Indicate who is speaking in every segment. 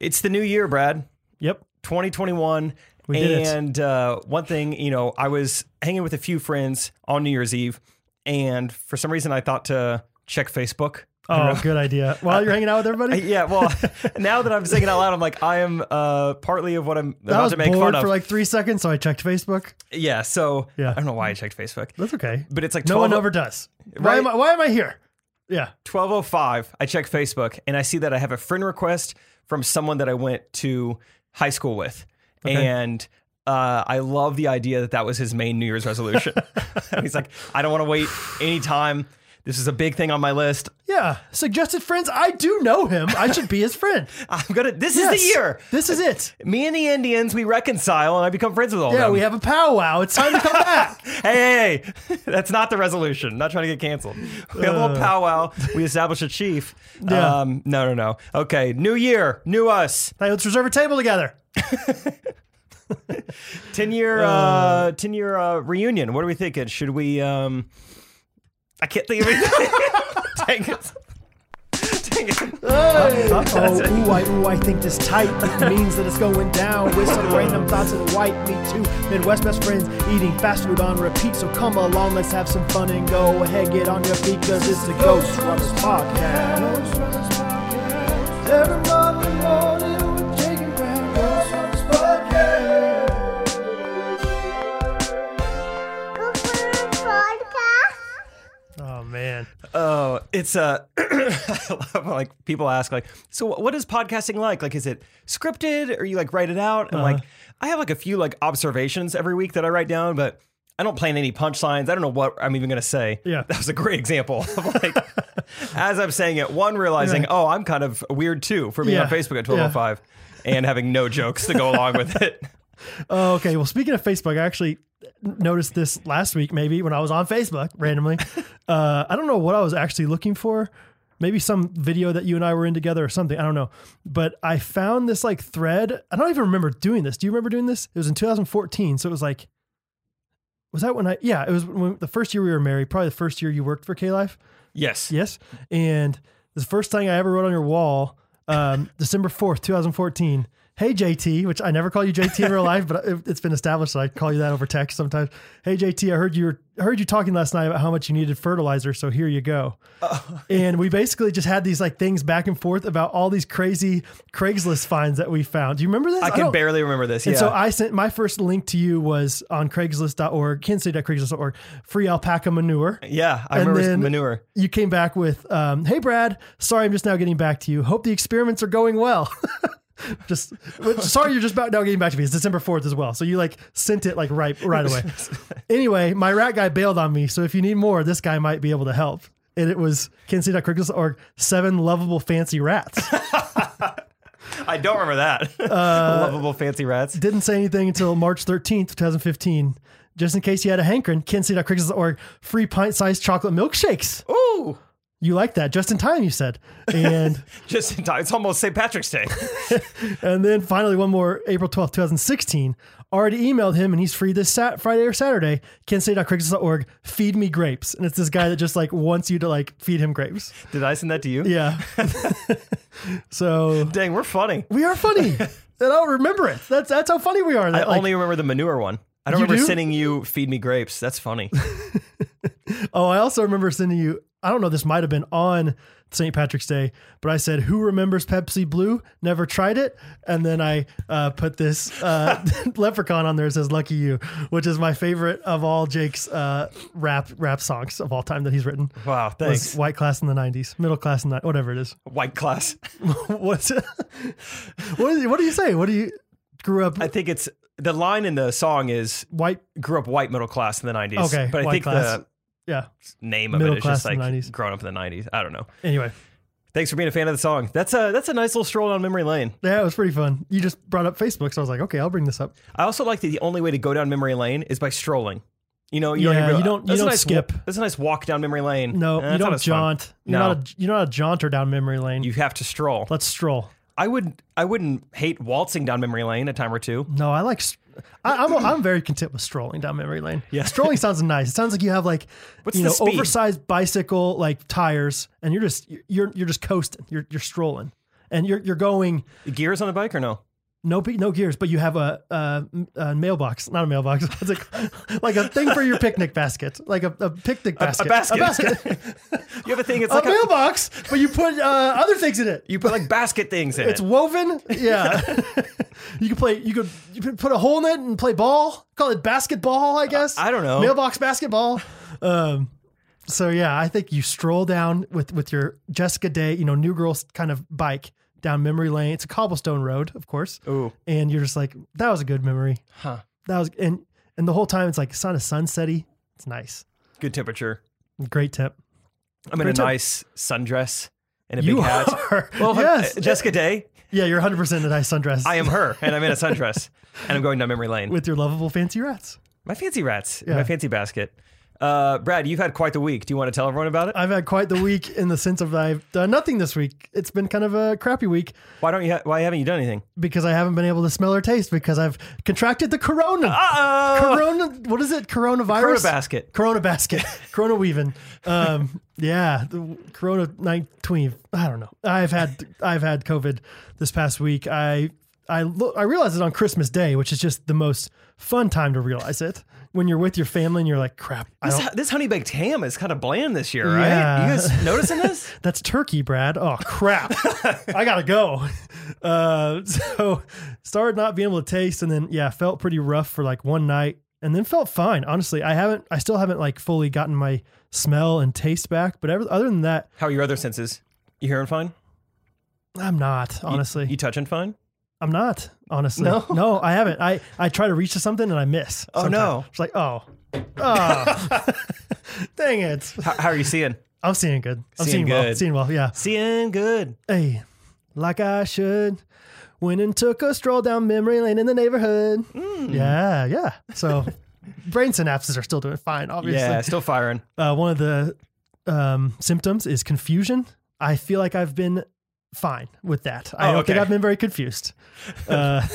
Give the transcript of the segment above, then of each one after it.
Speaker 1: It's the new year, Brad.
Speaker 2: Yep.
Speaker 1: 2021.
Speaker 2: We did it.
Speaker 1: and uh, one thing, you know, I was hanging with a few friends on New Year's Eve, and for some reason, I thought to check Facebook.
Speaker 2: Oh, good idea. While you're hanging out with
Speaker 1: Uh,
Speaker 2: everybody,
Speaker 1: Yeah, well, now that I'm thinking out loud, I'm like, I am uh, partly of what I'm
Speaker 2: I
Speaker 1: about
Speaker 2: was
Speaker 1: to make
Speaker 2: bored
Speaker 1: fun of.
Speaker 2: for like three seconds, so I checked Facebook.
Speaker 1: yeah, so
Speaker 2: Yeah.
Speaker 1: I don't know why I checked Facebook,
Speaker 2: That's okay.
Speaker 1: but it's like
Speaker 2: No
Speaker 1: 12,
Speaker 2: one ever does. Why
Speaker 1: Right.
Speaker 2: am I? Why am I here? Yeah.
Speaker 1: 1205. I check Facebook and I see that I have a friend request from someone that I went to high school with. And uh, I love the idea that that was his main New Year's resolution. and he's like, I don't want to wait any time. This is a big thing on my list.
Speaker 2: Yeah. Suggested friends. I do know him. I should be his friend.
Speaker 1: I'm gonna. This is
Speaker 2: Yes.
Speaker 1: the year.
Speaker 2: This is it.
Speaker 1: Me and the Indians, we reconcile, and I become friends with all of
Speaker 2: Yeah,
Speaker 1: them.
Speaker 2: we have a powwow. It's time to come back.
Speaker 1: hey, hey, hey. that's not the resolution. Not trying to get canceled. We have a little powwow. We establish a chief.
Speaker 2: Uh. Yeah.
Speaker 1: Um, no, no, no. Okay, new year, new us.
Speaker 2: Hey, let's reserve a table together.
Speaker 1: Ten year, uh, ten year uh, reunion. What are we thinking? Should we? Um, I can't think of anything. Dang it. Dang it.
Speaker 2: Oh, ooh, I, ooh, I think this tight means that it's going down with some random thoughts of the white meat too. Midwest best friends eating fast food on repeat. So come along, let's have some fun and go ahead, get on your feet, cause it's the Ghost Runners Podcast. Every Monday morning, we're taking back Ghost Runners Podcast. Oh man.
Speaker 1: Oh, it's uh, I love, like people ask like, so wh- what is podcasting like? Like, is it scripted or you like write it out? And like,
Speaker 2: Uh-huh.
Speaker 1: I have like a few like observations every week that I write down, but I don't plan any punchlines. I don't know what I'm even gonna say.
Speaker 2: Yeah.
Speaker 1: that was a great example. Of like, as I'm saying it, one realizing, oh, I'm kind of weird too for being on
Speaker 2: Yeah.
Speaker 1: Facebook at 12:05 and having no jokes to go along with it.
Speaker 2: Oh, okay. Well, speaking of Facebook, I actually noticed this last week, maybe when I was on Facebook randomly. uh, I don't know what I was actually looking for. Maybe some video that you and I were in together or something. I don't know. But I found this like thread. I don't even remember doing this. Do you remember doing this? It was in 2014. So it was like, was that when I, yeah, it was when the first year we were married, probably the first year you worked for K Life.
Speaker 1: Yes.
Speaker 2: Yes. And the first thing I ever wrote on your wall, um, December 4th, 2014. Hey, JT, which I never call you JT in real life, but it- it's been established that I call you that over text sometimes. Hey, JT, I heard you were, I heard you talking last night about how much you needed fertilizer. So here you go.
Speaker 1: Oh.
Speaker 2: and we basically just had these like things back and forth about all these crazy Craigslist finds that we found. Do you remember this?
Speaker 1: I can
Speaker 2: don't-
Speaker 1: barely remember this. Yeah.
Speaker 2: and so I sent my first link to you was on Craigslist.org, kansascity.craigslist.org, free alpaca manure
Speaker 1: yeah, I
Speaker 2: and
Speaker 1: remember
Speaker 2: then-
Speaker 1: manure.
Speaker 2: you came back with, um, "Hey Brad, sorry I'm just now getting back to you. Hope the experiments are going well." just which- sorry you're just about now getting back to me. It's December fourth as well, so you like sent it like right right away. anyway, my rat guy bailed on me, so if you need more, this guy might be able to help. And it was org seven lovable fancy rats.
Speaker 1: I don't remember that.
Speaker 2: Uh,
Speaker 1: Lovable fancy rats.
Speaker 2: Didn't say anything until March thirteenth, two thousand fifteen. Just in case you had a hankering, org free pint sized chocolate milkshakes.
Speaker 1: Ooh.
Speaker 2: You like that just in time, you said. And
Speaker 1: Just in time. It's almost St. Patrick's Day.
Speaker 2: And then finally, one more April 12th, 2016. Already emailed him and he's free this sat- Friday or Saturday. KentState.Craigslist.org. Feed me grapes. And it's this guy that just like wants you to like feed him grapes.
Speaker 1: Did I send that to you?
Speaker 2: Yeah. so
Speaker 1: Dang, we're funny.
Speaker 2: we are funny. And I don't remember it. That's that's how funny we are.
Speaker 1: I
Speaker 2: That, like,
Speaker 1: only remember the manure one. I don't
Speaker 2: You
Speaker 1: remember
Speaker 2: do?
Speaker 1: sending you feed me grapes. That's funny.
Speaker 2: oh, I also remember sending you, I don't know, this might have been on St. Patrick's Day, but I said, Who remembers Pepsi Blue? Never tried it. And then I uh, put this uh, leprechaun on there that says, Lucky You, which is my favorite of all Jake's uh, rap rap songs of all time that he's written.
Speaker 1: Wow,
Speaker 2: Was
Speaker 1: thanks.
Speaker 2: white class in the 90s, middle class in the whatever it is.
Speaker 1: White class.
Speaker 2: What's it? what, is, what do you say? What do you grew up
Speaker 1: I think it's the line in the song is
Speaker 2: white?
Speaker 1: grew up white middle class in the 90s.
Speaker 2: Okay,
Speaker 1: But I
Speaker 2: white
Speaker 1: think
Speaker 2: class.
Speaker 1: the
Speaker 2: Yeah.
Speaker 1: name of
Speaker 2: Middle
Speaker 1: it is just
Speaker 2: class
Speaker 1: like
Speaker 2: in the 90s.
Speaker 1: grown up in the 90s. I don't know.
Speaker 2: Anyway,
Speaker 1: Thanks for being a fan of the song. That's a that's a nice little stroll down memory lane.
Speaker 2: yeah, it was pretty fun. You just brought up Facebook, so I was like, okay, I'll bring this up.
Speaker 1: I also like that the only way to go down memory lane is by strolling. You know, you
Speaker 2: Yeah,
Speaker 1: don't even
Speaker 2: you don't- you
Speaker 1: that's a
Speaker 2: don't
Speaker 1: nice wa-
Speaker 2: skip.
Speaker 1: That's a nice walk down memory lane.
Speaker 2: No,
Speaker 1: Eh, that's not
Speaker 2: you don't
Speaker 1: as fun.
Speaker 2: jaunt. You're
Speaker 1: No.
Speaker 2: not a you're not a jaunter down memory lane.
Speaker 1: You have to stroll.
Speaker 2: Let's stroll.
Speaker 1: I would I wouldn't hate waltzing down memory lane a time or two.
Speaker 2: No, I like. s- I, am I'm very content with strolling down memory lane. Yeah, strolling sounds nice. It sounds like you have like
Speaker 1: What's
Speaker 2: you
Speaker 1: the
Speaker 2: know
Speaker 1: speed?
Speaker 2: oversized bicycle like tires, and you're just you're you're just coasting. You're you're strolling. and you're you're going
Speaker 1: Gears on the bike or no?
Speaker 2: no pe- no gears, but you have a, a, a mailbox, not a mailbox, What's it called? like a thing for your picnic basket, like a, a picnic basket,
Speaker 1: basket.
Speaker 2: basket.
Speaker 1: You have a thing. It's
Speaker 2: a
Speaker 1: like a,
Speaker 2: mailbox, but you put uh, other things in it.
Speaker 1: you put like basket things in
Speaker 2: It's
Speaker 1: it.
Speaker 2: woven. Yeah, you could play. You could you could put a hole in it and play ball. Call it basketball, I guess.
Speaker 1: I don't know.
Speaker 2: Mailbox basketball. Um, so yeah, I think you stroll down with with your Jessica Day, you know, new girl kind of bike down memory lane. It's a cobblestone road, of course
Speaker 1: Ooh,
Speaker 2: and you're just like, that was a good memory.
Speaker 1: huh?
Speaker 2: That was and and the whole time it's like sun is sunsetty. It's nice.
Speaker 1: Good temperature.
Speaker 2: Great tip.
Speaker 1: I'm in a
Speaker 2: Great tip.
Speaker 1: nice sundress and a
Speaker 2: you
Speaker 1: big hat.
Speaker 2: are
Speaker 1: Well, hun-
Speaker 2: yes,
Speaker 1: uh, Jessica Day,
Speaker 2: yeah. You're 100 percent a nice sundress.
Speaker 1: I am her, and I'm in a sundress, and I'm going down memory lane.
Speaker 2: with your lovable fancy rats.
Speaker 1: my fancy rats, in
Speaker 2: Yeah.
Speaker 1: my fancy basket. Uh, Brad, you've had quite the week. Do you want to tell everyone about it?
Speaker 2: I've had quite the week in the sense of that I've done nothing this week. It's been kind of a crappy week
Speaker 1: Why don't you? Ha- why haven't you done anything?
Speaker 2: because I haven't been able to smell or taste because I've contracted the corona.
Speaker 1: Uh oh.
Speaker 2: Corona, what is it? Coronavirus.
Speaker 1: Corona basket.
Speaker 2: Corona basket. corona weaving. Um, yeah, the Corona nineteen. I don't know. I've had I've had COVID this past week. I I lo- I realized it on Christmas Day, which is just the most fun time to realize it when you're with your family and you're like, crap. I
Speaker 1: This,
Speaker 2: don't,
Speaker 1: this honey baked ham is kind of bland this year, right?
Speaker 2: Yeah.
Speaker 1: You guys noticing this?
Speaker 2: that's turkey, Brad. Oh crap. I gotta go. Uh, so started not being able to taste, and then yeah, felt pretty rough for like one night, and then felt fine. Honestly, I haven't. I still haven't like fully gotten my smell and taste back, but ever, other than that.
Speaker 1: How are your other senses? You hearing fine?
Speaker 2: I'm not, honestly.
Speaker 1: You touching fine?
Speaker 2: I'm not, honestly.
Speaker 1: No?
Speaker 2: no, I haven't. I, I try to reach to something and I miss.
Speaker 1: Oh,
Speaker 2: sometimes.
Speaker 1: no.
Speaker 2: It's like, oh, oh, dang it.
Speaker 1: How, how are you seeing?
Speaker 2: I'm seeing good. I'm
Speaker 1: Seeing
Speaker 2: seeing, well.
Speaker 1: good.
Speaker 2: Seeing well. Yeah.
Speaker 1: Seeing good.
Speaker 2: Hey, like I should. Went and took a stroll down memory lane in the neighborhood.
Speaker 1: Mm.
Speaker 2: Yeah, yeah. So, brain synapses are still doing fine. Obviously.
Speaker 1: Yeah, still firing.
Speaker 2: uh, one of the um, symptoms is confusion. I feel like I've been fine with that. I
Speaker 1: Oh,
Speaker 2: don't think
Speaker 1: okay.
Speaker 2: I've been very confused. Uh,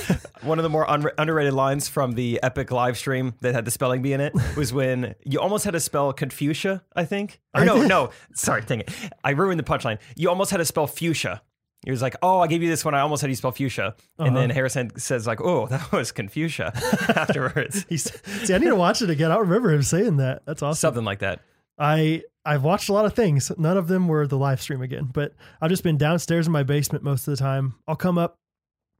Speaker 1: One of the more un- underrated lines from the epic live stream that had the spelling bee in it was when you almost had to spell Confucia, I think. Or
Speaker 2: I
Speaker 1: no,
Speaker 2: did.
Speaker 1: no, sorry, dang it. I ruined the punchline. You almost had to spell fuchsia. It was like, oh, I gave you this one. I almost had you spell fuchsia. And
Speaker 2: Uh-huh.
Speaker 1: then Harrison says like, oh, that was Confucia afterwards.
Speaker 2: He's see, I need to watch it again. I don't remember him saying that. That's awesome.
Speaker 1: Something like that.
Speaker 2: I I've watched a lot of things. None of them were the live stream again, but I've just been downstairs in my basement most of the time. I'll come up,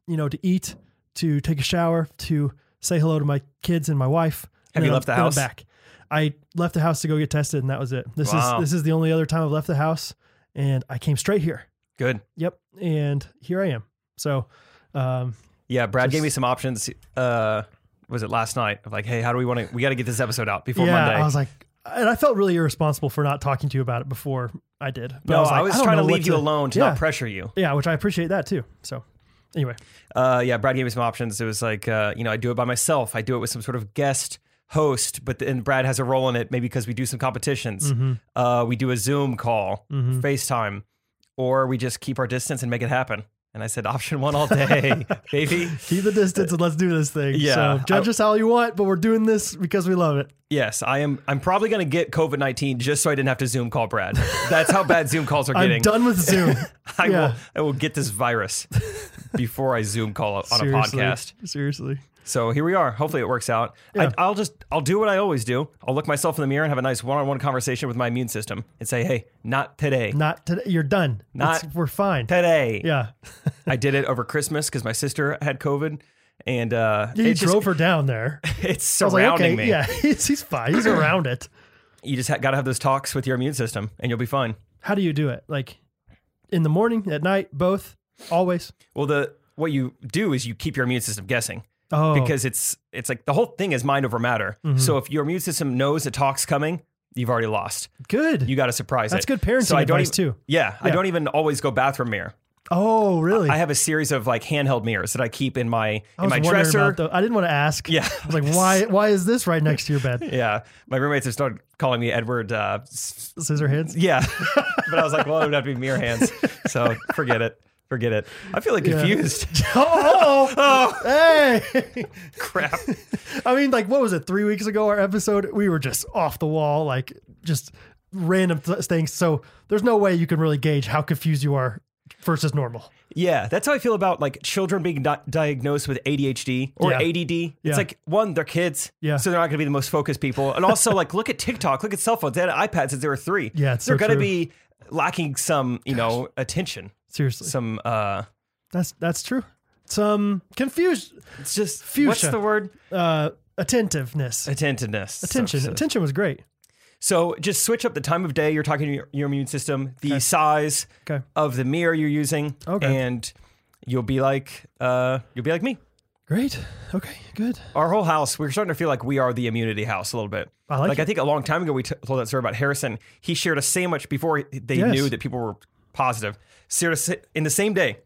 Speaker 2: you know, to eat, to take a shower, to say hello to my kids and my wife.
Speaker 1: Have
Speaker 2: and
Speaker 1: you
Speaker 2: then
Speaker 1: left the
Speaker 2: then
Speaker 1: house?
Speaker 2: back. I left the house to go get tested, and that was it. This
Speaker 1: Wow.
Speaker 2: is this is the only other time I've left the house, and I came straight here.
Speaker 1: Good.
Speaker 2: Yep, and here I am. So, um,
Speaker 1: Yeah, Brad gave
Speaker 2: Just-
Speaker 1: me some options. Uh, was it last night? Of like, hey, how do we want to? We got to get this episode out before
Speaker 2: yeah,
Speaker 1: Monday.
Speaker 2: I was like, and I felt really irresponsible for not talking to you about it before I did. But
Speaker 1: no,
Speaker 2: like, don't
Speaker 1: trying to
Speaker 2: know what
Speaker 1: leave you alone to
Speaker 2: Yeah.
Speaker 1: not pressure you.
Speaker 2: Yeah, which I appreciate that too. So, anyway,
Speaker 1: Uh, yeah, Brad gave me some options. It was like, uh, you know, I do it by myself. I do it with some sort of guest host, but then Brad has a role in it, maybe because we do some competitions.
Speaker 2: Mm-hmm.
Speaker 1: Uh, we do a Zoom call, FaceTime, or we just keep our distance and make it happen. And I said, option one all day, baby.
Speaker 2: keep the distance and let's do this thing.
Speaker 1: Yeah,
Speaker 2: So, judge us how you want, but we're doing this because we love it.
Speaker 1: Yes, I am. I'm probably going to get COVID 19 just so I didn't have to Zoom call Brad. That's how bad Zoom calls are
Speaker 2: I'm
Speaker 1: getting.
Speaker 2: done with Zoom.
Speaker 1: I will
Speaker 2: Yeah.
Speaker 1: I will get this virus before I Zoom call on
Speaker 2: Seriously.
Speaker 1: a podcast.
Speaker 2: Seriously.
Speaker 1: So here we are. Hopefully it works out.
Speaker 2: Yeah.
Speaker 1: I, I'll just I'll do what I always do. I'll look myself in the mirror and have a nice one-on-one conversation with my immune system and say, "Hey, not today.
Speaker 2: Not today. You're done.
Speaker 1: Not
Speaker 2: It's- we're fine.
Speaker 1: today."
Speaker 2: yeah.
Speaker 1: I did it over Christmas because my sister had COVID, and uh,
Speaker 2: You
Speaker 1: it just-
Speaker 2: drove her down there. I
Speaker 1: it's
Speaker 2: was like,
Speaker 1: surrounding
Speaker 2: okay,
Speaker 1: me.
Speaker 2: yeah, he's, he's fine. He's around it.
Speaker 1: You just ha- got to have those talks with your immune system, and you'll be fine.
Speaker 2: How do you do it? Like in the morning, at night, both, always.
Speaker 1: Well, the what you do is you keep your immune system guessing.
Speaker 2: Oh, Mm-hmm.
Speaker 1: because it's it's like the whole thing is mind over matter. So if your immune system knows a talk's coming, you've already lost.
Speaker 2: good.
Speaker 1: You got to surprise
Speaker 2: That's
Speaker 1: it.
Speaker 2: good parenting
Speaker 1: So I don't
Speaker 2: advice
Speaker 1: even-
Speaker 2: too.
Speaker 1: Yeah, I
Speaker 2: Yeah.
Speaker 1: don't even always go bathroom mirror.
Speaker 2: Oh, really?
Speaker 1: I have a series of like handheld mirrors that I keep in my
Speaker 2: I
Speaker 1: in
Speaker 2: was
Speaker 1: my
Speaker 2: wondering
Speaker 1: dresser.
Speaker 2: about the- I didn't want to ask.
Speaker 1: Yeah.
Speaker 2: I was like, why? Why is this right next to your bed?
Speaker 1: yeah, my roommates have started calling me Edward. Uh, s-
Speaker 2: Scissor hands.
Speaker 1: yeah, but I was like, well, it would have to be mirror hands, so forget it, forget it. I'm feeling confused.
Speaker 2: Oh, hey!
Speaker 1: Crap.
Speaker 2: I mean, like, what was it? Three weeks ago, our episode, we were just off the wall, like just random th- things. So there's no way you can really gauge how confused you are versus normal.
Speaker 1: Yeah, that's how I feel about like children being di- diagnosed with ADHD or
Speaker 2: Yeah.
Speaker 1: ADD.
Speaker 2: Yeah.
Speaker 1: It's like one, they're kids,
Speaker 2: Yeah.
Speaker 1: so they're not going to be the most focused people, and also like look at TikTok, look at cell phones. They had iPads since they were three.
Speaker 2: Yeah, it's
Speaker 1: they're
Speaker 2: so
Speaker 1: going to
Speaker 2: true.
Speaker 1: be lacking some, you know, attention,
Speaker 2: Seriously,
Speaker 1: some. uh
Speaker 2: that's that's true. Some confused,
Speaker 1: It's just what's
Speaker 2: Fuchsia.
Speaker 1: the word?
Speaker 2: uh, attentiveness,
Speaker 1: Attentiveness.
Speaker 2: attention.
Speaker 1: So, so-
Speaker 2: Attention was great.
Speaker 1: so just switch up the time of day you're talking to your, your immune system, the size
Speaker 2: Okay.
Speaker 1: of the mirror you're using,
Speaker 2: Okay.
Speaker 1: and you'll be like uh you'll be like me.
Speaker 2: Great. Okay. Good.
Speaker 1: our whole house we're starting to feel like we are the immunity house a little bit
Speaker 2: I like it.
Speaker 1: i think a long time ago we t- told that story about harrison he shared a sandwich before they
Speaker 2: Yes.
Speaker 1: knew that people were positive shared a, sa- in the same day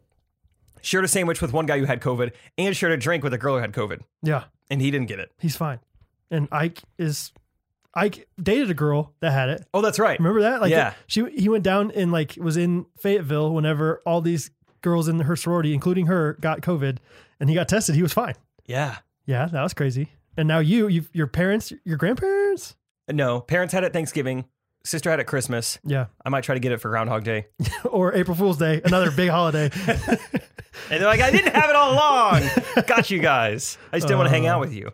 Speaker 1: shared a sandwich with one guy who had covid and shared a drink with a girl who had covid
Speaker 2: Yeah.
Speaker 1: and he didn't get it
Speaker 2: He's fine. And Ike is Ike dated a girl that had it.
Speaker 1: oh that's right
Speaker 2: Remember that? Like
Speaker 1: Yeah.
Speaker 2: she he went down and like was in Fayetteville whenever all these girls in her sorority, including her, got COVID and he got tested. He was fine.
Speaker 1: yeah
Speaker 2: Yeah, that was crazy. And now you, you your parents, your grandparents?
Speaker 1: no parents had it thanksgiving sister had it christmas
Speaker 2: Yeah.
Speaker 1: i might try to get it for groundhog day
Speaker 2: or April Fool's Day, another big holiday.
Speaker 1: and they're like i didn't have it all along got you guys i just didn't want to hang out with you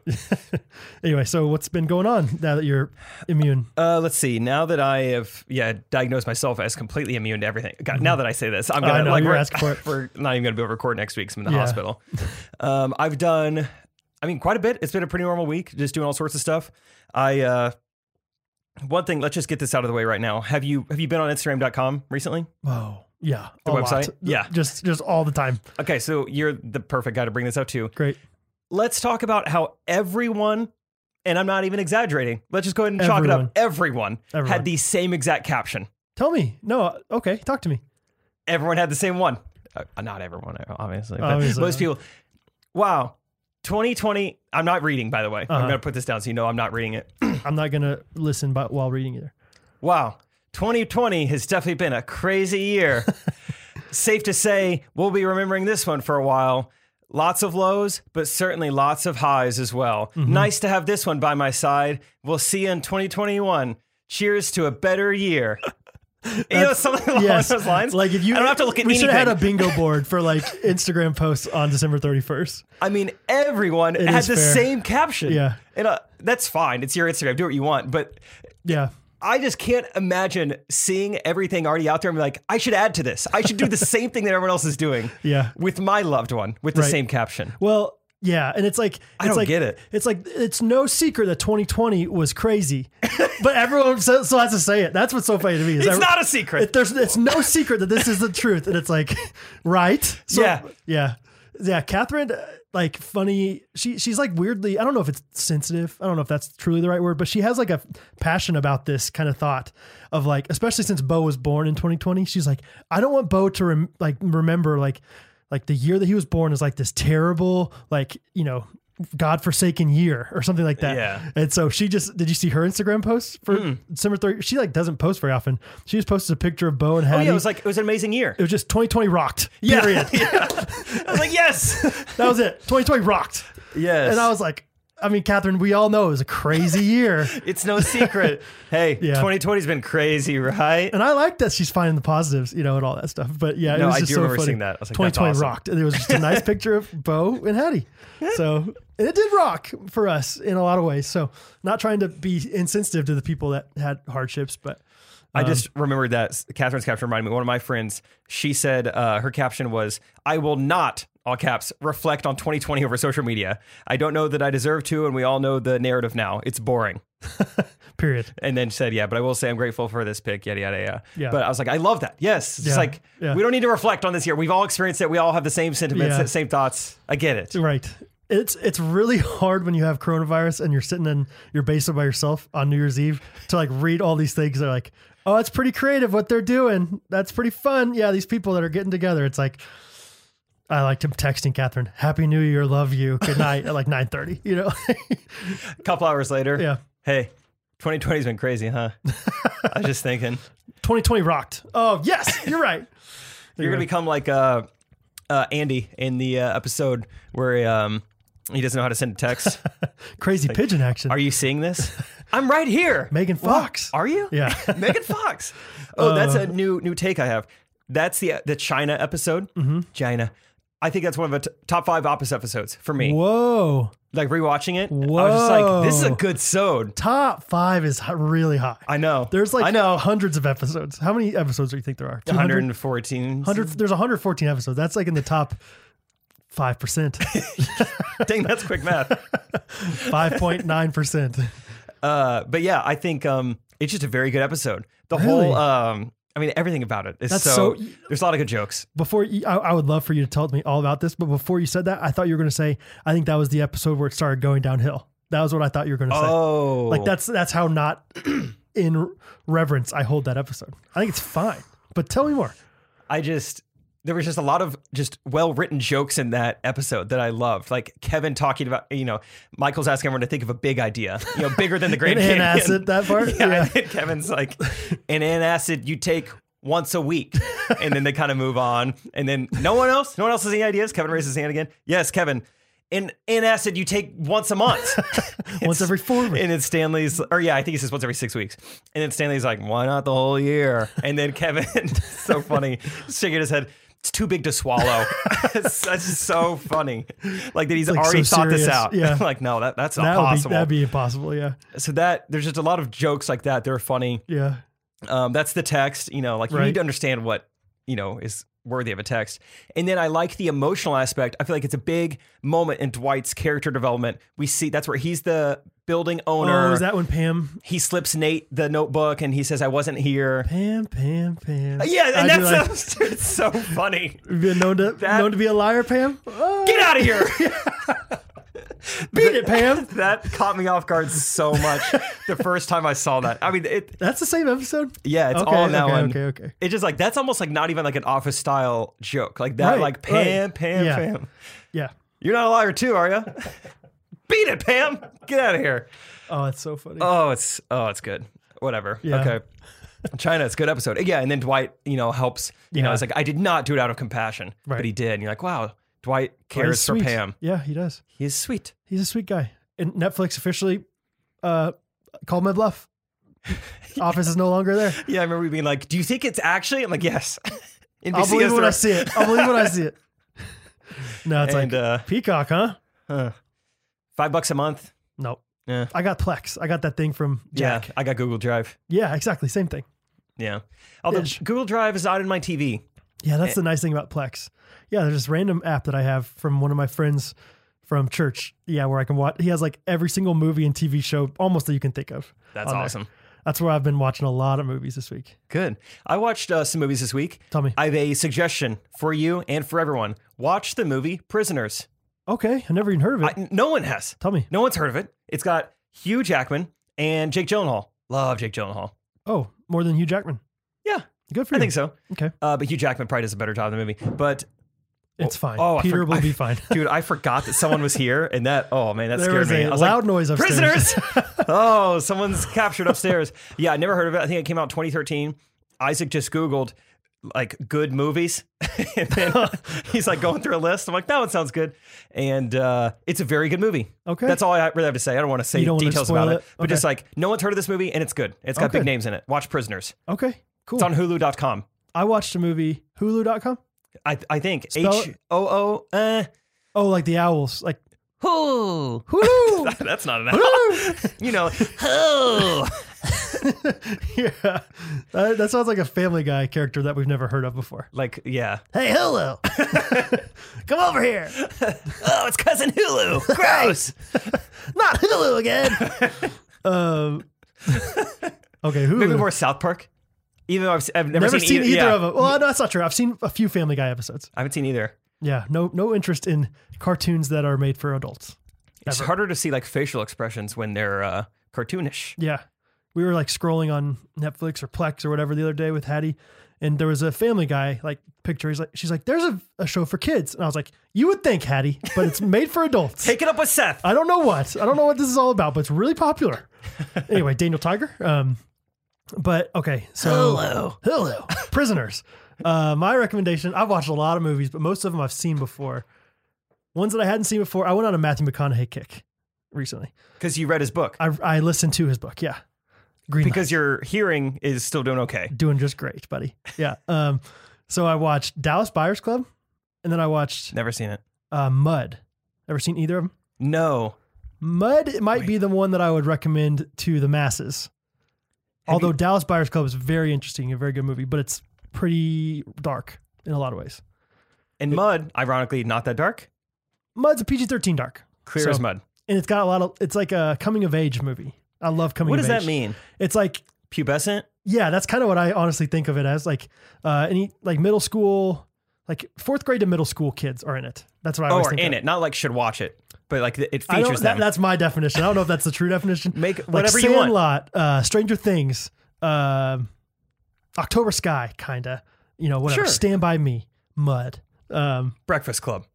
Speaker 2: Anyway, so what's been going on now that you're immune?
Speaker 1: Uh, let's see. Now that I have yeah diagnosed myself as completely immune to everything. God, now that I say this, I'm
Speaker 2: Mm-hmm. I
Speaker 1: gonna
Speaker 2: know,
Speaker 1: like
Speaker 2: you're
Speaker 1: we're,
Speaker 2: asking for it.
Speaker 1: we're not even gonna be able to record next week. 'cause I'm in the
Speaker 2: Yeah.
Speaker 1: hospital. Um, I've done, I mean, quite a bit. It's been a pretty normal week, just doing all sorts of stuff. I uh, one thing. Let's just get this out of the way right now. Have you have you been on Instagram.com recently?
Speaker 2: Oh, yeah.
Speaker 1: The
Speaker 2: a
Speaker 1: website?
Speaker 2: lot.
Speaker 1: Yeah.
Speaker 2: Just just all the time.
Speaker 1: Okay, so you're the perfect guy to bring this up to.
Speaker 2: Great.
Speaker 1: Let's talk about how everyone. And I'm not even exaggerating. Let's just go ahead and chalk it up. Everyone,
Speaker 2: Everyone.
Speaker 1: had the same exact caption.
Speaker 2: Tell me. No, okay, talk to me.
Speaker 1: everyone had the same one. Uh, not everyone, obviously. But
Speaker 2: Obviously.
Speaker 1: most people. Wow. 2020. I'm not reading, by the way. I'm
Speaker 2: Uh-huh.
Speaker 1: going to put this down so you know I'm not reading it.
Speaker 2: I'm not gonna listen but while reading either.
Speaker 1: Wow. 2020 has definitely been a crazy year. Safe to say, we'll be remembering this one for a while. Lots of lows, but certainly lots of highs as well.
Speaker 2: Mm-hmm.
Speaker 1: Nice to have this one by my side. We'll see you in 2021. Cheers to a better year. you know, something along
Speaker 2: yes.
Speaker 1: those lines.
Speaker 2: Like if you
Speaker 1: I don't have to look at
Speaker 2: we should
Speaker 1: anything.
Speaker 2: have had a bingo board for like Instagram posts on December 31st.
Speaker 1: I mean, everyone had
Speaker 2: is
Speaker 1: the
Speaker 2: fair.
Speaker 1: same caption.
Speaker 2: Yeah.
Speaker 1: And uh, that's fine. It's your Instagram. Do what you want. But
Speaker 2: Yeah.
Speaker 1: I just can't imagine seeing everything already out there and be like, I should add to this. I should do the same thing that everyone else is doing.
Speaker 2: Yeah.
Speaker 1: With my loved one with the
Speaker 2: Right.
Speaker 1: same caption.
Speaker 2: Well, yeah, and it's like it's
Speaker 1: don't
Speaker 2: like,
Speaker 1: get it.
Speaker 2: It's like it's no secret that 2020 was crazy, but everyone still still has to say it. That's what's so funny to me. Is
Speaker 1: It's
Speaker 2: every-
Speaker 1: not a secret.
Speaker 2: it- there's it's no secret that this is the truth, and it's like right. So,
Speaker 1: Yeah.
Speaker 2: yeah, yeah. Catherine, uh, like funny. She she's like weirdly. I don't know if it's sensitive. I don't know if that's truly the right word, but she has like a passion about this kind of thought of like, especially since Bo was born in 2020. She's like, I don't want Bo to rem- like remember like like the year that he was born is like this terrible like you know. God-forsaken year or something like that.
Speaker 1: Yeah.
Speaker 2: And so she just did you see her Instagram post for
Speaker 1: Hmm.
Speaker 2: December 30? She like doesn't post very often. She just posted a picture of Bo and
Speaker 1: Oh,
Speaker 2: Hattie.
Speaker 1: yeah, it was like, it was an amazing year.
Speaker 2: it was just 2020 rocked.
Speaker 1: Yeah.
Speaker 2: Period.
Speaker 1: yeah. I was like, yes.
Speaker 2: that was it. 2020 rocked.
Speaker 1: Yes.
Speaker 2: And I was like, I mean, Catherine, we all know it was a crazy year.
Speaker 1: it's no secret. hey,
Speaker 2: Yeah.
Speaker 1: 2020's been crazy, right?
Speaker 2: And I like that she's finding the positives, you know, and all that stuff. But yeah,
Speaker 1: No,
Speaker 2: it was
Speaker 1: I
Speaker 2: just
Speaker 1: do
Speaker 2: so
Speaker 1: remember
Speaker 2: funny.
Speaker 1: seeing that. I was like, that's
Speaker 2: 2020
Speaker 1: awesome.
Speaker 2: rocked. And it was just a nice picture of Bo and Hattie. So and it did rock for us in a lot of ways. So not trying to be insensitive to the people that had hardships, but
Speaker 1: I
Speaker 2: Um,
Speaker 1: just remembered that Catherine's caption reminded me. One of my friends, she said uh, her caption was, "I will not." All caps reflect on 2020 over social media. I don't know that I deserve to, and we all know the narrative now. It's boring.
Speaker 2: period.
Speaker 1: And then she said, "Yeah, but I will say I'm grateful for this pick." Yada yada yada.
Speaker 2: Yeah.
Speaker 1: But I was like, I love that. Yes. It's
Speaker 2: Yeah,
Speaker 1: just like
Speaker 2: yeah.
Speaker 1: we don't need to reflect on this year. We've all experienced it. We all have the same sentiments,
Speaker 2: Yeah.
Speaker 1: the same thoughts. I get it.
Speaker 2: Right. It's it's really hard when you have coronavirus and you're sitting in your basement by yourself on New Year's Eve to like read all these things. They're like, oh, that's pretty creative what they're doing. That's pretty fun. Yeah, these people that are getting together. It's like I liked him texting Catherine, Happy New Year, love you, good night at like nine thirty. You know,
Speaker 1: A couple hours later,
Speaker 2: yeah,
Speaker 1: Hey, 2020's been crazy, huh? I was just thinking.
Speaker 2: twenty twenty rocked. Oh yes, you're right.
Speaker 1: You're gonna become like uh, uh, Andy in the uh, episode where um, he doesn't know how to send a text.
Speaker 2: Crazy pigeon action.
Speaker 1: Are you seeing this? I'm right here.
Speaker 2: Megan Fox.
Speaker 1: Are you?
Speaker 2: Yeah. Uh.
Speaker 1: Megan Fox. Oh, that's a new new take I have. That's the the China episode.
Speaker 2: Mm-hmm.
Speaker 1: China. I think that's one of the t- top five Opus episodes for me.
Speaker 2: Whoa.
Speaker 1: Like rewatching it, I was just like, "This is a
Speaker 2: Whoa.
Speaker 1: good sode."
Speaker 2: Top five is hi- really high.
Speaker 1: I know.
Speaker 2: There's like
Speaker 1: I know
Speaker 2: hundreds of episodes. How many episodes do you think there are? 200?
Speaker 1: 114.
Speaker 2: 100 there's 114 episodes. That's like in the top 5%,
Speaker 1: Dang, that's quick math.
Speaker 2: 5.9%.
Speaker 1: Uh, but yeah, I think um, it's just a very good episode. The
Speaker 2: Really?
Speaker 1: whole, um, I mean, everything about it is
Speaker 2: That's
Speaker 1: so,
Speaker 2: so-
Speaker 1: There's a lot of good jokes.
Speaker 2: Before you, I, I would love for you to tell me all about this, but before you said that, I thought you were going to say, I think that was the episode where it started going downhill. That was what I thought you were going to say.
Speaker 1: Oh,
Speaker 2: Like that's that's how not in reverence I hold that episode. I think it's fine, but tell me more.
Speaker 1: I just there was just a lot of just well written jokes in that episode that I loved. Like Kevin talking about, you know, Michael's asking everyone to think of a big idea, you know, bigger than the Grand
Speaker 2: And
Speaker 1: Canyon.
Speaker 2: acid that part.
Speaker 1: Yeah, and then Kevin's like, and an acid you take once a week, and then they kind of move on, and then no one else, no one else has any ideas. Kevin raises his hand again. Yes, Kevin. In in acid you take once a month,
Speaker 2: Once every four weeks.
Speaker 1: and then Stanley's, or yeah, I think he says once every six weeks. And then Stanley's like, why not the whole year? And then Kevin, so funny, shaking his head. It's too big to swallow. it's, that's just so funny. Like that he's
Speaker 2: so
Speaker 1: already thought this
Speaker 2: serious.
Speaker 1: out.
Speaker 2: Yeah.
Speaker 1: like no, that, that's not
Speaker 2: That would be,
Speaker 1: possible.
Speaker 2: that'd be impossible. Yeah.
Speaker 1: so that there's just a lot of jokes like that. They're funny.
Speaker 2: Yeah.
Speaker 1: Um, that's the text. You know, like you
Speaker 2: Right.
Speaker 1: need to understand what you know is worthy of a text. And then I like the emotional aspect. I feel like it's a big moment in Dwight's character development. We see that's where he's the building owner
Speaker 2: Oh, is that when Pam
Speaker 1: he slips Nate the notebook and he says, I wasn't here.
Speaker 2: Pam, Pam, Pam.
Speaker 1: Yeah,
Speaker 2: I'd
Speaker 1: and
Speaker 2: be like,
Speaker 1: that's so, it's so funny.
Speaker 2: "You've been known to
Speaker 1: That-
Speaker 2: known to be a liar, Pam. Oh,
Speaker 1: Get out of here.
Speaker 2: beat it, Pam.
Speaker 1: that caught me off guard so much the first time I saw that. I mean, it,
Speaker 2: That's the same episode.
Speaker 1: yeah, it's
Speaker 2: okay,
Speaker 1: all in that
Speaker 2: okay,
Speaker 1: one.
Speaker 2: okay, okay.
Speaker 1: It's just like, that's almost like not even like an office style joke. Like that,
Speaker 2: Right,
Speaker 1: like Pam,
Speaker 2: right.
Speaker 1: Pam,
Speaker 2: Yeah.
Speaker 1: Pam.
Speaker 2: Yeah.
Speaker 1: You're not a liar too, are you? Beat it, Pam. Get out of here.
Speaker 2: Oh, that's so funny.
Speaker 1: Oh, it's oh, it's good. Whatever.
Speaker 2: Yeah.
Speaker 1: Okay. China, it's a good episode. Yeah, and then Dwight, you know, helps. You know,
Speaker 2: Yeah.
Speaker 1: it's like I did not do it out of compassion,
Speaker 2: Right. Oh,
Speaker 1: but he did. And you're like, wow, Dwight
Speaker 2: He's
Speaker 1: cares for
Speaker 2: sweet.
Speaker 1: Pam.
Speaker 2: Yeah, he does.
Speaker 1: He is sweet.
Speaker 2: He's a sweet guy. And Netflix officially uh, called my bluff. Office is no longer there.
Speaker 1: Yeah, I remember you being like, do you think it's actually? I'm like, yes. NBC
Speaker 2: I'll believe
Speaker 1: has
Speaker 2: it when
Speaker 1: the
Speaker 2: I see it. I'll believe it when I see it. No, it's
Speaker 1: And
Speaker 2: like
Speaker 1: uh,
Speaker 2: Peacock, huh?
Speaker 1: huh. five bucks a month.
Speaker 2: No.
Speaker 1: Yeah.
Speaker 2: I got Plex. I got that thing from Jack.
Speaker 1: Yeah, I got Google Drive.
Speaker 2: Yeah, exactly. Same thing.
Speaker 1: Yeah. Although
Speaker 2: Ish.
Speaker 1: Google Drive is not in my TV.
Speaker 2: Yeah,
Speaker 1: Eh.
Speaker 2: that's the nice thing about Plex. Yeah, there's this random app that I have from one of my friends from church. Yeah, where I can watch. He has like every single movie and TV show almost that you can think of.
Speaker 1: That's
Speaker 2: on there.
Speaker 1: awesome.
Speaker 2: That's where I've been watching a lot of movies this week.
Speaker 1: Good. I watched uh, some movies this week.
Speaker 2: Tell me.
Speaker 1: I have a suggestion for you and for everyone. Watch the movie Prisoners.
Speaker 2: Okay, I never even heard of it.
Speaker 1: I, no one has.
Speaker 2: Tell me.
Speaker 1: No one's heard of it. It's got Hugh Jackman and Jake Gyllenhaal. Love Jake Gyllenhaal.
Speaker 2: Oh, more than Hugh Jackman.
Speaker 1: Yeah,
Speaker 2: Good for
Speaker 1: I
Speaker 2: you.
Speaker 1: think so.
Speaker 2: Okay,
Speaker 1: Uh, but Hugh Jackman probably does a better job in the movie. But
Speaker 2: it's fine.
Speaker 1: oh, I
Speaker 2: Peter
Speaker 1: forg-
Speaker 2: will be
Speaker 1: I-
Speaker 2: fine.
Speaker 1: dude, I forgot that someone was here, and that oh man, that
Speaker 2: There
Speaker 1: scared
Speaker 2: was
Speaker 1: me.
Speaker 2: a
Speaker 1: I was
Speaker 2: loud
Speaker 1: like,
Speaker 2: noise upstairs.
Speaker 1: prisoners. oh, someone's captured upstairs. Yeah, I never heard of it. I think it came out in 2013. Isaac just Googled like good movies, and then he's like going through a list. I'm like, that one sounds good, and uh, it's a very good movie.
Speaker 2: Okay.
Speaker 1: that's all I really have to say. I don't want to say
Speaker 2: You don't want to
Speaker 1: details
Speaker 2: spoil
Speaker 1: about it,
Speaker 2: it?
Speaker 1: but
Speaker 2: Okay. Oh,
Speaker 1: just like no one's heard of this movie, and it's good. It's got
Speaker 2: Okay.
Speaker 1: big names in it. Watch Prisoners.
Speaker 2: Okay, cool.
Speaker 1: It's on Hulu.com.
Speaker 2: I watched a movie. Hulu.com.
Speaker 1: I I think
Speaker 2: Spell it.
Speaker 1: H O O. uh,
Speaker 2: Oh, like the owls. Like
Speaker 1: Hulu.
Speaker 2: Hulu.
Speaker 1: That's not an owl. you know, Hulu.
Speaker 2: yeah, that, that sounds like a Family Guy character that we've never heard of before.
Speaker 1: like yeah.
Speaker 2: Hey, hello. Come over here.
Speaker 1: Oh, it's cousin Hulu. Gross.
Speaker 2: Not Hulu again. um, okay, Hulu.
Speaker 1: Maybe more South Park. Even though I've, I've never,
Speaker 2: Never seen, either
Speaker 1: yeah.
Speaker 2: of them. Well, no, that's not true. I've seen a few Family Guy episodes.
Speaker 1: I haven't seen either.
Speaker 2: Yeah, no, no interest in cartoons that are made for adults.
Speaker 1: It's
Speaker 2: Ever.
Speaker 1: harder to see like facial expressions when they're uh, cartoonish.
Speaker 2: Yeah, we were like scrolling on Netflix or Plex or whatever the other day with Hattie, and there was a Family Guy like picture. He's like, she's like, "There's a, a show for kids," and I was like, "You would think, Hattie, but it's made for adults."
Speaker 1: Take it up with Seth.
Speaker 2: I don't know what. I don't know what this is all about, but it's really popular. anyway, Daniel Tiger. Um, but okay, so
Speaker 1: Hello.
Speaker 2: hello, prisoners. Uh, my recommendation. I've watched a lot of movies, but most of them I've seen before. Ones that I hadn't seen before. I went on a Matthew McConaughey kick recently.
Speaker 1: Because you read his book.
Speaker 2: I I listened to his book. Yeah, Green
Speaker 1: Because your hearing is still doing okay.
Speaker 2: doing just great, buddy. Yeah. Um, So I watched Dallas Buyers Club, and then I watched
Speaker 1: Never seen it.
Speaker 2: uh, Mud. Ever seen either of them?
Speaker 1: No.
Speaker 2: Mud might be the one that I would recommend to the masses.
Speaker 1: Have
Speaker 2: Although
Speaker 1: you-
Speaker 2: Dallas Buyers Club is very interesting, a very good movie, but it's pretty dark in a lot of ways.
Speaker 1: And mud, ironically, not that dark.
Speaker 2: Mud's a PG thirteen dark,
Speaker 1: Clear
Speaker 2: So-
Speaker 1: as mud.
Speaker 2: and it's got a lot of. It's like a coming of age movie. I love coming.
Speaker 1: What
Speaker 2: of
Speaker 1: does that
Speaker 2: age.
Speaker 1: mean?
Speaker 2: It's like
Speaker 1: Pubescent?
Speaker 2: yeah, that's kind of what I honestly think of it as. Like uh, any like middle school, like fourth grade to middle school kids are in it. That's what I
Speaker 1: Oh,
Speaker 2: always
Speaker 1: or
Speaker 2: think.
Speaker 1: in
Speaker 2: of.
Speaker 1: it. Not like should watch it, but like it
Speaker 2: I don't,
Speaker 1: features
Speaker 2: that,
Speaker 1: them.
Speaker 2: that's my definition. I don't know if that's the true definition.
Speaker 1: Make
Speaker 2: Like
Speaker 1: whatever you want.
Speaker 2: Sandlot, uh, Stranger Things, um, October Sky, kinda. You know, whatever.
Speaker 1: Sure.
Speaker 2: Stand by Me, Mud. Um,
Speaker 1: Breakfast Club.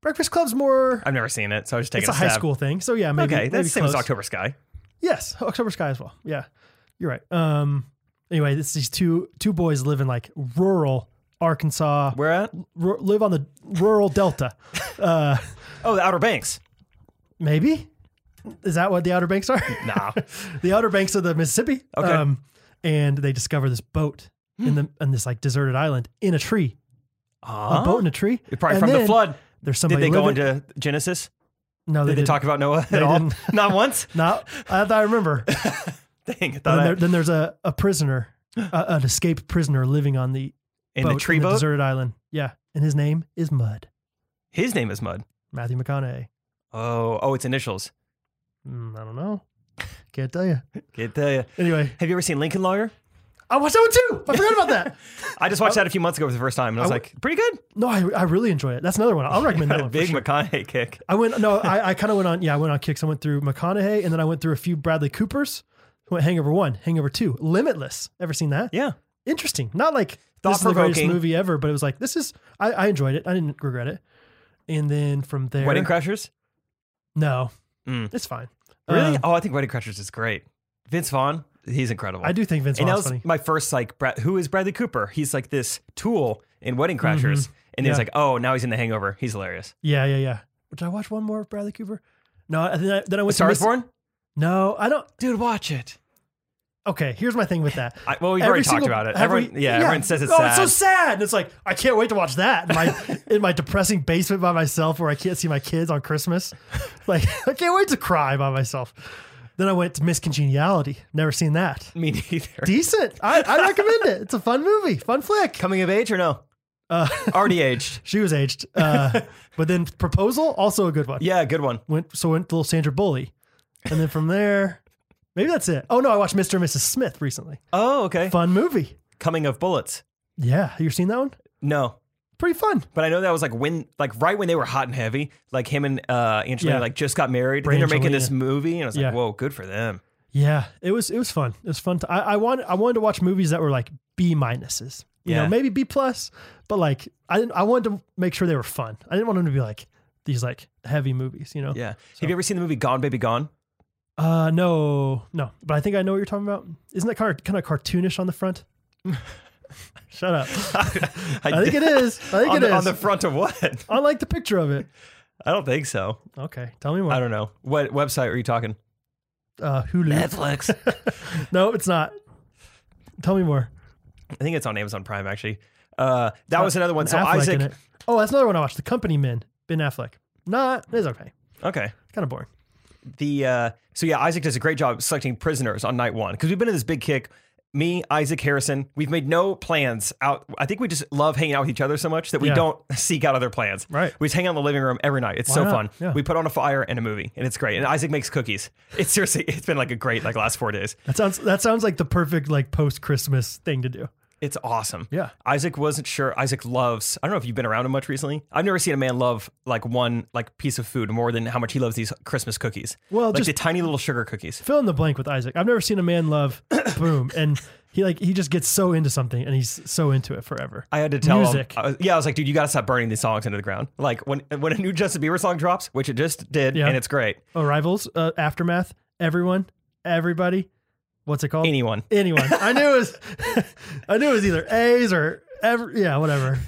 Speaker 2: Breakfast Club's more.
Speaker 1: I've never seen it, so I was just taking
Speaker 2: It's
Speaker 1: a,
Speaker 2: a high
Speaker 1: stab.
Speaker 2: school thing, so yeah, maybe.
Speaker 1: okay, that's
Speaker 2: maybe
Speaker 1: the same as
Speaker 2: close.
Speaker 1: October Sky.
Speaker 2: Yes, October Sky as well. Yeah, you're right. Um, anyway, it's these two two boys live in like rural Arkansas.
Speaker 1: Where at?
Speaker 2: r- live on the rural delta. Uh,
Speaker 1: Oh, the Outer Banks.
Speaker 2: maybe is that what the Outer Banks are?
Speaker 1: Nah.
Speaker 2: the Outer Banks of the Mississippi. um,
Speaker 1: Okay.
Speaker 2: and they discover this boat in the on this like deserted island in a tree.
Speaker 1: Uh,
Speaker 2: A boat in a tree.
Speaker 1: Probably
Speaker 2: And
Speaker 1: from the
Speaker 2: then
Speaker 1: flood.
Speaker 2: There's
Speaker 1: Did
Speaker 2: somebody.
Speaker 1: they go
Speaker 2: living-
Speaker 1: into Genesis?
Speaker 2: No,
Speaker 1: Did they
Speaker 2: didn't.
Speaker 1: talk about Noah at
Speaker 2: They
Speaker 1: all?
Speaker 2: didn't.
Speaker 1: Not once.
Speaker 2: No, I thought I remember. And
Speaker 1: Dang, I thought
Speaker 2: then,
Speaker 1: I-
Speaker 2: there, then there's a a prisoner, a, an escaped prisoner living on the
Speaker 1: in
Speaker 2: boat
Speaker 1: the tree
Speaker 2: in
Speaker 1: boat.
Speaker 2: the deserted island. Yeah, and his name is Mud
Speaker 1: His name is Mud.
Speaker 2: Matthew McConaughey.
Speaker 1: Oh, oh, it's initials.
Speaker 2: Mm, I don't know. Can't tell you.
Speaker 1: Get the.
Speaker 2: Anyway,
Speaker 1: Have you ever seen Lincoln Lawyer?
Speaker 2: I watched that one too. I forgot about that.
Speaker 1: I just watched that a few months ago for the first time, and I was
Speaker 2: Oh. I
Speaker 1: like, pretty good.
Speaker 2: No, I, I really enjoy it. That's another one. I'll recommend that one. for
Speaker 1: Big
Speaker 2: sure.
Speaker 1: McConaughey kick.
Speaker 2: I went no, I, I kind of went on. Yeah, I went on kicks. I went through McConaughey, and then I went through a few Bradley Coopers. Went Hangover One, Hangover Two, Limitless. Ever seen that?
Speaker 1: Yeah.
Speaker 2: Interesting. Not like this is the greatest
Speaker 1: Thought-provoking.
Speaker 2: movie ever, but it was like this is. I, I enjoyed it. I didn't regret it. And then from there,
Speaker 1: Wedding Crashers.
Speaker 2: no,
Speaker 1: Mm.
Speaker 2: it's fine.
Speaker 1: Really?
Speaker 2: Um,
Speaker 1: oh, I think Wedding Crashers is great. Vince Vaughn, he's incredible.
Speaker 2: I do think Vince
Speaker 1: and that
Speaker 2: Vaughn's
Speaker 1: was
Speaker 2: funny.
Speaker 1: my first like. Brad, who is Bradley Cooper? He's like this tool in Wedding Crashers, and
Speaker 2: Mm-hmm. Yeah.
Speaker 1: it's like, oh, now he's in The Hangover. He's hilarious.
Speaker 2: Yeah, yeah, yeah. Did I watch one more of Bradley Cooper? No, I- then I, then I
Speaker 1: A
Speaker 2: went. to
Speaker 1: Star is
Speaker 2: Miss-
Speaker 1: Born.
Speaker 2: No, I don't.
Speaker 1: Dude, watch it.
Speaker 2: Okay, here's my thing with that.
Speaker 1: I, well, we've
Speaker 2: Every
Speaker 1: already
Speaker 2: single-
Speaker 1: talked about it.
Speaker 2: have
Speaker 1: Everyone,
Speaker 2: we-
Speaker 1: yeah, everyone says it's
Speaker 2: oh,
Speaker 1: sad.
Speaker 2: it's so sad. And it's like, I can't wait to watch that in my, in my depressing basement by myself where I can't see my kids on Christmas. Like, I can't wait to cry by myself. Then I went to Miss Congeniality. Never seen that.
Speaker 1: Me neither.
Speaker 2: Decent. I, I recommend it. It's a fun movie, fun flick.
Speaker 1: Coming of age or no?
Speaker 2: Uh,
Speaker 1: Already aged.
Speaker 2: She was aged. Uh, but then Proposal, also a good one.
Speaker 1: Yeah, good one.
Speaker 2: Went, so went to little Sandra Bully. And then from there, maybe that's it. Oh, no, I watched Mr. and Mrs. Smith recently.
Speaker 1: Oh, okay.
Speaker 2: Fun movie.
Speaker 1: Coming of bullets.
Speaker 2: Yeah. You seen that one?
Speaker 1: No,
Speaker 2: Pretty fun.
Speaker 1: but I know that was like when, like right when they were hot and heavy. Like him and uh, Angelina,
Speaker 2: Yeah.
Speaker 1: like just got married,
Speaker 2: Brangelina.
Speaker 1: and they're making this movie, and I was
Speaker 2: Yeah.
Speaker 1: like, whoa, good for them.
Speaker 2: Yeah, it was it was fun. It was fun. To, I I wanted I wanted to watch movies that were like B minuses, you know,
Speaker 1: Yeah.
Speaker 2: maybe B plus, but like I didn't. I wanted to make sure they were fun. I didn't want them to be like these like heavy movies, you know.
Speaker 1: Yeah. Have you ever seen the movie Gone Baby Gone?
Speaker 2: Uh, no, no, but I think I know what you're talking about. Isn't that kind of kind of cartoonish on the front? Shut up. I think it is. I think
Speaker 1: on,
Speaker 2: it
Speaker 1: the,
Speaker 2: is.
Speaker 1: on the front of what?
Speaker 2: I like the picture of it.
Speaker 1: I don't think so.
Speaker 2: Okay, tell me more.
Speaker 1: I don't know. What website are you talking?
Speaker 2: Uh, Hulu.
Speaker 1: Netflix.
Speaker 2: no, it's not. Tell me more.
Speaker 1: I think it's on Amazon Prime actually. Uh, that was another one. So
Speaker 2: Affleck in
Speaker 1: Isaac.
Speaker 2: it. Oh, that's another one I watched. The Company Men. Ben Affleck. Not. It's okay.
Speaker 1: Okay.
Speaker 2: It's kind of boring.
Speaker 1: the uh, so yeah, Isaac does a great job selecting prisoners on night one because we've been in this big kick. Me, Isaac Harrison, we've made no plans out. I think we just love hanging out with each other so much that we
Speaker 2: Yeah.
Speaker 1: don't seek out other plans.
Speaker 2: Right.
Speaker 1: We just hang out in the living room every night. It's
Speaker 2: Why
Speaker 1: so
Speaker 2: not?
Speaker 1: fun.
Speaker 2: Yeah.
Speaker 1: We put on a fire and a movie, and it's great. And Isaac makes cookies. It's seriously, it's been like a great like last four days.
Speaker 2: That sounds. That sounds like the perfect like post Christmas thing to do.
Speaker 1: It's awesome.
Speaker 2: Yeah.
Speaker 1: Isaac wasn't sure. Isaac loves. I don't know if you've been around him much recently. I've never seen a man love like one like piece of food more than how much he loves these Christmas cookies.
Speaker 2: Well,
Speaker 1: like
Speaker 2: just-
Speaker 1: the tiny little sugar cookies.
Speaker 2: Fill in the blank with Isaac. I've never seen a man love boom, and he like he just gets so into something and he's so into it forever.
Speaker 1: I had to tell
Speaker 2: Music.
Speaker 1: him. I was- yeah, I was like, dude, you got to stop burning these songs into the ground. Like when when a new Justin Bieber song drops, which it just did,
Speaker 2: Yeah.
Speaker 1: and it's great.
Speaker 2: Arrivals, uh, aftermath, everyone, everybody. What's it called?
Speaker 1: Anyone,
Speaker 2: Anyone. I knew it was. I knew it was either A's or ever. Yeah, whatever.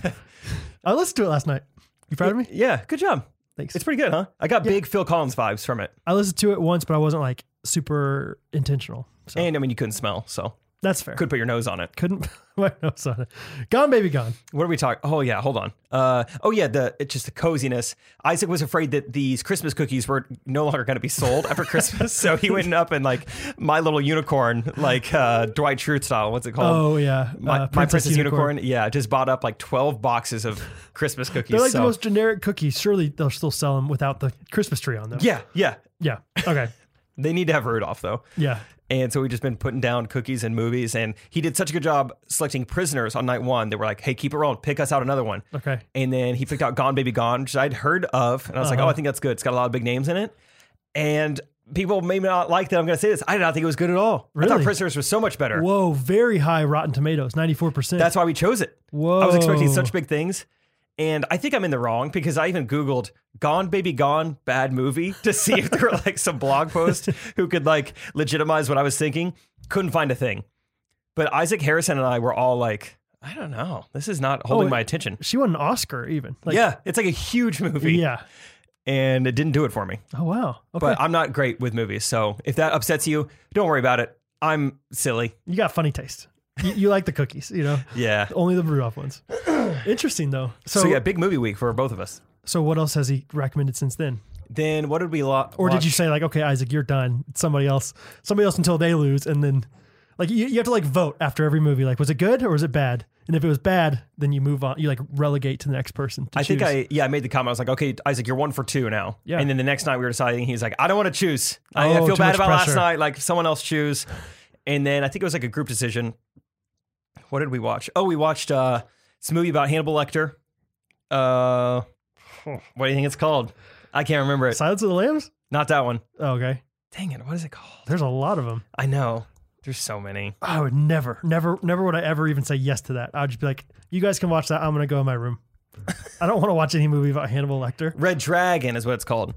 Speaker 2: I listened to it last night. You proud of me?
Speaker 1: yeah, good job.
Speaker 2: Thanks.
Speaker 1: It's pretty good, huh? I got big Phil Collins vibes from it,
Speaker 2: I listened to it once, but I wasn't like super intentional. So
Speaker 1: and I mean, you couldn't smell, so
Speaker 2: That's fair.
Speaker 1: Could put your nose on it.
Speaker 2: Couldn't my nose on it. Gone baby gone.
Speaker 1: What are we talking? Oh yeah, hold on. Uh, oh yeah, the it's just the coziness. Isaac was afraid that these Christmas cookies were no longer going to be sold after Christmas, so he went up and like My Little Unicorn, like uh, Dwight Schrute style. What's it called?
Speaker 2: Oh yeah.
Speaker 1: my,
Speaker 2: Uh,
Speaker 1: My Princess Unicorn. Yeah, just bought up like twelve boxes of Christmas cookies.
Speaker 2: They're like
Speaker 1: so-
Speaker 2: the most generic cookies. Surely they'll still sell them without the Christmas tree on them.
Speaker 1: yeah, yeah.
Speaker 2: Yeah. Okay.
Speaker 1: They need to have Rudolph though.
Speaker 2: Yeah.
Speaker 1: And so we've just been putting down cookies and movies. And he did such a good job selecting prisoners on night one. They were like, hey, keep it rolling, pick us out another one.
Speaker 2: Okay.
Speaker 1: And then he picked out Gone Baby Gone, which I'd heard of. And I was
Speaker 2: Uh-huh.
Speaker 1: like, oh, I think that's good. It's got a lot of big names in it. And people may not like that I'm going to say this. I did not think it was good at all. I
Speaker 2: Really?
Speaker 1: thought prisoners was so much better.
Speaker 2: Whoa. Very high Rotten Tomatoes. Ninety four percent.
Speaker 1: That's why we chose it.
Speaker 2: Whoa.
Speaker 1: I was expecting such big things. And I think I'm in the wrong because I even Googled Gone Baby Gone bad movie to see if there were like some blog post who could like legitimize what I was thinking. Couldn't find a thing. But Isaac Harrison and I were all like, I don't know. This is not holding
Speaker 2: Oh,
Speaker 1: my attention.
Speaker 2: She won an Oscar even. Like,
Speaker 1: yeah, it's like a huge movie.
Speaker 2: Yeah.
Speaker 1: And it didn't do it for me.
Speaker 2: Oh wow. Okay.
Speaker 1: But I'm not great with movies. So if that upsets you, don't worry about it. I'm silly.
Speaker 2: you got funny taste. You, you like the cookies, you know.
Speaker 1: Yeah.
Speaker 2: Only the Rudolph ones. Interesting though. So,
Speaker 1: So, yeah, big movie week for both of us.
Speaker 2: so what else has he recommended since then?
Speaker 1: Then what did we lo-
Speaker 2: Or
Speaker 1: watch?
Speaker 2: did you say like, okay, Isaac, you're done. It's somebody else, somebody else until they lose, and then like you, you have to like vote after every movie. Like, was it good or was it bad? And if it was bad, then you move on. You like relegate to the next person. To
Speaker 1: I think
Speaker 2: choose.
Speaker 1: I yeah I made the comment. I was like, okay, Isaac, you're one for two now.
Speaker 2: Yeah.
Speaker 1: And then the next night we were deciding. He's like, I don't want to choose. I, I
Speaker 2: Oh,
Speaker 1: feel
Speaker 2: too
Speaker 1: bad
Speaker 2: much
Speaker 1: about last
Speaker 2: pressure.
Speaker 1: night. Like someone else choose. And then I think it was like a group decision. What did we watch? Oh, we watched uh, this movie about Hannibal Lecter. Uh, what do you think it's called? I can't remember it.
Speaker 2: Silence of the Lambs.
Speaker 1: Not that one.
Speaker 2: Oh, okay,
Speaker 1: Dang it! What is it called?
Speaker 2: there's a lot of them.
Speaker 1: I know. There's so many.
Speaker 2: I would never, never, never would I ever even say yes to that. I'd just be like, you guys can watch that. I'm gonna go in my room. I don't want to watch any movie about Hannibal Lecter.
Speaker 1: Red Dragon is what it's called.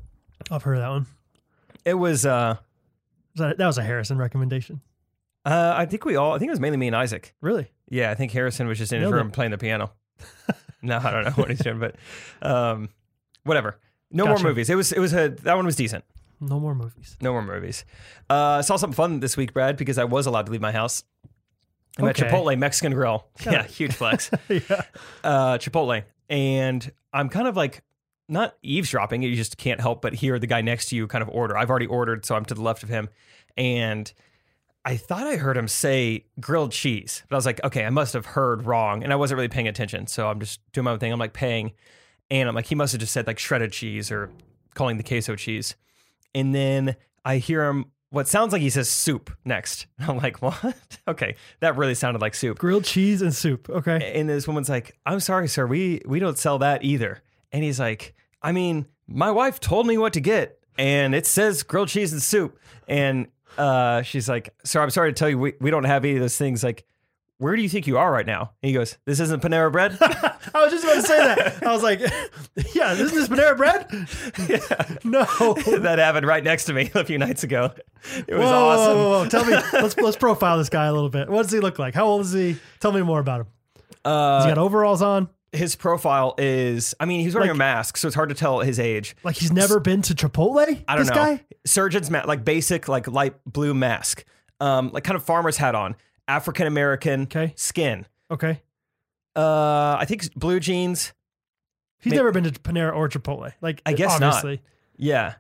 Speaker 2: I've heard of that one.
Speaker 1: It was. Uh,
Speaker 2: Was That, that was a Harrison recommendation.
Speaker 1: uh, I think we all. I think it was mainly me and Isaac.
Speaker 2: Really?
Speaker 1: Yeah, I think Harrison was just in his
Speaker 2: Nailed
Speaker 1: room playing the piano. no, I don't know what he's doing, but um, whatever. No
Speaker 2: Gotcha.
Speaker 1: more movies. It was it was a that one was decent.
Speaker 2: No more movies.
Speaker 1: No more movies. Uh, I saw something fun this week, Brad, because I was allowed to leave my house. I'm
Speaker 2: Okay.
Speaker 1: at Chipotle Mexican Grill. Yeah, huge flex.
Speaker 2: yeah.
Speaker 1: uh, Chipotle, and I'm kind of like not eavesdropping. You just can't help but hear the guy next to you kind of order. I've already ordered, so I'm to the left of him, and I thought I heard him say grilled cheese, but I was like, okay, I must have heard wrong, and I wasn't really paying attention. So I'm just doing my own thing. I'm like paying, and I'm like, he must have just said like shredded cheese or calling the queso cheese, and then I hear him. What sounds like he says soup next. I'm like, what? Okay, that really sounded like soup
Speaker 2: Grilled cheese and soup. Okay.
Speaker 1: and this woman's like, "I'm sorry, sir, we we don't sell that either." And he's like, "I mean, my wife told me what to get, and it says grilled cheese and soup." And uh, she's like, "Sir, I'm sorry to tell you, we, we don't have any of those things." Like, where do you think you are right now? And he goes, "This isn't Panera Bread."
Speaker 2: I was just about to say that. I was like, yeah, isn't this Panera bread? No. Whoa,
Speaker 1: that happened right next to me a few nights ago. It was
Speaker 2: whoa,
Speaker 1: awesome.
Speaker 2: whoa, whoa. Tell me, let's let's profile this guy a little bit. What does he look like? How old is he? Tell me more about him.
Speaker 1: Uh,
Speaker 2: He's got overalls on.
Speaker 1: his profile is, I mean, he's wearing
Speaker 2: Like-
Speaker 1: a mask, so it's hard to tell his age.
Speaker 2: Like he's never been to Chipotle.
Speaker 1: I don't
Speaker 2: this
Speaker 1: know.
Speaker 2: guy.
Speaker 1: Surgeon's ma- like basic, like light blue mask, um, like kind of farmer's hat on, African American
Speaker 2: 'Kay.
Speaker 1: skin.
Speaker 2: Okay.
Speaker 1: Uh, I think s- blue jeans.
Speaker 2: He's
Speaker 1: May-
Speaker 2: never been to Panera or Chipotle. Like
Speaker 1: I guess not.
Speaker 2: obviously.
Speaker 1: Yeah,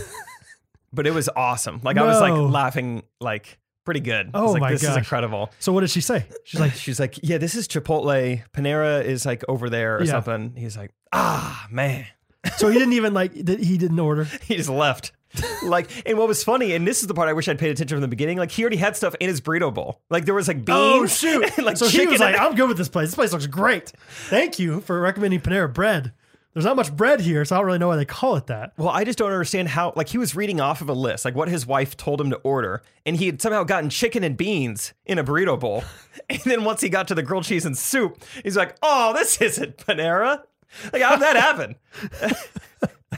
Speaker 1: but it was awesome. Like I was like
Speaker 2: No. laughing,
Speaker 1: laughing, like pretty good.
Speaker 2: Oh
Speaker 1: like,
Speaker 2: my
Speaker 1: this
Speaker 2: gosh.
Speaker 1: is incredible.
Speaker 2: So what did she say? She's like,
Speaker 1: She's like, yeah, this is Chipotle. Panera is like over there or
Speaker 2: Yeah.
Speaker 1: something. He's like, ah man.
Speaker 2: so he didn't even like. did- He didn't order.
Speaker 1: he just left. like, and what was funny, and this is the part I wish I'd paid attention from the beginning. Like, he already had stuff in his burrito bowl. Like, there was like beans.
Speaker 2: Oh shoot!
Speaker 1: and, like,
Speaker 2: so he
Speaker 1: chicken
Speaker 2: was like,
Speaker 1: and-
Speaker 2: "I'm good with this place. This place looks great. Thank you for recommending Panera Bread. There's not much bread here, so I don't really know why they call it that."
Speaker 1: well, I just don't understand how. Like, he was reading off of a list, like what his wife told him to order, and he had somehow gotten chicken and beans in a burrito bowl. and then once he got to the grilled cheese and soup, he's like, "Oh, this isn't Panera." Like, how'd that happen?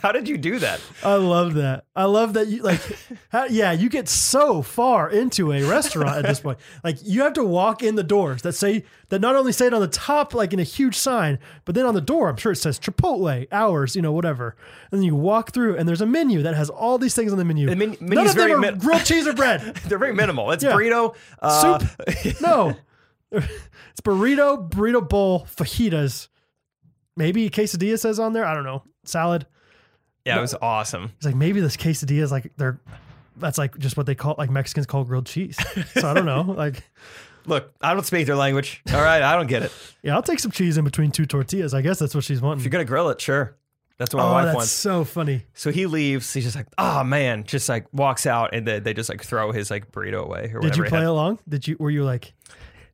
Speaker 1: How did you do that?
Speaker 2: I love that. I love that you like, how, yeah, you get so far into a restaurant at this point. Like you have to walk in the doors that say that not only say it on the top, like in a huge sign, but then on the door, I'm sure it says Chipotle hours, you know, whatever. And then you walk through, and there's a menu that has all these things on the menu.
Speaker 1: The men-
Speaker 2: None
Speaker 1: menu's
Speaker 2: of them
Speaker 1: very
Speaker 2: are
Speaker 1: min-
Speaker 2: grilled cheese or bread.
Speaker 1: They're very minimal. It's
Speaker 2: Yeah.
Speaker 1: burrito, uh,
Speaker 2: Soup. No, it's burrito, burrito bowl, fajitas, maybe quesadilla says on there. I don't know. Salad.
Speaker 1: Yeah, it was awesome.
Speaker 2: It's like maybe this quesadilla is like they're that's like just what they call like Mexicans call grilled cheese. So I don't know. Like
Speaker 1: Look, I don't speak their language. All right, I don't get it. If
Speaker 2: yeah, I'll take some cheese in between two tortillas. I guess that's what she's wanting.
Speaker 1: you're gonna grill it, sure. That's what my
Speaker 2: oh,
Speaker 1: wife
Speaker 2: that's
Speaker 1: wants.
Speaker 2: so funny.
Speaker 1: So he leaves. He's just like, oh man, just like walks out, and they, they just like throw his like burrito away or whatever.
Speaker 2: Did you
Speaker 1: he
Speaker 2: play
Speaker 1: had.
Speaker 2: along? Did you were you like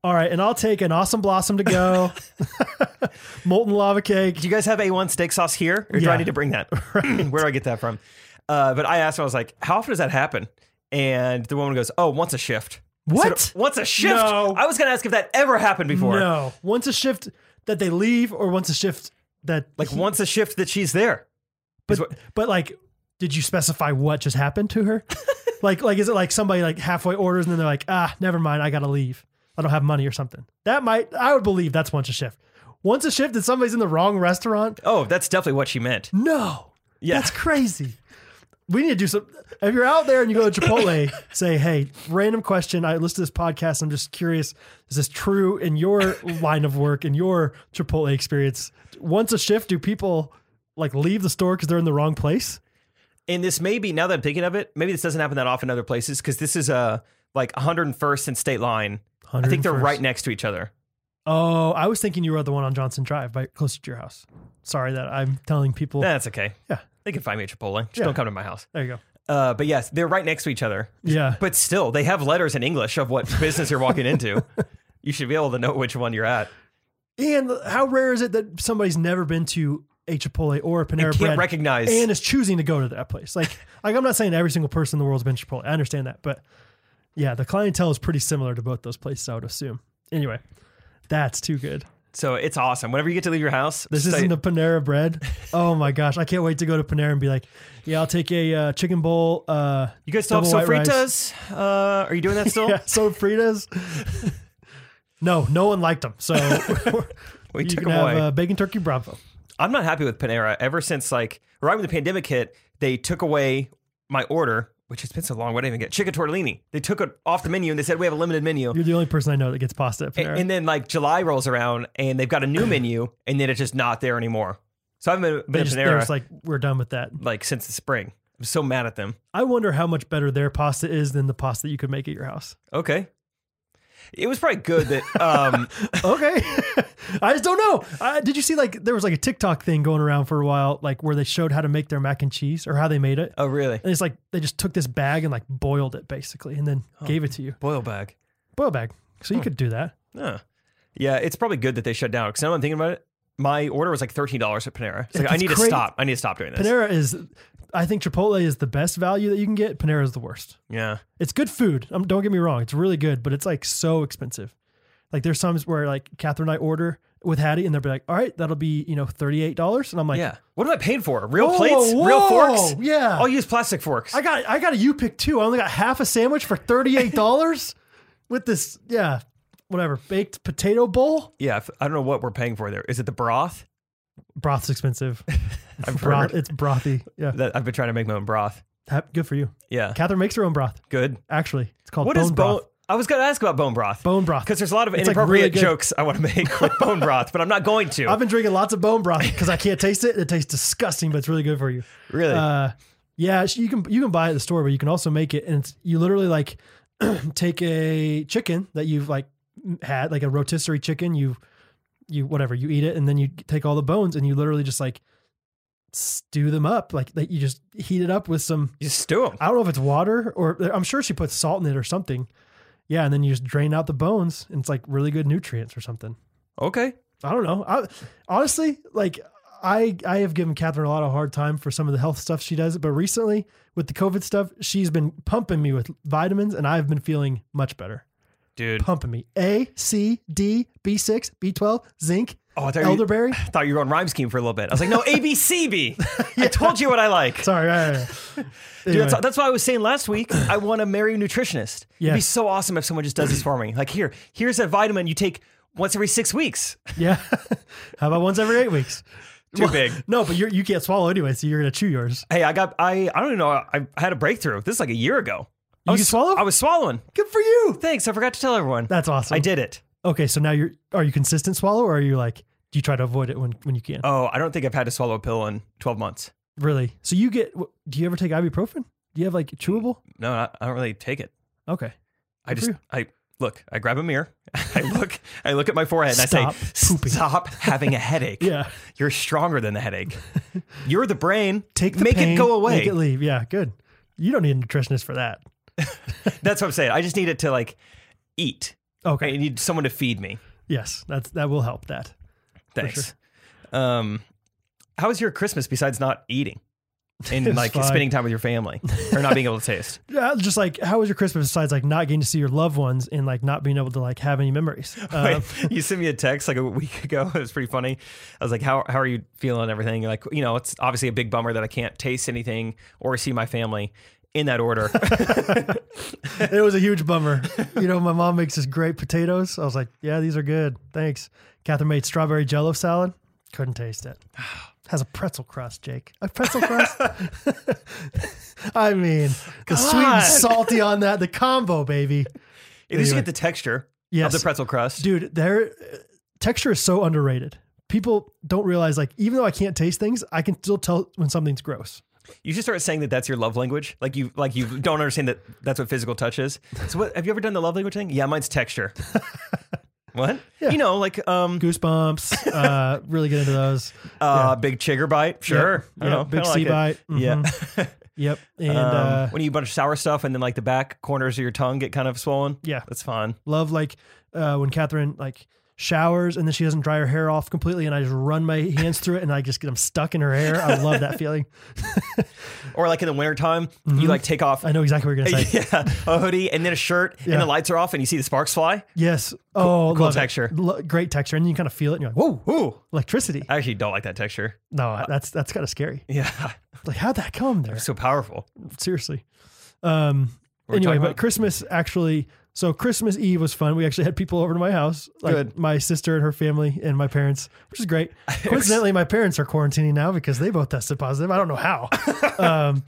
Speaker 2: all right, and I'll take an awesome blossom to go, molten lava cake.
Speaker 1: Do you guys have A1 steak sauce here, or do I
Speaker 2: Yeah.
Speaker 1: need to bring that? Where do I get that from? Uh, but I asked him. I was like, how often does that happen? And the woman goes, oh, once a shift. I said,
Speaker 2: What?
Speaker 1: once a shift?
Speaker 2: No.
Speaker 1: I was gonna ask if that ever happened before.
Speaker 2: No, once a shift that they leave, or once a shift that
Speaker 1: Like once a shift that she's there.
Speaker 2: But but like, did you specify what just happened to her? like like is it like somebody like halfway orders and then they're like, ah, never mind, I gotta leave. I don't have money or something. That might I would believe that's once a shift. Once a shift that somebody's in the wrong restaurant.
Speaker 1: Oh, that's definitely what she meant.
Speaker 2: No,
Speaker 1: Yeah.
Speaker 2: that's crazy. We need to do some. If you're out there and you go to Chipotle, say, "Hey, random question. I listened to this podcast. I'm just curious. Is this true in your line of work in your Chipotle experience? Once a shift, do people like leave the store because they're in the wrong place?
Speaker 1: And this may be, now that I'm thinking of it, maybe this doesn't happen that often in other places because this is uh, like 101st and State Line. I think they're
Speaker 2: 101st.
Speaker 1: right next to each other.
Speaker 2: Oh, I was thinking you were the one on Johnson Drive, by closer to your house. Sorry that I'm telling people.
Speaker 1: That's okay.
Speaker 2: Yeah.
Speaker 1: They can find me at Chipotle. Just
Speaker 2: Yeah.
Speaker 1: don't come to my house.
Speaker 2: There you go.
Speaker 1: Uh, but yes, they're right next to each other.
Speaker 2: Yeah.
Speaker 1: But still, they have letters in English of what business you're walking into. You should be able to know which one you're at.
Speaker 2: And how rare is it that somebody's never been to a Chipotle or a Panera
Speaker 1: Can't
Speaker 2: Bread
Speaker 1: recognize.
Speaker 2: and is choosing to go to that place? Like, like I'm not saying every single person in the world's been to Chipotle. I understand that, but yeah, the clientele is pretty similar to both those places. I would assume. Anyway, that's too good.
Speaker 1: so it's awesome. Whenever you get to leave your house,
Speaker 2: This
Speaker 1: say-
Speaker 2: isn't a Panera Bread. Oh my gosh, I can't wait to go to Panera and be like, yeah, I'll take a uh, chicken bowl. Uh,
Speaker 1: you guys still have
Speaker 2: double white rice.
Speaker 1: sofritas? Uh, are you doing that still?
Speaker 2: yeah, so Frida's. no, no one liked them. So
Speaker 1: We
Speaker 2: you
Speaker 1: took
Speaker 2: can
Speaker 1: them
Speaker 2: have
Speaker 1: away.
Speaker 2: uh, bacon turkey bravo.
Speaker 1: I'm not happy with Panera ever since like right when the pandemic hit, they took away my order, which has been so long. What did I even get? Chicken tortellini. They took it off the menu and they said we have a limited menu.
Speaker 2: You're the only person I know that gets pasta at
Speaker 1: A-
Speaker 2: Panera.
Speaker 1: And then like July rolls around and they've got a new menu and then it's just not there anymore. So I haven't been,
Speaker 2: they
Speaker 1: been
Speaker 2: just,
Speaker 1: to
Speaker 2: they're
Speaker 1: Panera
Speaker 2: just like, we're done with that.
Speaker 1: like since the spring. I'm so mad at them.
Speaker 2: I wonder how much better their pasta is than the pasta you could make at your house.
Speaker 1: Okay. It was probably good that um
Speaker 2: Okay. I just don't know. I, did you see like there was like a TikTok thing going around for a while, like where they showed how to make their mac and cheese or how they made it.
Speaker 1: oh really?
Speaker 2: And it's like they just took this bag and like boiled it basically and then gave it to you.
Speaker 1: Boil bag.
Speaker 2: Boil bag. So you
Speaker 1: Hmm.
Speaker 2: could do that.
Speaker 1: Huh. Yeah, it's probably good that they shut down. Cause now I'm thinking about it. My order was like thirteen dollars at Panera. It's like I
Speaker 2: It's
Speaker 1: need to
Speaker 2: crazy.
Speaker 1: stop. I need to stop doing this.
Speaker 2: Panera is, I think Chipotle is the best value that you can get. Panera is the worst.
Speaker 1: Yeah.
Speaker 2: It's good food. Um, don't get me wrong. It's really good, but it's like so expensive. Like there's times where like Catherine and I order with Hattie and they'll be like, all right, that'll be, you know, $38. And I'm like,
Speaker 1: Yeah. What am I paying for? Real
Speaker 2: Whoa,
Speaker 1: plates? Real
Speaker 2: whoa,
Speaker 1: forks? Oh,
Speaker 2: yeah.
Speaker 1: I'll use plastic forks.
Speaker 2: I got, I got a U-Pick too. I only got half a sandwich for $38 with this. Yeah. Whatever. Baked potato bowl.
Speaker 1: yeah. if- I don't know what we're paying for there. Is it the broth?
Speaker 2: Broth's expensive.
Speaker 1: I've
Speaker 2: Broth.
Speaker 1: heard
Speaker 2: It's brothy. Yeah.
Speaker 1: that I've been trying to make my own broth.
Speaker 2: Hap- Good for you.
Speaker 1: Yeah.
Speaker 2: Catherine makes her own broth.
Speaker 1: Good.
Speaker 2: Actually, it's called
Speaker 1: What
Speaker 2: Oh, bone
Speaker 1: is bone?
Speaker 2: broth.
Speaker 1: I was going to ask about bone broth.
Speaker 2: Bone broth.
Speaker 1: Because there's a lot of
Speaker 2: It's, like, really
Speaker 1: inappropriate
Speaker 2: good.
Speaker 1: jokes I want to make with bone broth, but I'm not going to.
Speaker 2: I've been drinking lots of bone broth because I can't taste it. It tastes disgusting, but it's really good for you.
Speaker 1: really?
Speaker 2: Uh, yeah, sh- you can you can buy it at the store, but you can also make it, and it's, you literally like take a chicken that you've like had, like a rotisserie chicken. You you whatever you eat it, and then you take all the bones, and you literally just like stew them up, like that. You just heat it up with some.
Speaker 1: you just stew them.
Speaker 2: I don't know if it's water or uh, I'm sure she puts salt in it or something. Yeah, and then you just drain out the bones, and it's like really good nutrients or something.
Speaker 1: Okay.
Speaker 2: I don't know. I, honestly, like I I have given Catherine a lot of hard time for some of the health stuff she does, but recently with the COVID stuff, she's been pumping me with vitamins, and I've been feeling much better.
Speaker 1: Dude.
Speaker 2: Pumping me A, C, D, B six, B twelve, zinc.
Speaker 1: Oh, I thought, you,
Speaker 2: elderberry.
Speaker 1: I thought you were on rhyme scheme for a little bit. I was like, no, ABCB. I told you what I like.
Speaker 2: Sorry. yeah, yeah, yeah.
Speaker 1: Dude, that's,
Speaker 2: Anyway.
Speaker 1: that's what I was saying last week. I want to marry a nutritionist. It'd be
Speaker 2: Yes.
Speaker 1: so awesome if someone just does this for me. Like, here, here's a vitamin you take once every six weeks.
Speaker 2: Yeah. How about once every eight weeks?
Speaker 1: Too big.
Speaker 2: No, but you're, you can't swallow anyway, so you're gonna chew yours.
Speaker 1: Hey, I got, I, I don't even know. I, I had a breakthrough. This is like a year ago. I
Speaker 2: You
Speaker 1: was,
Speaker 2: can swallow?
Speaker 1: I was swallowing.
Speaker 2: Good for you.
Speaker 1: Thanks. I forgot to tell everyone.
Speaker 2: That's awesome.
Speaker 1: I did it.
Speaker 2: Okay, so now you're are you consistent swallow or are you like do you try to avoid it when when you can?
Speaker 1: Oh, I don't think I've had to swallow a pill in 12 months.
Speaker 2: really? So you get? wh- Do you ever take ibuprofen? Do you have like chewable?
Speaker 1: No, I, I don't really take it.
Speaker 2: Okay.
Speaker 1: I
Speaker 2: Good
Speaker 1: just
Speaker 2: for
Speaker 1: I look. I grab a mirror. I look. I look at my forehead and I
Speaker 2: Stop
Speaker 1: say,
Speaker 2: pooping.
Speaker 1: "Stop having a headache.
Speaker 2: Yeah.
Speaker 1: You're stronger than the headache. You're the brain.
Speaker 2: Take the
Speaker 1: make
Speaker 2: pain,
Speaker 1: it go away.
Speaker 2: Make it leave. Yeah. Good. You don't need a nutritionist for that.
Speaker 1: That's what I'm saying. I just need it to like eat.
Speaker 2: Okay.
Speaker 1: I need someone to feed me.
Speaker 2: Yes. That's that will help. That.
Speaker 1: Thanks. Um, how was your Christmas besides not eating and
Speaker 2: It was
Speaker 1: like
Speaker 2: fine.
Speaker 1: spending time with your family or not being able to taste?
Speaker 2: Yeah. Just like how was your Christmas besides like not getting to see your loved ones and like not being able to like have any memories? Uh,
Speaker 1: Wait, you sent me a text like a week ago. It was pretty funny. I was like, "How how are you feeling? and Everything?" You're like, you know, it's obviously a big bummer that I can't taste anything or see my family in that order.
Speaker 2: it was a huge bummer. You know, my mom makes this great potatoes. I was like, yeah, these are good. Thanks. Catherine made strawberry jello salad. Couldn't taste it. Has a pretzel crust, Jake. A pretzel crust. I mean, the sweet
Speaker 1: God.
Speaker 2: and salty on that, the combo, baby.
Speaker 1: At least you
Speaker 2: Anyway.
Speaker 1: get the texture
Speaker 2: Yes.
Speaker 1: of the pretzel crust.
Speaker 2: Dude, their uh, texture is so underrated. People don't realize, like, even though I can't taste things, I can still tell when something's gross.
Speaker 1: You should start saying that that's your love language. Like you like you don't understand that that's what physical touch is. So what have you ever done the love language thing? Yeah, mine's texture. what? You know, like um
Speaker 2: Goosebumps. uh, really get into those.
Speaker 1: uh big chigger bite. Sure. I don't
Speaker 2: Yeah,
Speaker 1: know.
Speaker 2: big
Speaker 1: Kinda
Speaker 2: sea
Speaker 1: like it.
Speaker 2: bite.
Speaker 1: Yeah.
Speaker 2: Mhm. Yep. And
Speaker 1: Um,
Speaker 2: uh,
Speaker 1: when you eat a bunch of sour stuff and then like the back corners of your tongue get kind of swollen.
Speaker 2: Yeah.
Speaker 1: That's fun.
Speaker 2: love like uh, when Catherine like showers and then she doesn't dry her hair off completely, and I just run my hands through it and I just get them stuck in her hair. I love that feeling.
Speaker 1: Or like in the wintertime, you like take off
Speaker 2: Mm-hmm. I know exactly what you're gonna say.
Speaker 1: yeah, a hoodie and then a shirt
Speaker 2: Yeah.
Speaker 1: and the lights are off and you see the sparks fly.
Speaker 2: Yes. Oh,
Speaker 1: cool
Speaker 2: love it.
Speaker 1: texture.
Speaker 2: Lo- great texture, and you kind of feel it, and you're like, whoa,
Speaker 1: Ooh.
Speaker 2: electricity.
Speaker 1: I actually don't like that texture.
Speaker 2: No, that's that's kind of scary.
Speaker 1: Yeah.
Speaker 2: Like, how'd that come there?
Speaker 1: So powerful.
Speaker 2: Seriously. Um.
Speaker 1: we
Speaker 2: Anyway,
Speaker 1: talking
Speaker 2: but
Speaker 1: about?
Speaker 2: Christmas actually. So Christmas Eve was fun. We actually had people over to my house, like
Speaker 1: Good.
Speaker 2: my sister and her family and my parents, which is great. Coincidentally, my parents are quarantining now because they both tested positive. I don't know how, um,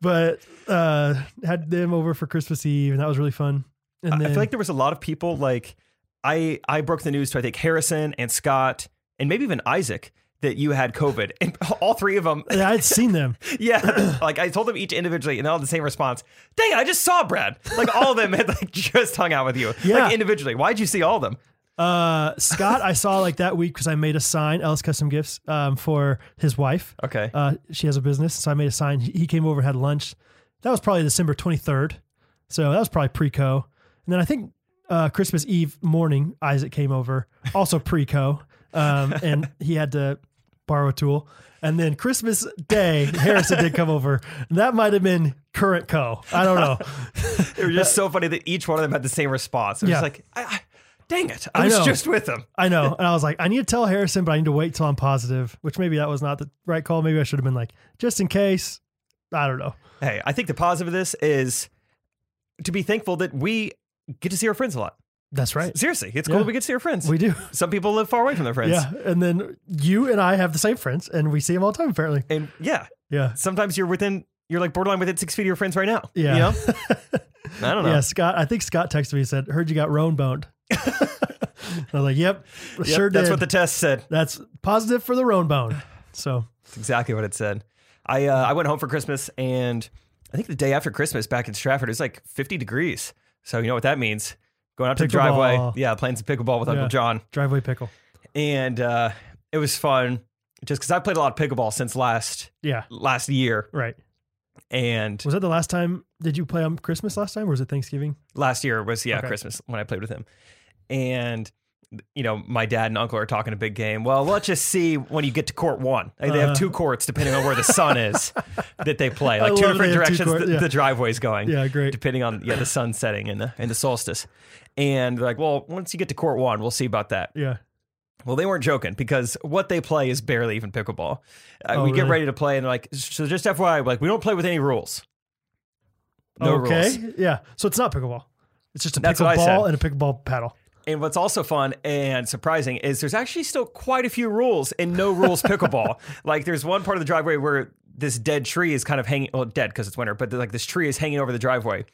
Speaker 2: but uh, had them over for Christmas Eve, and that was really fun. And
Speaker 1: I-
Speaker 2: then
Speaker 1: I feel like there was a lot of people like I I broke the news to I think Harrison and Scott and maybe even Isaac that you had COVID and all three of them
Speaker 2: yeah, I'd seen them.
Speaker 1: yeah like I told them each individually and they all had the same response dang it I just saw Brad like all of them had like just hung out with you
Speaker 2: Yeah.
Speaker 1: like individually why'd you see all of them
Speaker 2: Uh, Scott, I saw like that week because I made a sign, Ellis Custom Gifts, um, for his wife.
Speaker 1: okay
Speaker 2: Uh, she has a business, so I made a sign. He he came over, had lunch. That was probably December 23rd, so that was probably pre-co. And then I think uh, Christmas Eve morning, Isaac came over, also pre-co, um, and he had to borrow a tool. And then Christmas Day, Harrison did come over. That might have been current co. I don't know.
Speaker 1: it was just so funny that each one of them had the same response it was
Speaker 2: Yeah.
Speaker 1: just like I, I, dang it I,
Speaker 2: I
Speaker 1: was
Speaker 2: know.
Speaker 1: just with them
Speaker 2: I know. And I was like, I need to tell Harrison, but I need to wait till I'm positive. Which maybe that was not the right call. Maybe I should have been like, just in case. I don't know.
Speaker 1: hey I think the positive of this is to be thankful that we get to see our friends a lot
Speaker 2: That's right.
Speaker 1: seriously it's cool
Speaker 2: Yeah.
Speaker 1: that we get to see our friends
Speaker 2: We do.
Speaker 1: some people live far away from their friends
Speaker 2: Yeah, and then you and I have the same friends, and we see them all the time. Apparently,
Speaker 1: And yeah,
Speaker 2: yeah,
Speaker 1: sometimes you're within, you're like borderline within six feet of your friends right now.
Speaker 2: Yeah.
Speaker 1: You know? I don't know.
Speaker 2: yeah. Scott, I think Scott texted me and said, "Heard you got roan boned." I was like, "Yep,
Speaker 1: Yep,
Speaker 2: sure
Speaker 1: That's
Speaker 2: did."
Speaker 1: what the test said.
Speaker 2: that's positive for the roan bone. So
Speaker 1: That's exactly what it said. I, uh, I went home for Christmas and I think the day after Christmas back in Stratford, it was like 50 degrees. So you know what that means. Going out to the driveway.
Speaker 2: Pickleball.
Speaker 1: Yeah. Playing some pickleball with
Speaker 2: Yeah.
Speaker 1: Uncle John.
Speaker 2: driveway pickle.
Speaker 1: And, uh, it was fun just because I played a lot of pickleball since last,
Speaker 2: Yeah,
Speaker 1: last year
Speaker 2: right.
Speaker 1: and
Speaker 2: Was that the last time? Did you play on Christmas last time, or was it Thanksgiving?
Speaker 1: last year was yeah
Speaker 2: Okay.
Speaker 1: Christmas when I played with him, and you know my dad and uncle are talking a big game. Well, let's just see when you get to court one. Like, they
Speaker 2: Uh.
Speaker 1: have two courts depending on where the sun is that they play,
Speaker 2: I
Speaker 1: like two
Speaker 2: love
Speaker 1: different
Speaker 2: they have two
Speaker 1: directions
Speaker 2: court-
Speaker 1: the,
Speaker 2: yeah.
Speaker 1: the driveway's going.
Speaker 2: Yeah, great.
Speaker 1: Depending on yeah the sun setting and the and the solstice, and they're like, well, once you get to court one, we'll see about that.
Speaker 2: Yeah,
Speaker 1: Well, they weren't joking because what they play is barely even pickleball. Uh,
Speaker 2: Oh,
Speaker 1: we get
Speaker 2: really?
Speaker 1: ready to play, and they're like, so just FYI, like we don't play with any rules. No
Speaker 2: okay.
Speaker 1: rules.
Speaker 2: Yeah. So it's not pickleball. It's just a
Speaker 1: That's what I said.
Speaker 2: pickleball and a pickleball paddle.
Speaker 1: And what's also fun and surprising is there's actually still quite a few rules in no rules pickleball. like there's one part of the driveway where this dead tree is kind of hanging, well, dead because it's winter, but like this tree is hanging over the driveway.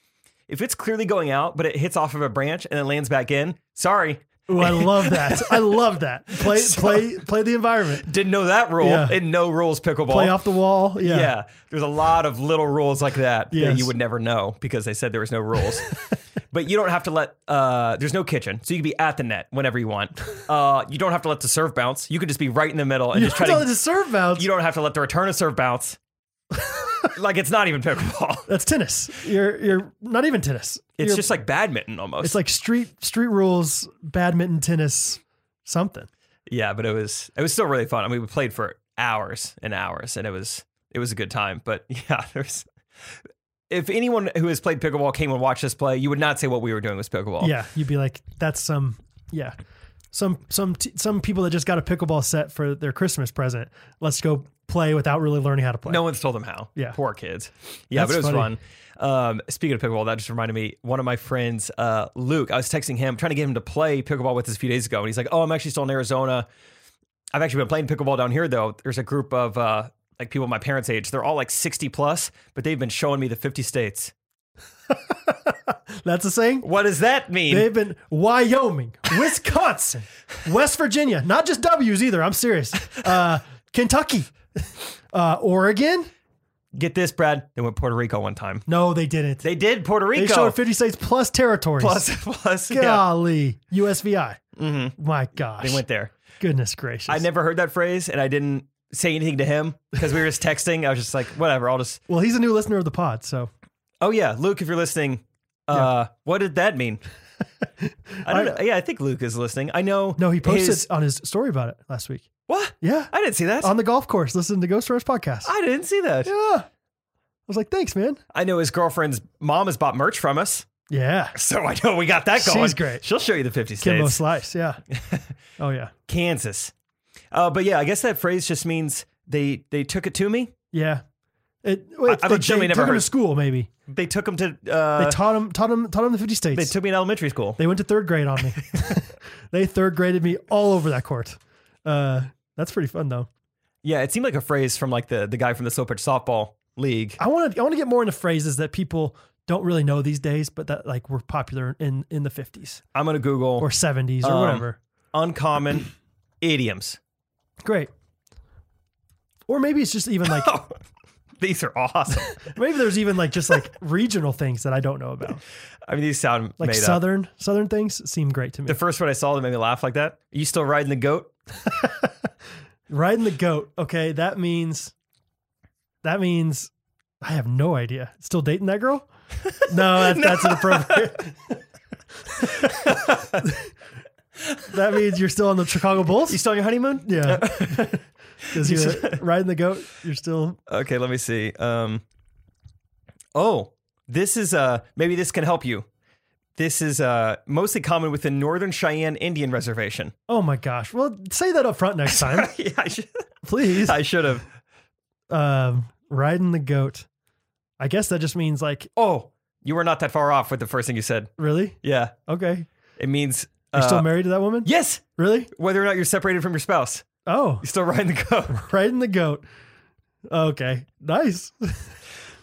Speaker 1: If it's clearly going out, but it hits off of a branch and then lands back in, sorry,
Speaker 2: Ooh, I love that. I love that. Play play play the environment.
Speaker 1: didn't know that rule
Speaker 2: Yeah.
Speaker 1: in no rules pickleball.
Speaker 2: Play off the wall. Yeah.
Speaker 1: yeah. there's a lot of little rules like that that
Speaker 2: Yes.
Speaker 1: you would never know because they said there was no rules. but you don't have to let. Uh, there's no kitchen, so you can be at the net whenever you want. Uh, you don't have to let the serve bounce. You can just be right in the middle and
Speaker 2: You
Speaker 1: just try
Speaker 2: don't
Speaker 1: to.
Speaker 2: to serve bounce.
Speaker 1: you don't have to let the return of serve bounce. like it's not even pickleball.
Speaker 2: That's tennis. You're you're not even tennis.
Speaker 1: It's
Speaker 2: You're-
Speaker 1: just like badminton almost.
Speaker 2: it's like street street rules, badminton, tennis, something.
Speaker 1: yeah, but it was it was still really fun. I mean, we played for hours and hours, and it was it was a good time. But yeah, there's. If anyone who has played pickleball came and watched us play, you would not say what we were doing was pickleball.
Speaker 2: Yeah, you'd be like, that's some, yeah, some some t- some people that just got a pickleball set for their Christmas present. Let's go play without really learning how to play.
Speaker 1: No one's told them how.
Speaker 2: Yeah.
Speaker 1: Poor kids. Yeah,
Speaker 2: That's
Speaker 1: but it was
Speaker 2: funny.
Speaker 1: fun. Um, speaking of pickleball, that just reminded me, one of my friends, uh, Luke, I was texting him, trying to get him to play pickleball with us a few days ago. And he's like, oh, I'm actually still in Arizona. I've actually been playing pickleball down here, though. There's a group of uh, like people my parents' age. They're all like 60 plus, but they've been showing me the 50 states.
Speaker 2: That's the saying.
Speaker 1: What does that mean?
Speaker 2: They've been Wyoming, Wisconsin, West Virginia, not just W's either. I'm serious. Uh, Kentucky, uh, Oregon.
Speaker 1: Get this, Brad. They went Puerto Rico one time.
Speaker 2: No, they didn't. They,
Speaker 1: They did Puerto Rico.
Speaker 2: showed 50 states plus territories.
Speaker 1: plus, plus. Yeah. Mm-hmm.
Speaker 2: golly, USVI. My gosh,
Speaker 1: They went there.
Speaker 2: goodness gracious.
Speaker 1: I never heard that phrase, and I didn't say anything to him because we were just texting. I was just like, whatever, I'll just
Speaker 2: Well, he's a new listener of the pod, so
Speaker 1: Oh yeah, Luke, if you're listening, uh, what did that mean? I don't know. Yeah, I think Luke is listening. I know.
Speaker 2: no, he posted
Speaker 1: his-
Speaker 2: on his story about it last week.
Speaker 1: what?
Speaker 2: Yeah.
Speaker 1: I didn't see that.
Speaker 2: on the golf course listening to Ghost Rush podcast.
Speaker 1: I didn't see that.
Speaker 2: yeah. I was like, thanks, man.
Speaker 1: I know his girlfriend's mom has bought merch from us,
Speaker 2: Yeah.
Speaker 1: so I know we got that going.
Speaker 2: She's great.
Speaker 1: She'll show you the 50
Speaker 2: Kimbo
Speaker 1: states.
Speaker 2: Slice. Yeah. oh, yeah.
Speaker 1: Kansas. Uh, but yeah, I guess that phrase just means they they took it to me.
Speaker 2: Yeah. It, wait,
Speaker 1: I- I've
Speaker 2: they,
Speaker 1: generally
Speaker 2: they
Speaker 1: never
Speaker 2: took him
Speaker 1: heard-
Speaker 2: to school, maybe.
Speaker 1: They took them to.
Speaker 2: They
Speaker 1: Uh,
Speaker 2: taught him, taught him, taught him the 50 states.
Speaker 1: they took me in elementary school.
Speaker 2: They went to third grade on me. they third graded me all over that court. Uh, that's pretty fun, though.
Speaker 1: Yeah, it seemed like a phrase from like the the guy from the slow pitch softball league.
Speaker 2: I want to, I want to get more into phrases that people don't really know these days, but that like were popular in, in the 50s
Speaker 1: I'm gonna Google
Speaker 2: or 70s or
Speaker 1: Um,
Speaker 2: whatever.
Speaker 1: uncommon idioms.
Speaker 2: Great. Or maybe it's just even like
Speaker 1: Oh, these are awesome.
Speaker 2: Maybe there's even like just like regional things that I don't know about.
Speaker 1: I mean, these sound
Speaker 2: Like
Speaker 1: made up.
Speaker 2: southern southern things seem great to me.
Speaker 1: The first one I saw that made me laugh like that. Are you still riding the goat?
Speaker 2: Riding the goat. Okay, that means that means I have no idea. Still dating that girl? No, that, that's inappropriate. that means you're still on the Chicago
Speaker 1: You
Speaker 2: Bulls.
Speaker 1: still on your honeymoon?
Speaker 2: Yeah, because you're riding the goat. You're still
Speaker 1: Okay, let me see. Um, oh, this is uh maybe this can help you. This is uh mostly common with the Northern Cheyenne Indian Reservation.
Speaker 2: oh my gosh. Well, say that up front next time,
Speaker 1: yeah, I should,
Speaker 2: please.
Speaker 1: I should have.
Speaker 2: Um, riding the goat. I guess that just means like
Speaker 1: Oh, you were not that far off with the first thing you said.
Speaker 2: really
Speaker 1: Yeah,
Speaker 2: okay.
Speaker 1: it means
Speaker 2: You're
Speaker 1: uh,
Speaker 2: still married to that woman?
Speaker 1: yes.
Speaker 2: Really?
Speaker 1: Whether or not you're separated from your spouse,
Speaker 2: Oh,
Speaker 1: you still riding the goat.
Speaker 2: riding the goat. Okay, nice.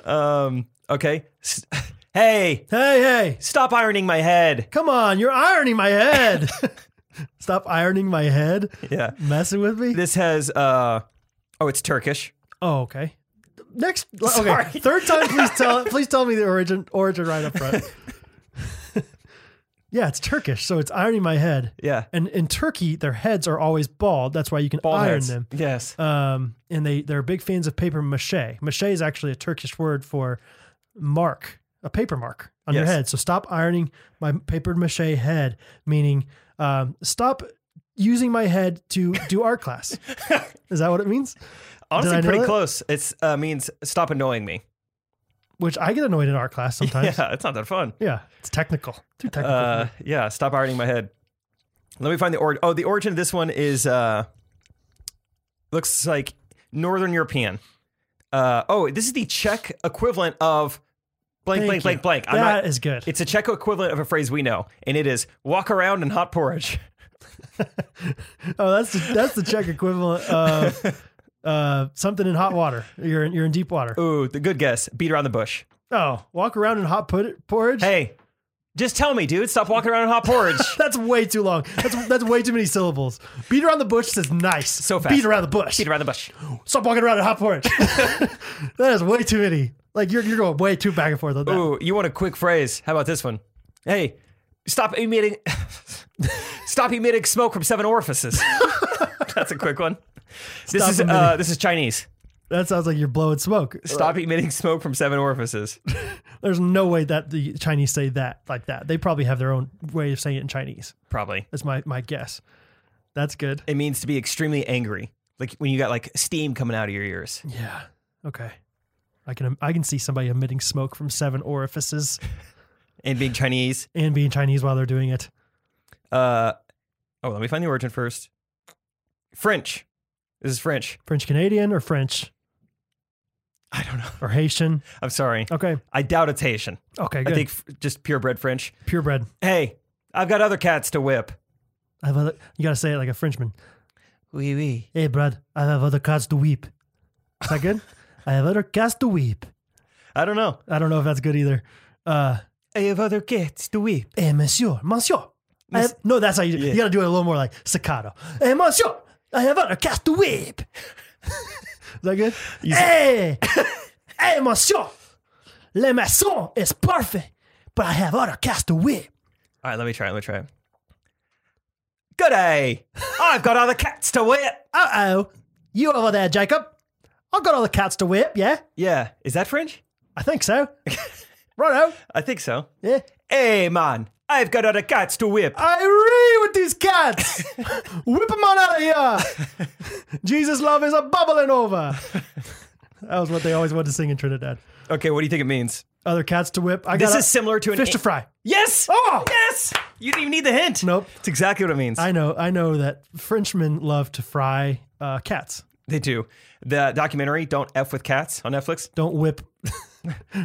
Speaker 1: Um, okay. S- Hey,
Speaker 2: Hey, hey,
Speaker 1: stop ironing my head.
Speaker 2: come on! You're ironing my head. Stop ironing my head,
Speaker 1: Yeah.
Speaker 2: messing with me.
Speaker 1: This has uh oh, it's Turkish.
Speaker 2: Oh, okay. Next, okay.
Speaker 1: Sorry.
Speaker 2: Third time, please tell please tell me the origin origin right up front. yeah, it's Turkish, so it's ironing my head.
Speaker 1: Yeah.
Speaker 2: And in Turkey, their heads are always bald. That's why you can
Speaker 1: Bald
Speaker 2: iron
Speaker 1: heads.
Speaker 2: them.
Speaker 1: Yes.
Speaker 2: um, and they they're big fans of paper mache. Mache is actually a Turkish word for mark, a paper mark on your
Speaker 1: Yes.
Speaker 2: head. So stop ironing my paper mache head, meaning um, stop using my head to do art class. is that what it means? Did I
Speaker 1: Honestly,
Speaker 2: know
Speaker 1: pretty
Speaker 2: that?
Speaker 1: close. It's uh means stop annoying me.
Speaker 2: Which I get annoyed in art class sometimes. Yeah,
Speaker 1: Yeah, it's not that fun.
Speaker 2: it's technical, too technical.
Speaker 1: Uh yeah, stop ironing my head. Let me find the origin. Oh, the origin of this one is uh, looks like Northern European. Uh, oh, this is the Czech equivalent of blank,
Speaker 2: Thank
Speaker 1: blank, blank,
Speaker 2: you.
Speaker 1: blank. I'm
Speaker 2: That
Speaker 1: not-
Speaker 2: is good.
Speaker 1: It's a Czech equivalent of a phrase we know, and it is walk around in hot porridge.
Speaker 2: Oh, that's the, that's the Czech equivalent of uh, something in hot water. You're in, you're in deep water.
Speaker 1: Ooh, the good guess. Beat around the bush.
Speaker 2: Oh, walk around in hot put- porridge.
Speaker 1: Hey, just tell me, dude. Stop walking around in hot porridge.
Speaker 2: That's way too long. That's that's way too many syllables. Beat around the bush says nice.
Speaker 1: So fast.
Speaker 2: Beat around the bush.
Speaker 1: Beat around the bush.
Speaker 2: Stop walking around in hot porridge. that is way too many. Like you're you're going way too back and forth on that.
Speaker 1: Ooh, you want a quick phrase? How about this one? Hey, stop emitting, stop emitting smoke from seven orifices. That's a quick one. This
Speaker 2: Stop
Speaker 1: is
Speaker 2: emitting-
Speaker 1: uh, this is Chinese.
Speaker 2: That sounds like you're blowing smoke.
Speaker 1: Stop emitting smoke from seven orifices.
Speaker 2: There's no way that the Chinese say that like that. They probably have their own way of saying it in Chinese.
Speaker 1: Probably
Speaker 2: That's my my guess. That's good.
Speaker 1: it means to be extremely angry, like when you got like steam coming out of your ears.
Speaker 2: Yeah. Okay. I can I can see somebody emitting smoke from seven orifices
Speaker 1: And being Chinese,
Speaker 2: and being Chinese while they're doing it.
Speaker 1: uh, oh, let me find the origin first. French. This is French.
Speaker 2: French Canadian or French
Speaker 1: I don't know.
Speaker 2: or Haitian.
Speaker 1: I'm sorry.
Speaker 2: Okay.
Speaker 1: I doubt it's Haitian.
Speaker 2: Okay. Good.
Speaker 1: I think f- just purebred French.
Speaker 2: purebred.
Speaker 1: Hey, I've got other cats to whip.
Speaker 2: I have other, you gotta say it like a Frenchman.
Speaker 1: Oui, oui.
Speaker 2: Hey, Brad, I have other cats to weep. Is that good? I have other cats to weep.
Speaker 1: I don't know.
Speaker 2: I don't know if that's good either. Uh,
Speaker 1: I have other cats to whip.
Speaker 2: hey, monsieur, monsieur. I have, no, that's how you do. You gotta do it a little more like staccato. Hey, monsieur, I have other cats to weep. is that good? hey, hey, monsieur, le maçon is perfect, but I have other cats to whip.
Speaker 1: All right, let me try it. Let me try it. Good day. I've got other cats to whip.
Speaker 2: Uh oh, you over there, Jacob? I got other cats to whip. Yeah,
Speaker 1: Yeah. Is that French?
Speaker 2: I think so. Righto.
Speaker 1: I think so.
Speaker 2: Yeah.
Speaker 1: Hey, man. I've got other cats to whip.
Speaker 2: Irene with these cats. Whip them on out of here. Jesus love is a bubbling over. That was what they always wanted to sing in Trinidad.
Speaker 1: Okay, what do you think it means?
Speaker 2: Other cats to whip. I
Speaker 1: This
Speaker 2: got
Speaker 1: is similar to an.
Speaker 2: fish to fry.
Speaker 1: yes.
Speaker 2: Oh!
Speaker 1: Yes. You didn't even need the hint.
Speaker 2: Nope.
Speaker 1: It's exactly what it means.
Speaker 2: I know. I know that Frenchmen love to fry uh, cats.
Speaker 1: they do. The documentary "Don't F with Cats" on Netflix.
Speaker 2: Don't whip.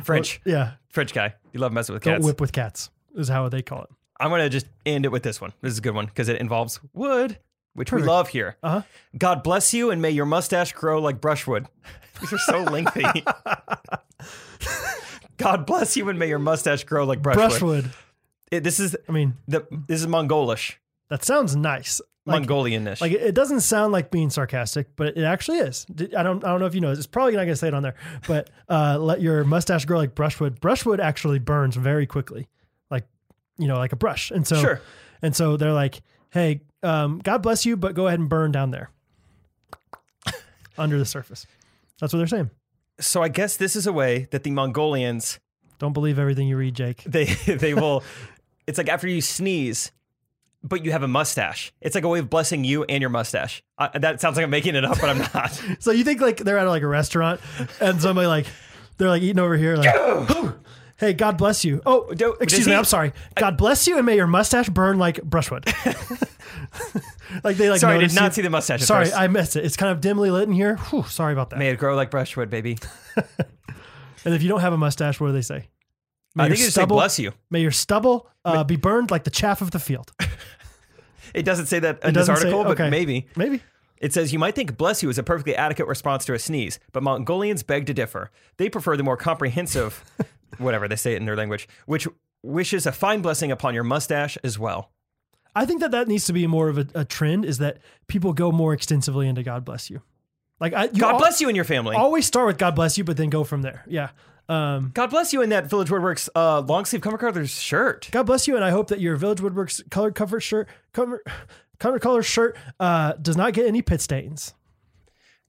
Speaker 1: French.
Speaker 2: Yeah.
Speaker 1: French guy. You love messing with
Speaker 2: Don't
Speaker 1: cats.
Speaker 2: whip with cats is how they call it.
Speaker 1: I'm gonna just end it with this one. This is a good one because it involves wood, which we love here.
Speaker 2: Uh-huh.
Speaker 1: God bless you, and may your mustache grow like brushwood. These are so lengthy. God bless you, and may your mustache grow like brushwood.
Speaker 2: Brushwood.
Speaker 1: It- this is
Speaker 2: I mean,
Speaker 1: the this is Mongolish,
Speaker 2: that sounds nice. Like,
Speaker 1: Mongolianish.
Speaker 2: Like it it doesn't sound like being sarcastic, but it actually is. D- I don't I don't know if you know this. It's probably not going to say it on there, but uh, let your mustache grow like brushwood. Brushwood actually burns very quickly, like you know, like a brush. And so,
Speaker 1: Sure.
Speaker 2: and so they're like, "Hey, um, God bless you, but go ahead and burn down there, under the surface." That's what they're saying.
Speaker 1: so I guess this is a way that the Mongolians
Speaker 2: Don't believe everything you read, Jake.
Speaker 1: they they will. it's like after you sneeze. But you have a mustache. It's like a way of blessing you and your mustache. Uh, that sounds like I'm making it up, but I'm not.
Speaker 2: So you think like they're at like a restaurant, and somebody like they're like eating over here, like, "Hey, God bless you." Oh,
Speaker 1: Don't-
Speaker 2: excuse
Speaker 1: does
Speaker 2: me,
Speaker 1: he-
Speaker 2: I'm sorry. God bless you, and may your mustache burn like brushwood. like they like.
Speaker 1: Sorry, I did
Speaker 2: notice
Speaker 1: not
Speaker 2: you.
Speaker 1: see the mustache. at
Speaker 2: Sorry,
Speaker 1: first.
Speaker 2: I missed it. It's kind of dimly lit in here. Whew, sorry about that.
Speaker 1: May it grow like brushwood, baby.
Speaker 2: And if you don't have a mustache, what do they say? May
Speaker 1: I
Speaker 2: your
Speaker 1: think it just say
Speaker 2: stubble,
Speaker 1: bless you.
Speaker 2: may your stubble uh, be burned like the chaff of the field. It
Speaker 1: It doesn't say that in this
Speaker 2: doesn't say-
Speaker 1: article, but
Speaker 2: okay,
Speaker 1: maybe.
Speaker 2: maybe.
Speaker 1: It says you might think bless you is a perfectly adequate response to a sneeze, but Mongolians beg to differ. They prefer the more comprehensive, whatever they say it in their language, which wishes a fine blessing upon your mustache as well.
Speaker 2: I think that that needs to be more of a, a trend. Is that people go more extensively into God bless you. Like I, you
Speaker 1: God
Speaker 2: al-
Speaker 1: bless you and your family.
Speaker 2: always start with God bless you, but then go from there. Yeah. Um,
Speaker 1: God bless you in that Village Woodworks uh, long sleeve cover colors shirt.
Speaker 2: God bless you, and I hope that your Village Woodworks color cover shirt, cover, color color shirt, uh, does not get any pit stains.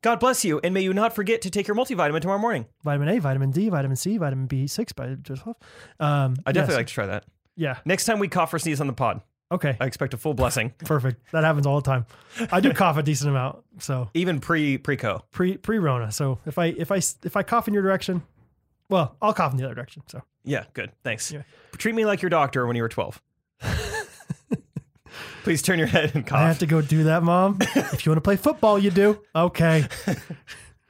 Speaker 1: God bless you, and may you not forget to take your multivitamin tomorrow morning.
Speaker 2: Vitamin A, vitamin D, vitamin C, vitamin B six, vitamin twelve. Um,
Speaker 1: I definitely like to try that.
Speaker 2: Yeah.
Speaker 1: Next time we cough or sneeze on the pod,
Speaker 2: Okay.
Speaker 1: I expect a full blessing,
Speaker 2: Perfect. That happens all the time. I do cough a decent amount, so
Speaker 1: even pre pre co.
Speaker 2: pre pre Rona. So if I if I if I cough in your direction, well, I'll cough in the other direction. So
Speaker 1: Yeah, good. Thanks.
Speaker 2: Yeah.
Speaker 1: Treat me like your doctor when you were 12. Please turn your head and cough.
Speaker 2: I have to go do that, mom. if you want to play football, you do. Okay.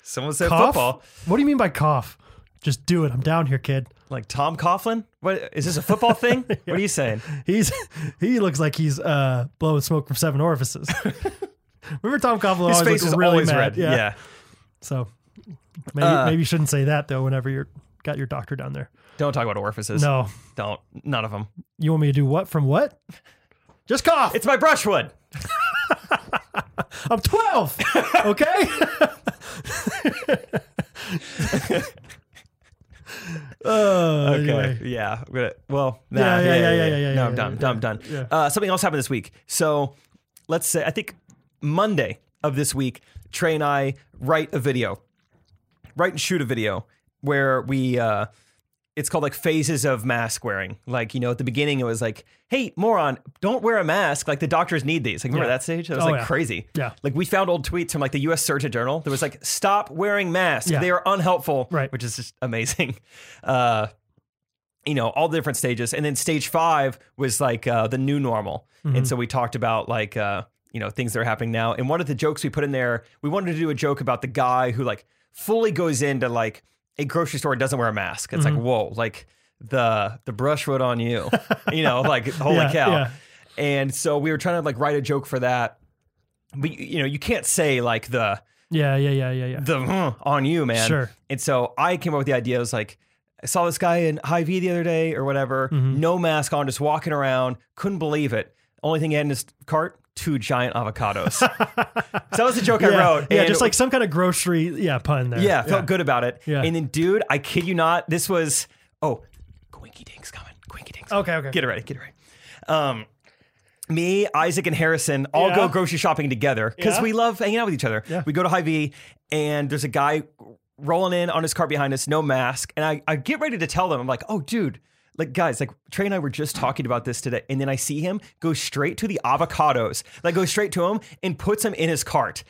Speaker 1: Someone said
Speaker 2: Cough?
Speaker 1: football.
Speaker 2: What do you mean by cough? Just do it. I'm down here, kid.
Speaker 1: Like Tom Coughlin? What is this a football thing? What are you saying?
Speaker 2: He's he looks like he's uh, blowing smoke from seven orifices. Remember Tom Coughlin
Speaker 1: His
Speaker 2: always
Speaker 1: face
Speaker 2: looked
Speaker 1: is
Speaker 2: really
Speaker 1: always
Speaker 2: mad.
Speaker 1: red. Yeah.
Speaker 2: So maybe
Speaker 1: Uh,
Speaker 2: maybe you shouldn't say that though. Whenever you're got your doctor down there.
Speaker 1: Don't talk about orifices.
Speaker 2: No,
Speaker 1: Don't. None of them.
Speaker 2: you want me to do what from what? Just cough.
Speaker 1: It's my brushwood.
Speaker 2: I'm 12. Okay. Uh, anyway.
Speaker 1: Okay. Yeah. I'm gonna- Well, nah,
Speaker 2: Yeah, yeah, yeah, yeah, yeah,
Speaker 1: No,
Speaker 2: yeah,
Speaker 1: I'm
Speaker 2: yeah,
Speaker 1: done.
Speaker 2: yeah,
Speaker 1: done. done.
Speaker 2: yeah.
Speaker 1: Uh, something else happened this week. So let's say, I think Monday of this week, Trey and I write a video, write and shoot a video where we, uh, it's called like phases of mask wearing. Like, you know, at the beginning, it was like, hey, moron, don't wear a mask. Like, the doctors need these. Like, remember
Speaker 2: Yeah.
Speaker 1: that stage? That was
Speaker 2: Oh,
Speaker 1: like
Speaker 2: yeah.
Speaker 1: crazy.
Speaker 2: Yeah.
Speaker 1: Like, we found old tweets from like the US Surgeon Journal that was like, stop wearing masks.
Speaker 2: Yeah.
Speaker 1: They are unhelpful.
Speaker 2: Right.
Speaker 1: Which is just amazing. Uh, you know all the different stages and then stage five was like uh, the new normal
Speaker 2: Mm-hmm.
Speaker 1: and so we talked about like uh, you know things that are happening now and one of the jokes we put in there we wanted to do a joke about the guy who like fully goes into like a grocery store and doesn't wear a mask it's
Speaker 2: Mm-hmm.
Speaker 1: like whoa like the the brushwood on you you know like holy
Speaker 2: Yeah,
Speaker 1: cow
Speaker 2: yeah.
Speaker 1: and so we were trying to like write a joke for that but you know you can't say like the
Speaker 2: Yeah, yeah, yeah, yeah, yeah.
Speaker 1: the "Mm" on you, man.
Speaker 2: Sure.
Speaker 1: And so I came up with the idea. I was like, I saw this guy in High V the other day or whatever,
Speaker 2: Mm-hmm.
Speaker 1: no mask on, just walking around. Couldn't believe it. Only thing he had in his cart, two giant avocados. so that was the joke I
Speaker 2: yeah,
Speaker 1: wrote.
Speaker 2: yeah,
Speaker 1: and
Speaker 2: just like some kind of grocery, yeah, pun there.
Speaker 1: yeah, felt good about it.
Speaker 2: Yeah.
Speaker 1: And then, dude, I kid you not, this was oh, Quinky Dink's coming. Quinky Dink's
Speaker 2: Okay, okay.
Speaker 1: Get it ready. Get it ready. Um, me, Isaac, and Harrison all
Speaker 2: Yeah.
Speaker 1: go grocery shopping together because
Speaker 2: Yeah.
Speaker 1: we love hanging out with each other.
Speaker 2: Yeah.
Speaker 1: We go to Hy-Vee, and there's a guy rolling in on his cart behind us, no mask. And I, I get ready to tell them, I'm like, oh, dude. Like guys, like Trey and I were just talking about this today, and then I see him go straight to the avocados, like go straight to him and puts him in his cart.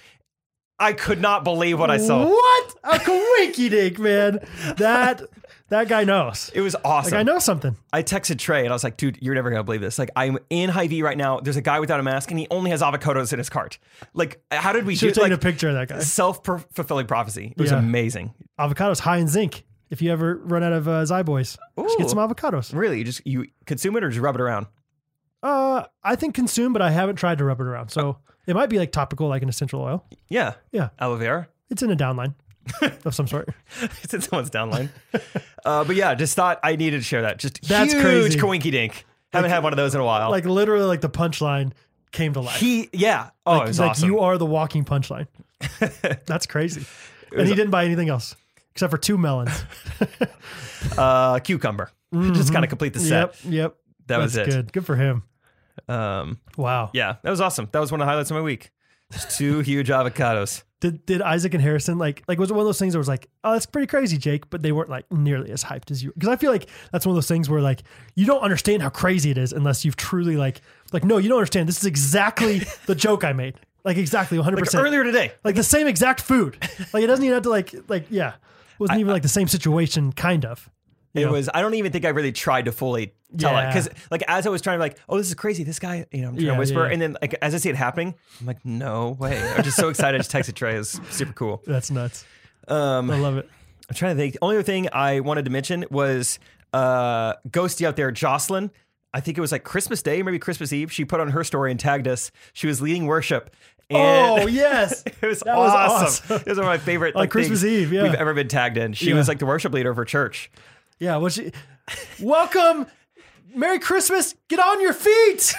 Speaker 1: I could not believe what I saw.
Speaker 2: What a quinky dink, man! That that guy knows.
Speaker 1: It was awesome.
Speaker 2: Like I know something.
Speaker 1: I texted Trey and I was like, dude, you're never gonna believe this. Like, I'm in Hy-Vee right now. There's a guy without a mask and he only has avocados in his cart. Like, how did we
Speaker 2: Should have
Speaker 1: do
Speaker 2: taken a
Speaker 1: like
Speaker 2: picture of that guy.
Speaker 1: self fulfilling prophecy? It was
Speaker 2: Yeah.
Speaker 1: amazing.
Speaker 2: Avocados high in zinc. If you ever run out of uh, Zyboys, just
Speaker 1: Ooh.
Speaker 2: get some avocados.
Speaker 1: Really, you just you consume it or just rub it around.
Speaker 2: Uh, I think consume, but I haven't tried to rub it around, so it might be like topical, like an essential oil.
Speaker 1: Yeah,
Speaker 2: Yeah,
Speaker 1: aloe vera.
Speaker 2: it's in a downline of some sort.
Speaker 1: It's in someone's downline. uh, but yeah, just thought I needed to share that. Just
Speaker 2: That's
Speaker 1: huge
Speaker 2: crazy.
Speaker 1: coinky dink. Haven't had one of those in a while.
Speaker 2: Like literally, like the punchline came to life.
Speaker 1: he, yeah. Oh, it was
Speaker 2: like
Speaker 1: awesome.
Speaker 2: you are the walking punchline. That's crazy. And
Speaker 1: was-
Speaker 2: he didn't buy anything else except for two melons.
Speaker 1: uh, cucumber. Just
Speaker 2: Mm-hmm.
Speaker 1: kind of complete the set.
Speaker 2: Yep, yep.
Speaker 1: That was
Speaker 2: That's
Speaker 1: it.
Speaker 2: Good. Good for him.
Speaker 1: Um,
Speaker 2: Wow.
Speaker 1: yeah, that was awesome. That was one of the highlights of my week. Just two huge avocados.
Speaker 2: Did did Isaac and Harrison like like was it one of those things that was like, oh, that's pretty crazy, Jake, but they weren't like nearly as hyped as you because I feel like that's one of those things where like you don't understand how crazy it is unless you've truly like like no, you don't understand. This is exactly the joke I made. Like exactly 100
Speaker 1: Like
Speaker 2: percent
Speaker 1: earlier today.
Speaker 2: like the same exact food. Like it doesn't even have to like like yeah. It wasn't even like the same situation, kind of.
Speaker 1: It
Speaker 2: Yeah.
Speaker 1: was. I don't even think I really tried to fully tell it
Speaker 2: Yeah.
Speaker 1: because, like, as I was trying to, like, oh, this is crazy. This guy, you know, I'm trying
Speaker 2: Yeah,
Speaker 1: to
Speaker 2: yeah,
Speaker 1: whisper,
Speaker 2: yeah.
Speaker 1: and then like as I see it happening, I'm like, no way. I'm just so excited. I just texted Trey. It's super cool.
Speaker 2: That's nuts.
Speaker 1: Um,
Speaker 2: I love it.
Speaker 1: I'm trying to think. The only other thing I wanted to mention was uh, Ghosty out there, Jocelyn. I think it was like Christmas Day, maybe Christmas Eve. She put on her story and tagged us. She was leading worship. And
Speaker 2: Oh yes,
Speaker 1: It was
Speaker 2: That was
Speaker 1: awesome.
Speaker 2: awesome.
Speaker 1: It was one of my favorite like,
Speaker 2: Christmas
Speaker 1: things
Speaker 2: Eve, yeah.
Speaker 1: we've ever been tagged in. She
Speaker 2: Yeah.
Speaker 1: was like the worship leader of her church.
Speaker 2: yeah. Well, she, welcome, Merry Christmas. Get on your feet.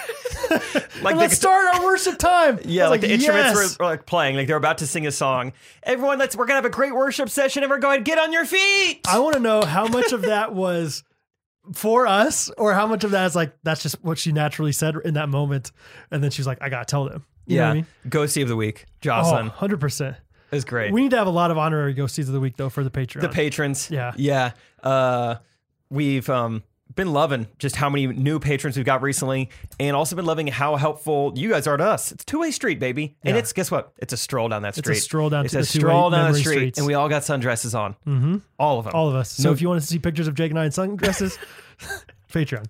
Speaker 1: Like
Speaker 2: and let's
Speaker 1: the-
Speaker 2: start our worship time.
Speaker 1: Yeah,
Speaker 2: I was
Speaker 1: like, the instruments
Speaker 2: yes.
Speaker 1: were, were like playing, like they're about to sing a song. Everyone, let's we're gonna have a great worship session, and we're going get on your feet.
Speaker 2: I want to know how much of that was for us, or how much of that is like that's just what she naturally said in that moment, and then she's like, I gotta tell them. You know
Speaker 1: yeah,
Speaker 2: what I mean?
Speaker 1: ghosty of the week,
Speaker 2: Oh,
Speaker 1: Jocelyn
Speaker 2: 100%.
Speaker 1: It was great.
Speaker 2: We need to have a lot of honorary ghosties of the week, though, for the Patreon.
Speaker 1: the patrons,
Speaker 2: Yeah.
Speaker 1: yeah. Uh, we've um, been loving just how many new patrons we've got recently, and also been loving how helpful you guys are to us. It's two way street, baby, and
Speaker 2: Yeah.
Speaker 1: it's guess what? It's a stroll down that
Speaker 2: a
Speaker 1: street.
Speaker 2: stroll down
Speaker 1: It's
Speaker 2: to
Speaker 1: a
Speaker 2: the two-way
Speaker 1: stroll down the
Speaker 2: memory
Speaker 1: street,
Speaker 2: streets.
Speaker 1: and we all got sundresses on. Mm-hmm. All of them.
Speaker 2: all of us. So
Speaker 1: No-
Speaker 2: if you want to see pictures of Jake and I in sundresses, Patreon.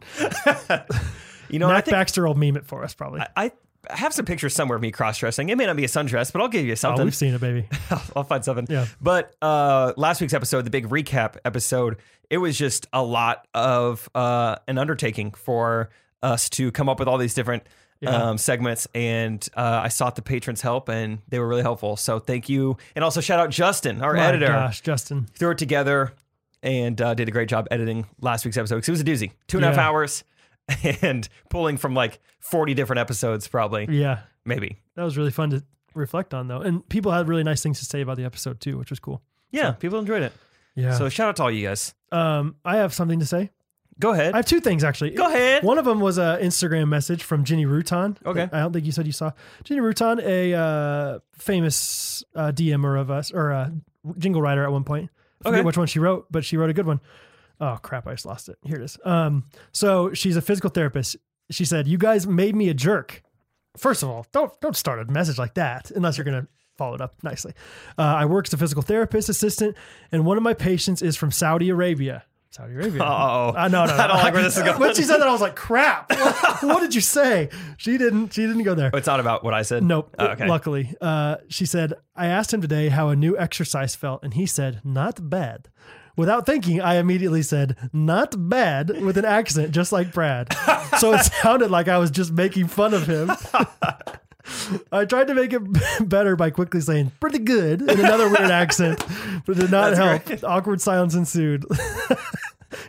Speaker 1: You know, and I
Speaker 2: Matt
Speaker 1: think
Speaker 2: Baxter will meme it for us probably.
Speaker 1: I have some pictures somewhere of me cross dressing. It may not be a sundress, but I'll give you
Speaker 2: Oh,
Speaker 1: something.
Speaker 2: we've seen it, baby.
Speaker 1: I'll find something.
Speaker 2: Yeah.
Speaker 1: But uh, last week's episode, the big recap episode, it was just a lot of uh, an undertaking for us to come up with all these different
Speaker 2: Yeah.
Speaker 1: um, segments. And uh, I sought the patrons' help, and they were really helpful. So thank you. And also shout out Justin, our
Speaker 2: My
Speaker 1: editor.
Speaker 2: gosh, Justin.
Speaker 1: Threw it together and uh, did a great job editing last week's episode 'cause it was a doozy. Two and a half
Speaker 2: Yeah.
Speaker 1: hours and pulling from like 40 different episodes, probably,
Speaker 2: Yeah,
Speaker 1: maybe.
Speaker 2: that was really fun to reflect on, though. And people had really nice things to say about the episode too, which was cool.
Speaker 1: Yeah, people enjoyed it.
Speaker 2: Yeah.
Speaker 1: So shout out to all you guys.
Speaker 2: um, I have something to say.
Speaker 1: Go ahead.
Speaker 2: I have two things actually.
Speaker 1: Go ahead.
Speaker 2: One of them was an Instagram message from Ginny Rutan.
Speaker 1: Okay.
Speaker 2: I don't think you said you saw Ginny Rutan, a uh, famous uh, DMer of us or a jingle writer at one point. I forget
Speaker 1: Okay.
Speaker 2: which one she wrote, but she wrote a good one. Oh crap! I just lost it. Here it is. Um, so she's a physical therapist. She said, "You guys made me a jerk." First of all, don't don't start a message like that unless you're gonna follow it up nicely. Uh, I work as a physical therapist assistant, and one of my patients is from Saudi Arabia. Saudi Arabia.
Speaker 1: Uh-oh.
Speaker 2: I know, no, no.
Speaker 1: I don't like where this is going.
Speaker 2: When she said that, I was like, "Crap! What, what did you say?" She didn't. She didn't go there.
Speaker 1: It's not about what I said.
Speaker 2: Nope.
Speaker 1: Oh, okay.
Speaker 2: Luckily, uh, she said, "I asked him today how a new exercise felt, and he said, not bad." Without thinking, I immediately said, "Not bad," with an accent just like Brad. so it sounded like I was just making fun of him. I tried to make it better by quickly saying "pretty good" in another weird accent, but it did not help. Awkward silence ensued.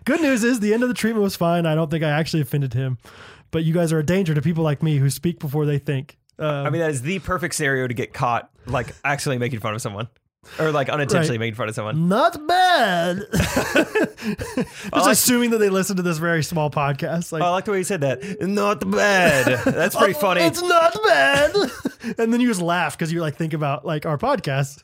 Speaker 2: Good news is the end of the treatment was fine. I don't think I actually offended him, but you guys are a danger to people like me who speak before they think. Um,
Speaker 1: I mean, that is the perfect scenario to get caught, like accidentally making fun of someone or like unintentionally
Speaker 2: Right.
Speaker 1: making fun of someone.
Speaker 2: not bad. Just
Speaker 1: like-
Speaker 2: assuming that they listen to this very small podcast. Like,
Speaker 1: Oh, I like the way you said that. Not bad. That's pretty
Speaker 2: "Oh,
Speaker 1: funny.
Speaker 2: It's not bad. and then you just laugh because you like think about like our podcast.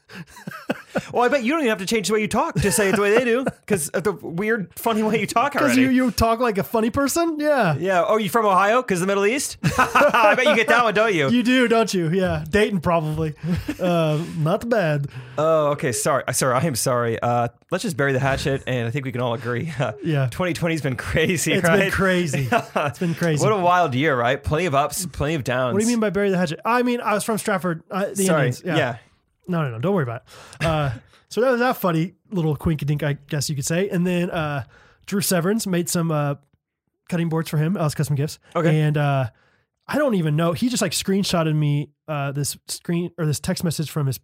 Speaker 1: Well, I bet you don't even have to change the way you talk to say it the way they do because of the weird, funny way you talk
Speaker 2: Because
Speaker 1: already.
Speaker 2: you, you talk like a funny person. Yeah.
Speaker 1: yeah. Oh, you from Ohio? Because the Middle East? I bet you get that one, don't you?
Speaker 2: You do, don't you? Yeah. Dayton probably. um, not bad.
Speaker 1: Oh, okay. Sorry. Uh, Sorry. I am sorry. Uh, let's just bury the hatchet, and I think we can all agree. Uh,
Speaker 2: Yeah.
Speaker 1: 2020's been crazy,
Speaker 2: It's
Speaker 1: right?
Speaker 2: been crazy. It's been crazy.
Speaker 1: What a wild year, right? Plenty of ups, plenty of downs.
Speaker 2: What do you mean by bury the hatchet? I mean, I was from Stratford. Uh, the
Speaker 1: Sorry.
Speaker 2: Indians.
Speaker 1: yeah.
Speaker 2: No, no, no. Don't worry about it. Uh, so that was that funny little quinkydink, I guess you could say. And then uh, Drew Severance made some uh, cutting boards for him, Alice Custom Gifts.
Speaker 1: Okay.
Speaker 2: And uh, I don't even know. He just like screenshotted me uh, this screen or this text message from his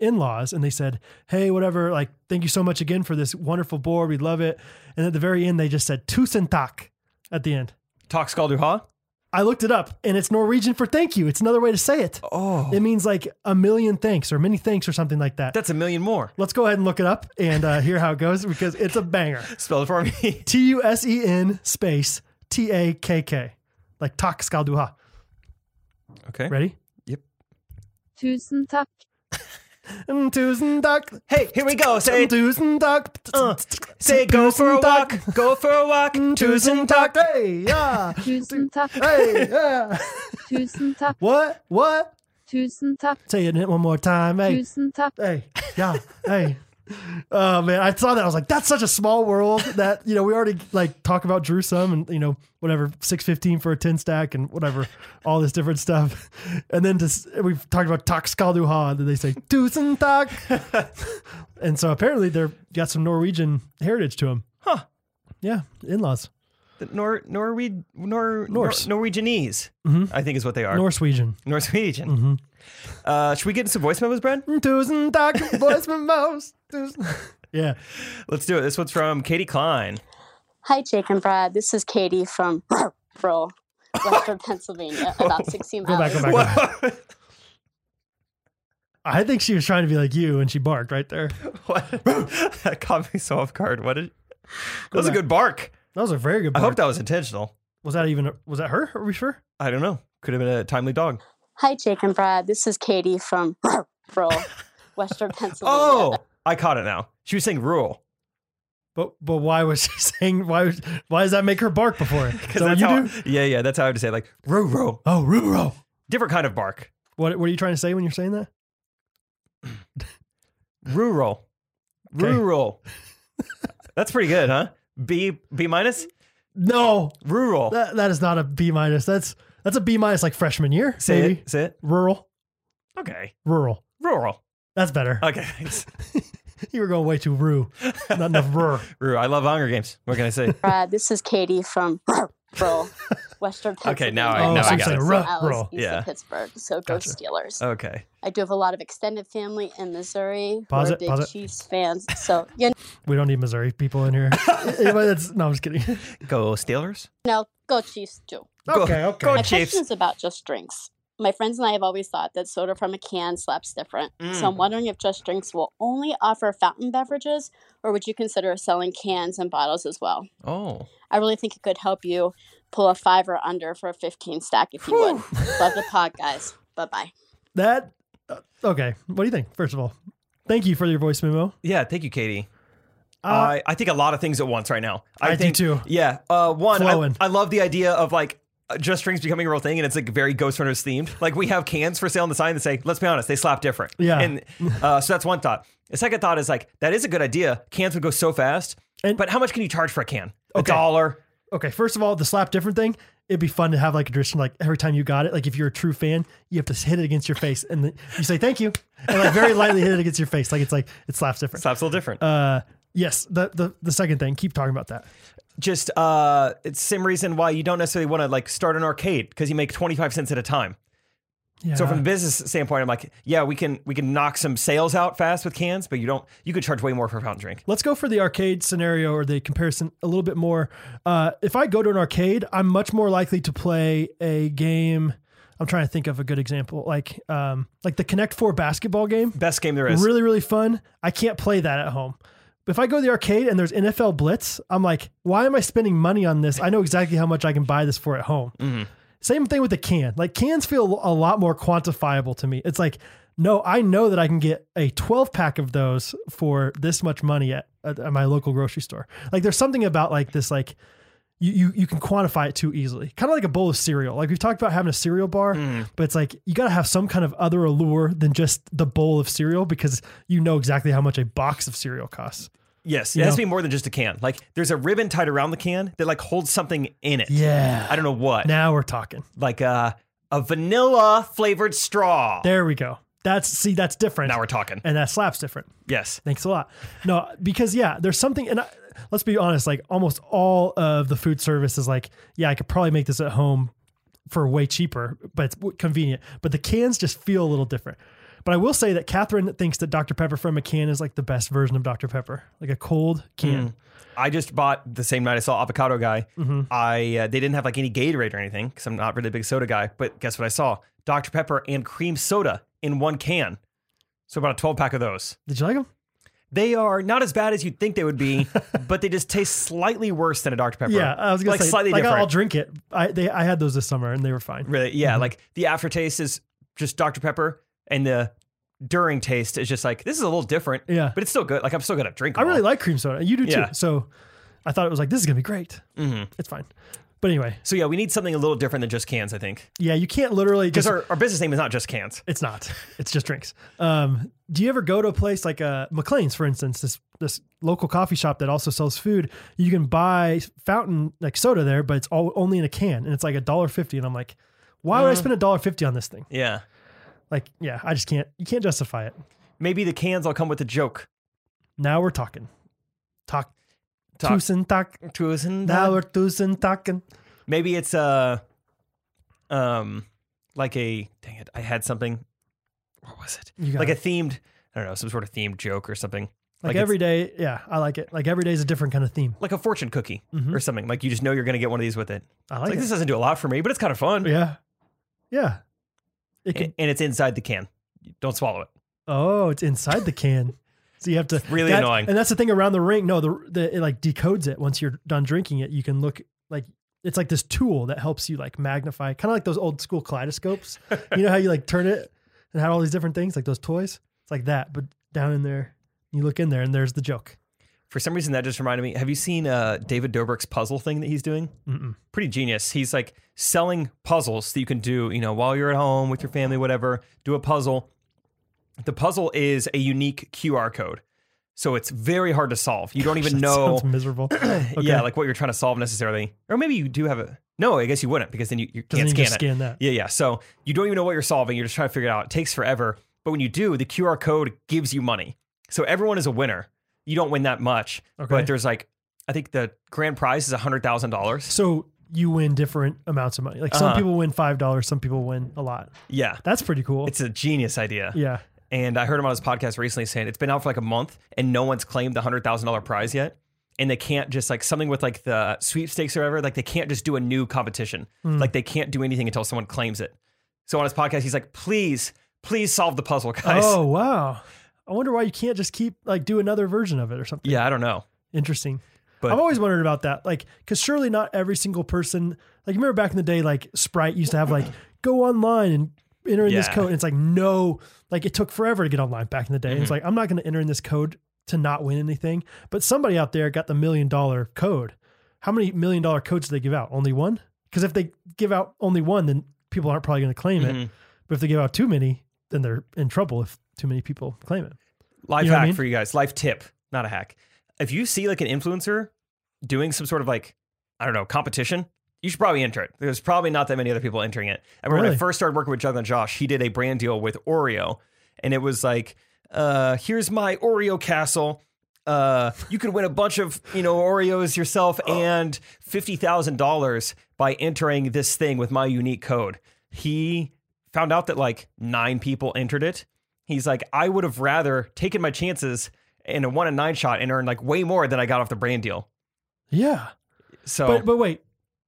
Speaker 2: in laws. And they said, hey, whatever, like, thank you so much again for this wonderful board. We love it. And at the very end, they just said, tusen tak at the end.
Speaker 1: Talk Skalduha?
Speaker 2: I looked it up and it's Norwegian for thank you. It's another way to say it.
Speaker 1: Oh.
Speaker 2: It means like a million thanks or many thanks or something like that.
Speaker 1: That's a million more.
Speaker 2: Let's go ahead and look it up and uh, hear how it goes because it's a banger.
Speaker 1: Spell it for me.
Speaker 2: T U S E N space T A K K, like tak skalduha.
Speaker 1: Okay.
Speaker 2: Ready?
Speaker 3: Tusen takk.
Speaker 2: Tusen tak.
Speaker 1: Hey, here we go. Say
Speaker 2: Tusen tak.
Speaker 1: say go for a walk. Go for a walk.
Speaker 2: Mm.
Speaker 1: Tusen tak.
Speaker 2: Hey, yeah.
Speaker 3: Tusen takk.
Speaker 2: Hey, yeah.
Speaker 3: Tusen takk.
Speaker 2: What? What?
Speaker 3: Tusen takk.
Speaker 2: Say it one more time. Hey.
Speaker 3: Tusen takk.
Speaker 2: hey, yeah, hey. Oh man, I saw that. I was like, that's such a small world that, you know, we already like talk about Drew some and, you know, whatever, 615 for a 10 stack and whatever, all this different stuff. And then just, we've talked about Tak Skalduha, and then they say, Tusen Tak. and so apparently they're got some Norwegian heritage to them.
Speaker 1: Huh.
Speaker 2: Yeah, in laws.
Speaker 1: The Nor Norwegian Nor, Nor
Speaker 2: Norse. Mm-hmm.
Speaker 1: Norwegianese. I think is what they are.
Speaker 2: Norwegian.
Speaker 1: Norwegian.
Speaker 2: Mm-hmm.
Speaker 1: Uh, should we get into some voice memos,
Speaker 2: Mm.
Speaker 1: Brad?
Speaker 2: Tusen Tak, voice memos. Tusen- Yeah.
Speaker 1: Let's do it. This one's from Katie Klein.
Speaker 4: Hi, Jake and Brad. This is Katie from Roll, Western Pennsylvania, about 16
Speaker 2: Go back,
Speaker 4: miles.
Speaker 2: go back. go back. I think she was trying to be like you and she barked right there.
Speaker 1: What? that caught me so off guard. What did? That was a
Speaker 2: back.
Speaker 1: good bark.
Speaker 2: That was a very good.
Speaker 1: I
Speaker 2: Bark.
Speaker 1: hope that was intentional.
Speaker 2: was that even was that her? Are we sure?
Speaker 1: I don't know. Could have been a timely dog.
Speaker 4: Hi, Jake and Brad. This is Katie from Roll, Western Pennsylvania.
Speaker 1: Oh, I caught it now. She was saying rural.
Speaker 2: But but why was she saying why was, why does that make her bark before? Is
Speaker 1: 'Cause
Speaker 2: that what
Speaker 1: that's
Speaker 2: you
Speaker 1: how-
Speaker 2: do?
Speaker 1: Yeah, yeah. That's how I would say it, like rural.
Speaker 2: Oh, Ruro.
Speaker 1: Different kind of bark.
Speaker 2: What what are you trying to say when you're saying that?
Speaker 1: Rural.
Speaker 2: Okay.
Speaker 1: Rural. that's pretty good, huh? B B minus.
Speaker 2: No,
Speaker 1: Rural.
Speaker 2: that that is not a B minus. That's That's a B minus like freshman year.
Speaker 1: Say
Speaker 2: maybe.
Speaker 1: it. Say it.
Speaker 2: Rural.
Speaker 1: Okay.
Speaker 2: Rural.
Speaker 1: Rural.
Speaker 2: That's better.
Speaker 1: Okay. Thanks.
Speaker 2: you were going way too rue. Not enough rur.
Speaker 1: Rural. I love Hunger Games. What can I say?
Speaker 4: Brad, this is Katie from rural Western Pennsylvania.
Speaker 1: Okay, now I-
Speaker 2: Oh, now so I I'm got saying it. ruh,
Speaker 4: I was
Speaker 2: rural.
Speaker 4: east of
Speaker 1: Yeah.
Speaker 4: Pittsburgh, so go
Speaker 2: Gotcha. Uh,
Speaker 4: Steelers.
Speaker 1: Okay.
Speaker 4: I do have a lot of extended family in Missouri who
Speaker 2: Pause
Speaker 4: are
Speaker 2: it,
Speaker 4: big
Speaker 2: pause it.
Speaker 4: Chiefs fans. So you
Speaker 2: We don't need Missouri people in here. Anyway, that's, no, I'm just kidding.
Speaker 1: Go Steelers.
Speaker 4: know, go Chiefs too.
Speaker 1: Go-
Speaker 2: Okay, okay.
Speaker 1: go-
Speaker 4: My
Speaker 1: Chiefs.
Speaker 4: question is about just drinks. My friends and I have always thought that soda from a can slaps different. So I'm wondering if Just Drinks will only offer fountain beverages, or would you consider selling cans and bottles as well?
Speaker 1: Oh.
Speaker 4: I really think it could help you pull a five or under for a 15 stack if you would. Love the pod, guys. Bye bye.
Speaker 2: That uh, okay. What do you think? First of all, thank you for your voice memo.
Speaker 1: Yeah. Thank you, Katie.
Speaker 2: Uh,
Speaker 1: I, I think a lot of things at once right now.
Speaker 2: I do
Speaker 1: think,
Speaker 2: too.
Speaker 1: Yeah. Uh, one, I,
Speaker 2: Flowing.
Speaker 1: I love the idea of like uh, just drinks becoming a real thing, and it's like very Ghost Runners themed. Like we have cans for sale on the sign that say, "Let's be honest, they slap different."
Speaker 2: Yeah.
Speaker 1: And uh, so that's one thought. The second thought is like that is a good idea. Cans would go so fast,
Speaker 2: And-
Speaker 1: but how much can you charge for a can? A
Speaker 2: Okay.
Speaker 1: dollar.
Speaker 2: okay, first of all, the slap different thing. It'd be fun to have like a tradition, like every time you got it, like if you're a true fan, you have to hit it against your face and then you say thank you, and like very lightly hit it against your face, like it's like it slaps different.
Speaker 1: Slaps a little different.
Speaker 2: Uh, yes, the, the the second thing. Keep talking about that.
Speaker 1: just uh it's same reason why you don't necessarily want to like start an arcade because you make 25 cents at a time
Speaker 2: Yeah.
Speaker 1: so from the business standpoint i'm like yeah we can we can knock some sales out fast with cans but you don't you could charge way more for a fountain drink
Speaker 2: Let's go for the arcade scenario or the comparison a little bit more. Uh, if I go to an arcade, I'm much more likely to play a game. I'm trying to think of a good example, like um, like the Connect Four basketball game.
Speaker 1: best game there is
Speaker 2: Really, really fun. I can't play that at home. But if I go to the arcade and there's NFL Blitz, I'm like, why am I spending money on this? I know exactly how much I can buy this for at home. Same thing with the can. Like cans feel a lot more quantifiable to me. It's like, no, I know that I can get a 12 pack of those for this much money at, at my local grocery store. Like there's something about like this, like you, you, you can quantify it too easily. Kind of like a bowl of cereal. Like we've talked about having a cereal bar,
Speaker 1: Mm.
Speaker 2: but it's like, you got to have some kind of other allure than just the bowl of cereal because you know exactly how much a box of cereal costs.
Speaker 1: yes it
Speaker 2: You
Speaker 1: has
Speaker 2: know.
Speaker 1: to be more than just a can like there's a ribbon tied around the can that like holds something in it
Speaker 2: Yeah.
Speaker 1: i don't know what
Speaker 2: Now we're talking.
Speaker 1: like uh a vanilla flavored straw
Speaker 2: There we go. That's see, that's different.
Speaker 1: now we're talking
Speaker 2: and that slaps different.
Speaker 1: yes
Speaker 2: Thanks a lot. No, because yeah, there's something, and I, let's be honest, like almost all of the food service is like, yeah, I could probably make this at home for way cheaper, but it's w- convenient. But the cans just feel a little different. But I will say that Catherine thinks that Dr. Pepper from a can is like the best version of Dr. Pepper, like a cold
Speaker 1: Mm.
Speaker 2: can.
Speaker 1: I just bought the same night I saw Avocado Guy.
Speaker 2: Mm-hmm.
Speaker 1: I uh, they didn't have like any Gatorade or anything because I'm not really a big soda guy. But guess what I saw? Dr Pepper and cream soda in one can. So about a 12 pack of those.
Speaker 2: Did you like them?
Speaker 1: They are not as bad as you'd think they would be, but they just taste slightly worse than a Dr Pepper.
Speaker 2: Yeah, I was gonna
Speaker 1: like
Speaker 2: say,
Speaker 1: slightly
Speaker 2: like
Speaker 1: different.
Speaker 2: I'll mm-hmm. drink it. I they I had those this summer and they were fine.
Speaker 1: really, yeah. Like the aftertaste is just Dr Pepper, and the during taste is just like this is a little different.
Speaker 2: Yeah.
Speaker 1: but it's still good. Like I'm still gonna drink.
Speaker 2: I really
Speaker 1: Like-
Speaker 2: like cream soda. You do too.
Speaker 1: Yeah. Mm-hmm.
Speaker 2: So I thought it was like this is gonna be great. It's fine. But anyway,
Speaker 1: so yeah, we need something a little different than just cans. I think
Speaker 2: yeah, you can't literally
Speaker 1: because
Speaker 2: just
Speaker 1: our, our business name is not just cans.
Speaker 2: It's not. It's just drinks. Um, do you ever go to a place like uh, McLean's, for instance, this this local coffee shop that also sells food? You can buy fountain like soda there, but it's all only in a can, and it's like a dollar fifty. And I'm like, why
Speaker 1: Mm-hmm.
Speaker 2: would I spend a dollar fifty on this thing?
Speaker 1: Yeah.
Speaker 2: Like, yeah, I just can't. You can't justify it.
Speaker 1: Maybe the cans all come with a joke.
Speaker 2: Now we're talking. Talk.
Speaker 1: Talk. Mm-hmm.
Speaker 2: Tusen talk. Now we're tusen talking.
Speaker 1: Maybe it's a, um, like a dang it, I had something. What was it?
Speaker 2: You got
Speaker 1: Like
Speaker 2: it.
Speaker 1: a themed, I don't know, some sort of themed joke or something.
Speaker 2: Like,
Speaker 1: it's-
Speaker 2: every day. Yeah, I like it. Like every day is a different kind of theme.
Speaker 1: like a fortune cookie
Speaker 2: Mm-hmm.
Speaker 1: or something. Like you just know you're gonna get one of these with it.
Speaker 2: I
Speaker 1: It's
Speaker 2: like,
Speaker 1: like
Speaker 2: it.
Speaker 1: this doesn't do a lot for me, but it's kind of fun.
Speaker 2: Oh, yeah. Yeah. It
Speaker 1: A-
Speaker 2: could
Speaker 1: And, it's inside the can. Don't swallow it.
Speaker 2: Oh, it's inside the can. So you have to
Speaker 1: really
Speaker 2: that-
Speaker 1: annoying.
Speaker 2: And that's the thing around the ring. No, the, the it like decodes it once you're done drinking it. You can look like it's like this tool that helps you like magnify, kind of like those old school kaleidoscopes. you know how you like turn it and had all these different things, like those toys. It's like that, but down in there, you look in there, and there's the joke.
Speaker 1: For some reason, that just reminded me. Have you seen uh, David Dobrik's puzzle thing that he's doing?
Speaker 2: Mm-mm.
Speaker 1: Pretty genius. He's like selling puzzles that you can do, you know, while you're at home with your family, whatever. Do a puzzle. The puzzle is a unique QR code. So it's very hard to solve. You don't even
Speaker 2: That
Speaker 1: know
Speaker 2: sounds miserable. Okay.
Speaker 1: yeah, like what you're trying to solve necessarily. Or maybe you do have a no, I guess you wouldn't because then you, you
Speaker 2: doesn't
Speaker 1: can't
Speaker 2: even
Speaker 1: scan it.
Speaker 2: just scan that.
Speaker 1: Yeah, yeah. So you don't even know what you're solving. You're just trying to figure it out. It takes forever. But when you do, the QR code gives you money. So everyone is a winner. You don't win that much.
Speaker 2: Okay.
Speaker 1: But there's like, I think the grand prize is $100,000.
Speaker 2: So you win different amounts of money. Like some
Speaker 1: Uh-huh.
Speaker 2: people win five dollars, some people win a lot.
Speaker 1: Yeah.
Speaker 2: That's pretty cool.
Speaker 1: It's a genius idea.
Speaker 2: yeah.
Speaker 1: And I heard him on his podcast recently saying it's been out for like a month and no one's claimed the $100,000 prize yet. And they can't just like something with like the sweepstakes or whatever, like they can't just do a new competition.
Speaker 2: Mm.
Speaker 1: Like they can't do anything until someone claims it. So on his podcast, he's like, please, please solve the puzzle, guys.
Speaker 2: Oh wow. I wonder why you can't just keep like do another version of it or something.
Speaker 1: Yeah, I don't know.
Speaker 2: Interesting.
Speaker 1: But-
Speaker 2: I've always wondered about that. Like, cause surely not every single person like you remember back in the day, like Sprite used to have like go online and enter in this
Speaker 1: Yeah.
Speaker 2: code. And it's like, no, like it took forever to get online back in the day. It's
Speaker 1: Mm-hmm.
Speaker 2: like, I'm not gonna enter in this code to not win anything. But somebody out there got the million dollar code. How many million dollar codes do they give out? Only one? Because if they give out only one, then people aren't probably gonna claim it.
Speaker 1: Mhm.
Speaker 2: But if they give out too many, then they're in trouble if too many people claim it.
Speaker 1: Life
Speaker 2: You know what I
Speaker 1: hack
Speaker 2: mean?
Speaker 1: for you guys. Life tip, not a hack. If you see like an influencer doing some sort of like, I don't know, competition, you should probably enter it. There's probably not that many other people entering it. I remember when
Speaker 2: Really?
Speaker 1: I first started working with Juggling Josh, he did a brand deal with Oreo, and it was like, uh, here's my Oreo castle. Uh, you could win a bunch of you know Oreos yourself and fifty thousand dollars by entering this thing with my unique code. He found out that like nine people entered it. He's like, I would have rather taken my chances in a one and nine shot and earned like way more than I got off the brand deal.
Speaker 2: Yeah.
Speaker 1: So
Speaker 2: But but wait,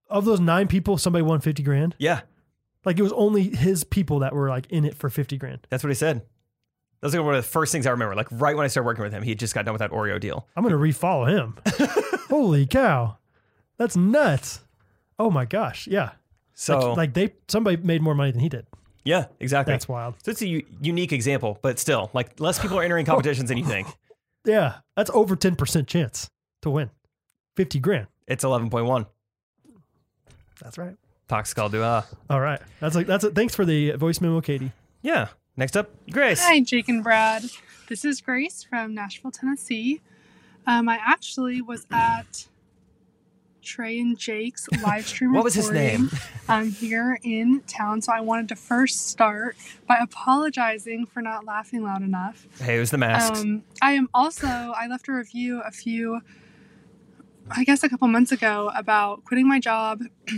Speaker 2: of those nine people, somebody won fifty grand.
Speaker 1: yeah,
Speaker 2: Like it was only his people that were like in it for fifty grand.
Speaker 1: that's what he said. That was like one of the first things I remember. Like right when I started working with him, he had just got done with that Oreo deal.
Speaker 2: I'm gonna refollow him. Holy cow, that's nuts! Oh my gosh, yeah.
Speaker 1: So
Speaker 2: like, like they somebody made more money than he did.
Speaker 1: yeah, exactly.
Speaker 2: That's wild.
Speaker 1: so it's a u- unique example, but still, like less people are entering competitions than you think.
Speaker 2: Yeah, that's over ten percent chance to win fifty grand.
Speaker 1: It's eleven point one.
Speaker 2: That's right.
Speaker 1: Toxic all do ah.
Speaker 2: All right, that's like that's it. Thanks for the voice memo, Katie.
Speaker 1: Yeah. Next up, Grace.
Speaker 5: Hi, Jake and Brad. This is Grace from Nashville, Tennessee. Um, I actually was at Trey and Jake's live stream.
Speaker 1: What was his
Speaker 5: recording,
Speaker 1: name?
Speaker 5: Um, here in town. So I wanted to first start by apologizing for not laughing loud enough.
Speaker 1: Hey, it was the mask.
Speaker 5: Um, I am also, I left a review a few, I guess a couple months ago about quitting my job.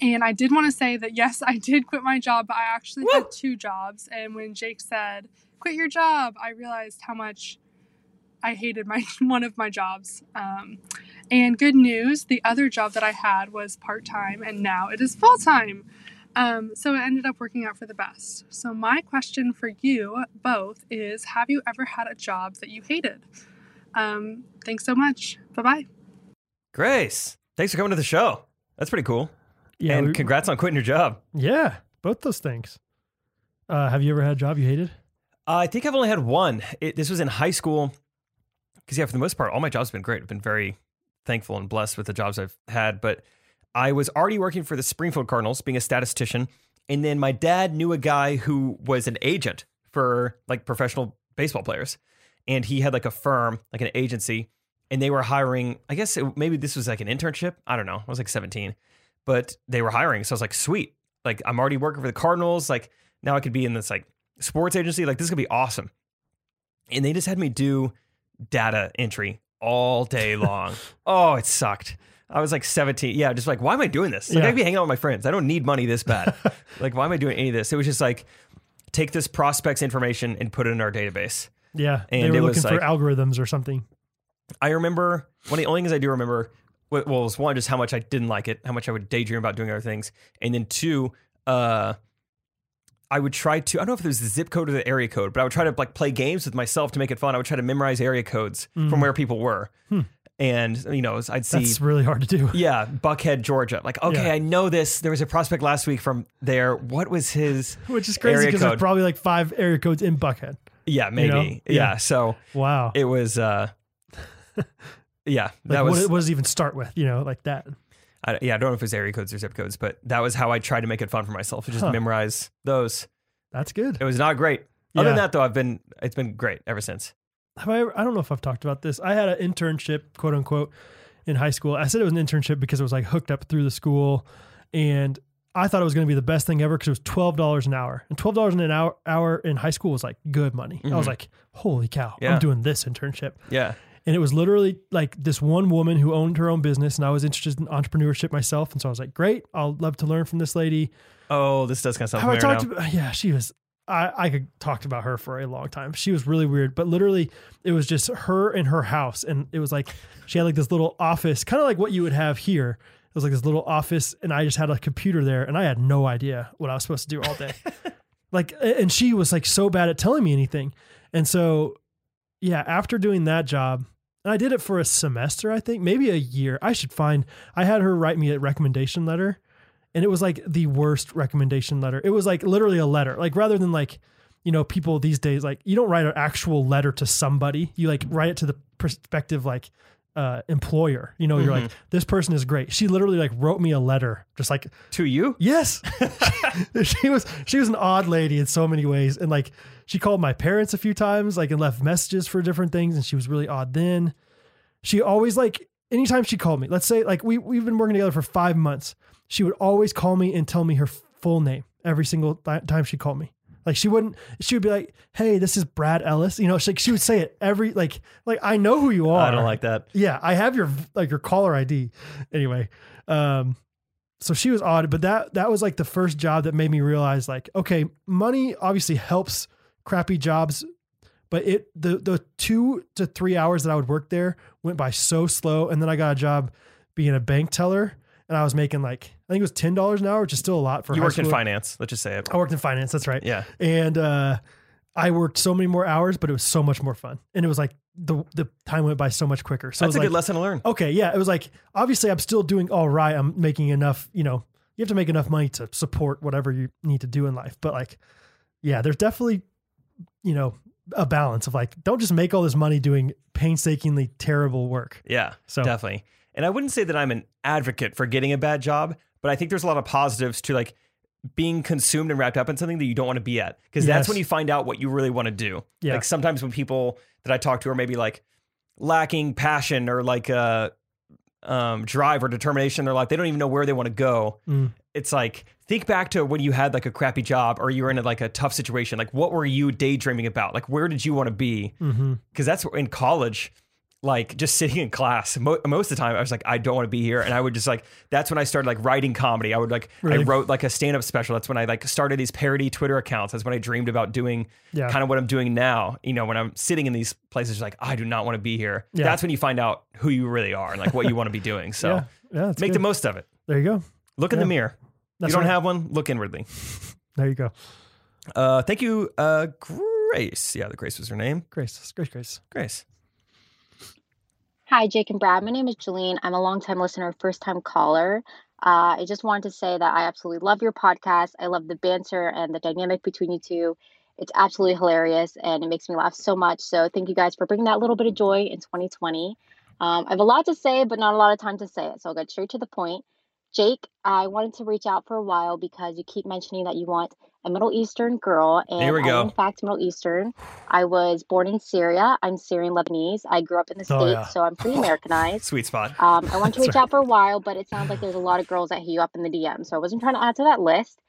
Speaker 5: And I did want to say that yes, I did quit my job, but I actually
Speaker 1: Woo!
Speaker 5: had two jobs. And when Jake said, quit your job, I realized how much I hated my one of my jobs. Um, and good news, the other job that I had was part time, and now it is full time. Um, so it ended up working out for the best. So my question for you both is: Have you ever had a job that you hated? Um, thanks so much. Bye bye.
Speaker 1: Grace, thanks for coming to the show. That's pretty cool.
Speaker 2: Yeah,
Speaker 1: and
Speaker 2: we-
Speaker 1: congrats on quitting your job.
Speaker 2: yeah, both those things. Uh, have you ever had a job you hated?
Speaker 1: Uh, I think I've only had one. It, this was in high school. Because, yeah, for the most part, all my jobs have been great. I've been very thankful and blessed with the jobs I've had. But I was already working for the Springfield Cardinals, being a statistician. And then my dad knew a guy who was an agent for like professional baseball players. And he had like a firm, like an agency, and they were hiring. I guess it, maybe this was like an internship. I don't know. I was like 17, but they were hiring. So I was like, sweet. Like, I'm already working for the Cardinals. Like, now I could be in this like sports agency. Like, this could be awesome. And they just had me do data entry all day long. oh, it sucked. I was like 17. Yeah, just like, why am I doing this? Like,
Speaker 2: Yeah.
Speaker 1: I could be hanging out with my friends. I don't need money this bad. like, why am I doing any of this? It was just like, take this prospect's information and put it in our database.
Speaker 2: Yeah,
Speaker 1: And
Speaker 2: they were
Speaker 1: it was
Speaker 2: looking for
Speaker 1: like-
Speaker 2: algorithms or something.
Speaker 1: I remember one of the only things I do remember wa- well was one just how much I didn't like it, how much I would daydream about doing other things, and then two, uh, I would try to I don't know if it was the zip code or the area code, but I would try to like play games with myself to make it fun. I would try to memorize area codes from where people were, and you know I'd see
Speaker 2: Mm. Hmm. That's really hard to do.
Speaker 1: yeah Buckhead, Georgia. Like okay,
Speaker 2: Yeah.
Speaker 1: I know this. There was a prospect last week from there. What was his?
Speaker 2: Which is crazy
Speaker 1: area
Speaker 2: because there's
Speaker 1: code?
Speaker 2: probably like five area codes in Buckhead.
Speaker 1: yeah
Speaker 2: you
Speaker 1: maybe
Speaker 2: know?
Speaker 1: yeah.
Speaker 2: Yeah.
Speaker 1: So
Speaker 2: Wow.
Speaker 1: it was uh yeah
Speaker 2: like,
Speaker 1: that was
Speaker 2: what, what does it even start with? You know, like that.
Speaker 1: I, yeah, I don't know if it was area codes or zip codes, but that was how I tried to make it fun for myself. to Just
Speaker 2: Huh.
Speaker 1: memorize those.
Speaker 2: That's good.
Speaker 1: It was not great. Other
Speaker 2: Yeah.
Speaker 1: than that, though, I've been it's been great ever since.
Speaker 2: have I ever, I don't know if I've talked about this. I had an internship, quote unquote, in high school. I said it was an internship because it was like hooked up through the school and I thought it was going to be the best thing ever because it was twelve dollars an hour, and twelve dollars an hour hour in high school was like good money. I was like, "Holy cow!
Speaker 1: Mm-hmm. Yeah.
Speaker 2: I'm doing this internship."
Speaker 1: Yeah.
Speaker 2: And it was literally like this one woman who owned her own business, and I was interested in entrepreneurship myself, and so I was like, "Great! I'll love to learn from this lady."
Speaker 1: Oh, this does kind of sound
Speaker 2: How I
Speaker 1: familiar
Speaker 2: talked
Speaker 1: now.
Speaker 2: about, yeah, she was. I, I could talked about her for a long time. She was really weird, but literally it was just her and her house. And it was like, she had like this little office, kind of like what you would have here. It was like this little office and I just had a computer there and I had no idea what I was supposed to do all day. like, a- and she was like so bad at telling me anything. And so, yeah, after doing that job, and I did it for a semester, I think, maybe a year. I should find, I had her write me a recommendation letter and it was like the worst recommendation letter. It was like literally a letter, like rather than like you know people these days like you don't write an actual letter to somebody. You like write it to the prospective like uh, employer. You know, you're like this person is great. She literally like wrote me a letter, just like
Speaker 1: To you?
Speaker 2: Yes. she was she was an odd lady in so many ways. And like she called my parents a few times, like and left messages for different things, and she was really odd then. She always like anytime she called me, let's say like we we've been working together for five months, she would always call me and tell me her full name every single ti- time she called me. Like she wouldn't she would be like, Hey, this is Brad Ellis. You know, she, she would say it every like like I know who you are.
Speaker 1: I don't like that.
Speaker 2: Yeah, I have your like your caller ID. Anyway, um, so she was odd, but that that was like the first job that made me realize like, okay, money obviously helps crappy jobs, but it the the two to three hours that I would work there went by so slow, and then I got a job being a bank teller, and I was making like I think it was ten dollars an hour, which is still a lot for
Speaker 1: You
Speaker 2: high
Speaker 1: worked in
Speaker 2: school.
Speaker 1: finance. Let's just say it.
Speaker 2: I worked in finance. That's right
Speaker 1: Yeah.
Speaker 2: and uh, I worked so many more hours, but it was so much more fun, and it was like the the time went by so much quicker. So
Speaker 1: That's
Speaker 2: it
Speaker 1: a
Speaker 2: was
Speaker 1: good
Speaker 2: like, Oh.
Speaker 1: lesson to learn.
Speaker 2: okay, yeah, it was like obviously I'm still doing all right. I'm making enough, you know, you have to make enough money to support whatever you need to do in life, but like, yeah, there's definitely, you know, a balance of like, don't just make all this money doing painstakingly terrible work.
Speaker 1: Yeah,
Speaker 2: So-
Speaker 1: definitely. And I wouldn't say that I'm an advocate for getting a bad job, but I think there's a lot of positives to like being consumed and wrapped up in something that you don't want to be at because that's
Speaker 2: Yes.
Speaker 1: when you find out what you really want to do.
Speaker 2: Yeah.
Speaker 1: Like sometimes when people that I talk to are maybe like lacking passion or like uh um drive or determination or like they don't even know where they want to go.
Speaker 2: Mm.
Speaker 1: It's like think back to when you had like a crappy job or you were in a, like a tough situation. Like what were you daydreaming about? Like where did you want to be?
Speaker 2: Mm-hmm.
Speaker 1: because that's in college like just sitting in class mo- most of the time i was like i don't want to be here and i would just like that's when i started like writing comedy i would like i
Speaker 2: Really?
Speaker 1: wrote like a stand-up special that's when i like started these parody twitter accounts that's when i dreamed about doing
Speaker 2: Yeah.
Speaker 1: kind of what i'm doing now you know when i'm sitting in these places like i do not want to be here
Speaker 2: Yeah.
Speaker 1: that's when you find out who you really are and like what you want to be doing so
Speaker 2: yeah, yeah, that's
Speaker 1: make the
Speaker 2: good.
Speaker 1: most of it
Speaker 2: There you go.
Speaker 1: look in
Speaker 2: Yeah.
Speaker 1: the mirror
Speaker 2: That's
Speaker 1: you don't
Speaker 2: right.
Speaker 1: have one look inwardly
Speaker 2: There you go.
Speaker 1: uh thank you uh grace yeah the grace was her name
Speaker 2: Grace, Grace, Grace.
Speaker 1: grace
Speaker 6: Hi, Jake and Brad. My name is Jolene. I'm a longtime listener, first time caller. Uh, I just wanted to say that I absolutely love your podcast. I love the banter and the dynamic between you two. It's absolutely hilarious and it makes me laugh so much. So, thank you guys for bringing that little bit of joy in 2020. Um, I have a lot to say, but not a lot of time to say it. So, I'll get straight to the point. Jake, I wanted to reach out for a while because you keep mentioning that you want a Middle Eastern girl. And
Speaker 1: Here we
Speaker 6: I
Speaker 1: go.
Speaker 6: am, in fact, Middle Eastern. I was born in Syria. I'm Syrian Lebanese. I grew up in the
Speaker 2: Oh,
Speaker 6: States,
Speaker 2: yeah.
Speaker 6: so I'm pretty Americanized.
Speaker 1: sweet spot
Speaker 6: Um, I wanted to reach out for a while, but it sounds like there's a lot of girls that hit you up in the DM. So I wasn't trying to add to that list.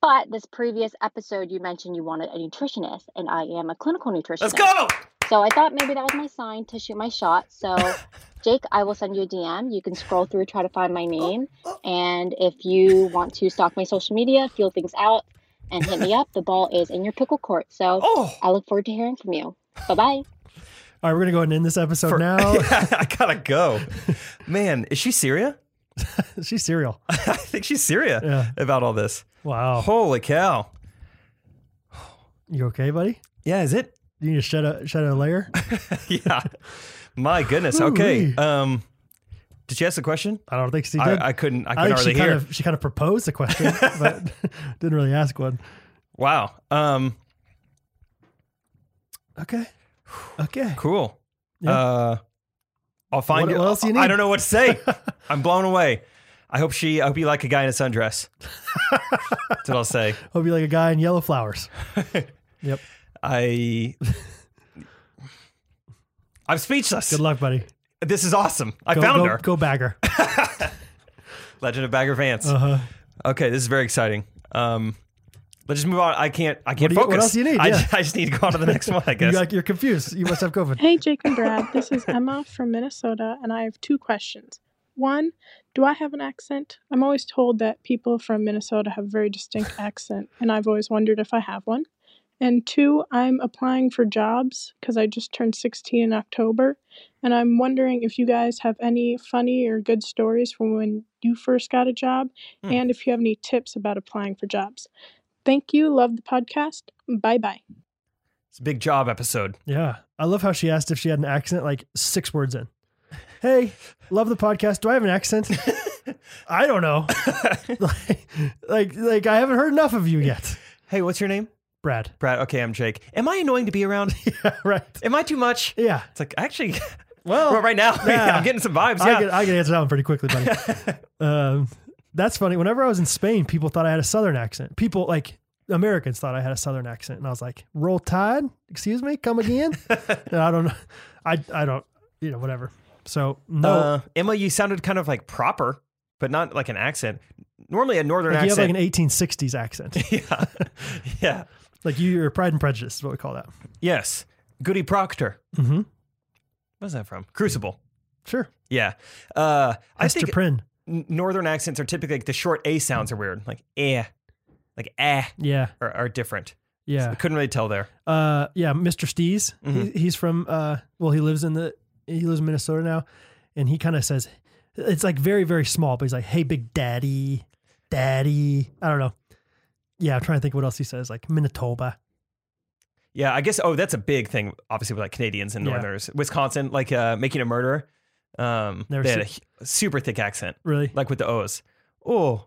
Speaker 6: But this previous episode, you mentioned you wanted a nutritionist, and I am a clinical nutritionist.
Speaker 1: let's go
Speaker 6: So I thought maybe that was my sign to shoot my shot. So, Jake, I will send you a DM. You can scroll through, try to find
Speaker 1: Oh,
Speaker 6: my name. And if you want to stalk my social media, feel things out, and hit me up, the ball is in your pickle court. So
Speaker 1: oh
Speaker 6: I look forward to hearing from you. Bye bye.
Speaker 2: All right, we're going to go ahead and end this episode
Speaker 1: For-
Speaker 2: now.
Speaker 1: Yeah, I gotta go. Man, is she Syria?
Speaker 2: She's serial.
Speaker 1: I think she's Syria
Speaker 2: Yeah.
Speaker 1: about all this.
Speaker 2: Wow.
Speaker 1: Holy cow.
Speaker 2: You okay, buddy?
Speaker 1: Yeah, is it?
Speaker 2: You need to shed a shed a layer.
Speaker 1: yeah. My goodness.
Speaker 2: Hoo-wee.
Speaker 1: Okay. Um, did she ask a question?
Speaker 2: I don't think she did.
Speaker 1: I, I couldn't. I couldn't
Speaker 2: think she
Speaker 1: hardly
Speaker 2: kind
Speaker 1: hear.
Speaker 2: of she kind of proposed a question, but didn't really ask one.
Speaker 1: Wow. Um,
Speaker 2: Okay. Okay.
Speaker 1: cool.
Speaker 2: Yeah.
Speaker 1: Uh, I'll find
Speaker 2: What-
Speaker 1: you.
Speaker 2: what else you
Speaker 1: I
Speaker 2: need?
Speaker 1: don't know what to say. I'm blown away. I hope she. I hope you like a guy in a sundress. That's what I'll say.
Speaker 2: Hope you like a guy in yellow flowers.
Speaker 1: I I'm speechless.
Speaker 2: Good luck, buddy.
Speaker 1: This is awesome. I
Speaker 2: Go,
Speaker 1: found
Speaker 2: go,
Speaker 1: her.
Speaker 2: Go bagger.
Speaker 1: Legend of Bagger Vance.
Speaker 2: Uh huh.
Speaker 1: Okay, this is very exciting. Um, let's just move on. I can't. I can't
Speaker 2: do you-
Speaker 1: focus.
Speaker 2: what else do you need?
Speaker 1: I,
Speaker 2: Yeah.
Speaker 1: I just need to go on to the next one. I
Speaker 2: You
Speaker 1: guess.
Speaker 2: like you're confused. You must have COVID.
Speaker 7: Hey, Jake and Brad, this is Emma from Minnesota, and I have two questions. One, do I have an accent? I'm always told that people from Minnesota have a very distinct accent, and I've always wondered if I have one. And two, I'm applying for jobs because I just turned 16 in October, and I'm wondering if you guys have any funny or good stories from when you first got a job,
Speaker 1: Hmm.
Speaker 7: and if you have any tips about applying for jobs. Thank you. Love the podcast. Bye bye.
Speaker 1: it's a big job episode.
Speaker 2: Yeah. I love how she asked if she had an accent like six words in. Hey, love the podcast. Do I have an accent? I don't know. like, like, like I haven't heard enough of you yet,
Speaker 1: Hey, what's your name?
Speaker 2: Brad.
Speaker 1: Brad. Okay, I'm Jake. Am I annoying to be around?
Speaker 2: Yeah, right.
Speaker 1: Am I too much?
Speaker 2: Yeah.
Speaker 1: It's like actually,
Speaker 2: Well,
Speaker 1: right now
Speaker 2: Oh, yeah.
Speaker 1: I'm getting some vibes.
Speaker 2: I
Speaker 1: Yeah.
Speaker 2: can, I can answer that one pretty quickly, buddy. um, that's funny. Whenever I was in Spain, people thought I had a Southern accent. People like Americans thought I had a Southern accent, and I was like, "Roll Tide, excuse me, come again." and I don't know. I I don't. You know, whatever. So no,
Speaker 1: Uh, Emma, you sounded kind of like proper, but not like an accent. Normally, a northern
Speaker 2: like you have like
Speaker 1: accent.
Speaker 2: an 1860s accent.
Speaker 1: yeah. Yeah.
Speaker 2: like you, your Pride and Prejudice is what we call that.
Speaker 1: Yes. Goody Proctor.
Speaker 2: Mm-hmm.
Speaker 1: Where's that from? Crucible.
Speaker 2: Sure.
Speaker 1: Yeah. Uh, I
Speaker 2: Hester
Speaker 1: think
Speaker 2: Prynne.
Speaker 1: n- northern accents are typically like the short a sounds are weird, like eh, like eh,
Speaker 2: Yeah.
Speaker 1: are, are different. So I
Speaker 2: Yeah.
Speaker 1: couldn't really tell there.
Speaker 2: uh yeah mr stees
Speaker 1: Mhm.
Speaker 2: he, he's from uh well he lives in the he lives in minnesota now and he kind of says it's like very very small but he's like hey big daddy daddy i don't know yeah i'm trying to think what else he says like manitoba
Speaker 1: Yeah, I guess. Oh, that's a big thing, obviously, with like Canadians and
Speaker 2: Yeah.
Speaker 1: Northerners. Wisconsin, like uh, making a murder, um, they
Speaker 2: Never
Speaker 1: had a
Speaker 2: seen-
Speaker 1: hu- super thick accent,
Speaker 2: really
Speaker 1: like with the O's. Oh,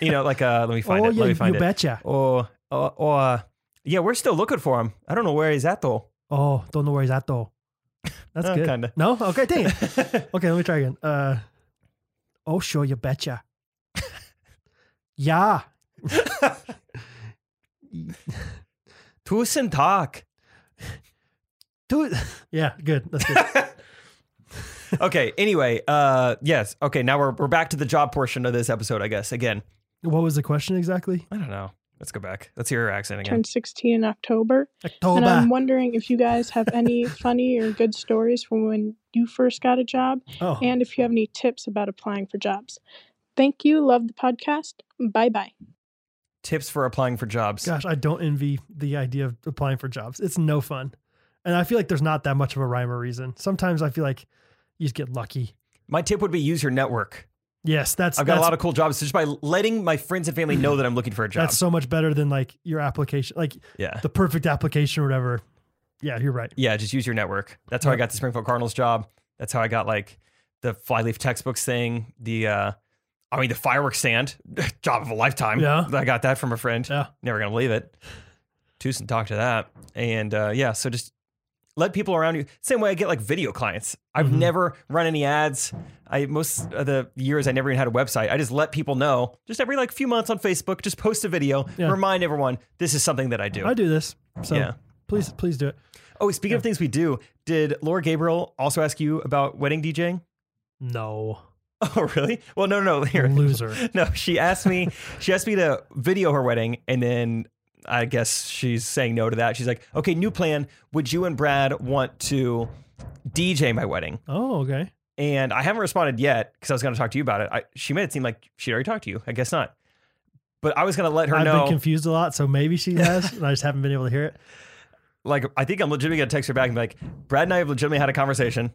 Speaker 1: you know, like uh, let me find
Speaker 2: oh
Speaker 1: it.
Speaker 2: yeah
Speaker 1: let me
Speaker 2: you,
Speaker 1: find
Speaker 2: you
Speaker 1: it.
Speaker 2: betcha
Speaker 1: Oh, oh, oh, uh, yeah, we're still looking for him. I don't know where he's at though.
Speaker 2: oh don't know where he's at though that's
Speaker 1: Uh,
Speaker 2: good
Speaker 1: kinda.
Speaker 2: no okay dang it okay let me try again uh oh sure you betcha yeah
Speaker 1: Tucson talk.
Speaker 2: dude yeah good that's good
Speaker 1: okay. Anyway, uh, yes. Okay. Now we're we're back to the job portion of this episode, I guess. Again,
Speaker 2: what was the question exactly
Speaker 1: I don't know. Let's go back. Let's hear her accent again.
Speaker 7: Turned 16 in October. And
Speaker 2: October.
Speaker 7: I'm wondering if you guys have any funny or good stories from when you first got a job
Speaker 2: Oh,
Speaker 7: and if you have any tips about applying for jobs. Thank you. Love the podcast. Bye bye.
Speaker 1: Tips for applying for jobs.
Speaker 2: gosh, I don't envy the idea of applying for jobs. It's no fun. And I feel like there's not that much of a rhyme or reason. Sometimes I feel like you just get lucky.
Speaker 1: My tip would be use your network.
Speaker 2: Yes, that's
Speaker 1: I've got a
Speaker 2: that's-
Speaker 1: lot of cool jobs just by letting my friends and family know that I'm looking for a job.
Speaker 2: that's so much better than like your application, like
Speaker 1: yeah.
Speaker 2: the perfect application or whatever. Yeah, you're right.
Speaker 1: Yeah, just use your network. That's how I got the Springfield Cardinals job. That's how I got like the flyleaf textbooks thing, the uh I mean the fireworks stand job of a lifetime.
Speaker 2: Yeah.
Speaker 1: I got that from a friend.
Speaker 2: Yeah.
Speaker 1: Never gonna believe it. Tucson talked to that. And uh yeah, so just let people around you. Same way I get like video clients. I've
Speaker 2: Mhm.
Speaker 1: never run any ads. I most of the years I never even had a website. I just let people know just every like few months on Facebook, just post a video,
Speaker 2: Yeah.
Speaker 1: remind everyone this is something that I do.
Speaker 2: I do this. So
Speaker 1: Yeah.
Speaker 2: please, please do it.
Speaker 1: Oh, speaking of things we do, did Laura Gabriel also ask you about wedding DJing?
Speaker 2: No.
Speaker 1: Oh, really? Well, no, no, no. Here.
Speaker 2: Loser.
Speaker 1: No, she asked me. she asked me to video her wedding, and then I guess she's saying no to that. She's like, "Okay, new plan. Would you and Brad want to DJ my wedding?"
Speaker 2: Oh, okay.
Speaker 1: And I haven't responded yet because I was going to talk to you about it. I, she made it seem like she already talked to you. I guess not. But I was going to let her
Speaker 2: I've
Speaker 1: know.
Speaker 2: been confused a lot, so maybe she has, and I just haven't been able to hear it.
Speaker 1: like I think I'm legitimately gonna text her back and be like, Brad and I have legitimately had a conversation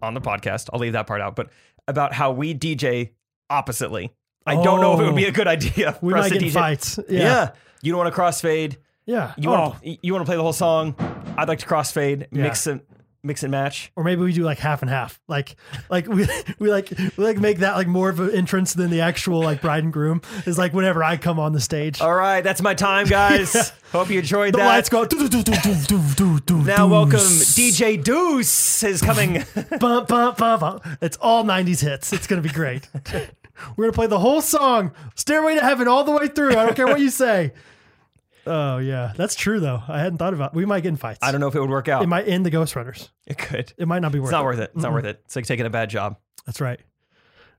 Speaker 1: on the podcast. I'll leave that part out, but about how we DJ oppositely. I don't know if it would be a good idea for
Speaker 2: Oh. We
Speaker 1: us
Speaker 2: might
Speaker 1: to
Speaker 2: get in
Speaker 1: DJ.
Speaker 2: fights.
Speaker 1: Yeah.
Speaker 2: Yeah.
Speaker 1: you don't want to crossfade.
Speaker 2: Yeah.
Speaker 1: You
Speaker 2: oh.
Speaker 1: want to, you want to play the whole song. I'd like to crossfade,
Speaker 2: Yeah.
Speaker 1: mix and mix and match.
Speaker 2: or maybe we do like half and half like like we, we like we like make that like more of an entrance than the actual like bride and groom is like whenever i come on the stage
Speaker 1: All right, that's my time, guys. Hope you enjoyed
Speaker 2: the
Speaker 1: that.
Speaker 2: lights go doo, doo, doo, doo, doo, doo, doo,
Speaker 1: now,
Speaker 2: doo.
Speaker 1: welcome DJ Deuce is coming.
Speaker 2: Bum, bum, bum, bum. it's all 90s hits it's gonna be great we're gonna play the whole song stairway to heaven all the way through i don't care what you say Oh yeah, that's true though. I hadn't thought about. We might get in fights.
Speaker 1: I don't know if it would work out.
Speaker 2: It might end the Ghost Runners.
Speaker 1: It could.
Speaker 2: It might not be worth.
Speaker 1: It's not worth it. It's not worth it. It's like taking a bad job.
Speaker 2: That's right.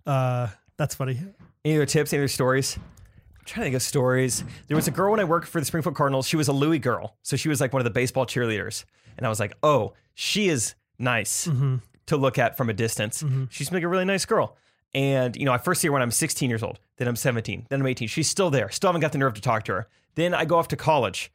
Speaker 2: Uh, that's funny.
Speaker 1: Any other tips? Any other stories? I'm trying to think of stories. There was a girl when I worked for the Springfield Cardinals. She was a Louis girl, so she was like one of the baseball cheerleaders, and I was like, oh, she is nice
Speaker 2: Hmm. Mm-hmm.
Speaker 1: to look at from a distance. She's like a really nice girl. And you know, I first see her when I'm 16 years old, then I'm 17, then I'm 18. She's still there. Still haven't got the nerve to talk to her. Then I go off to college.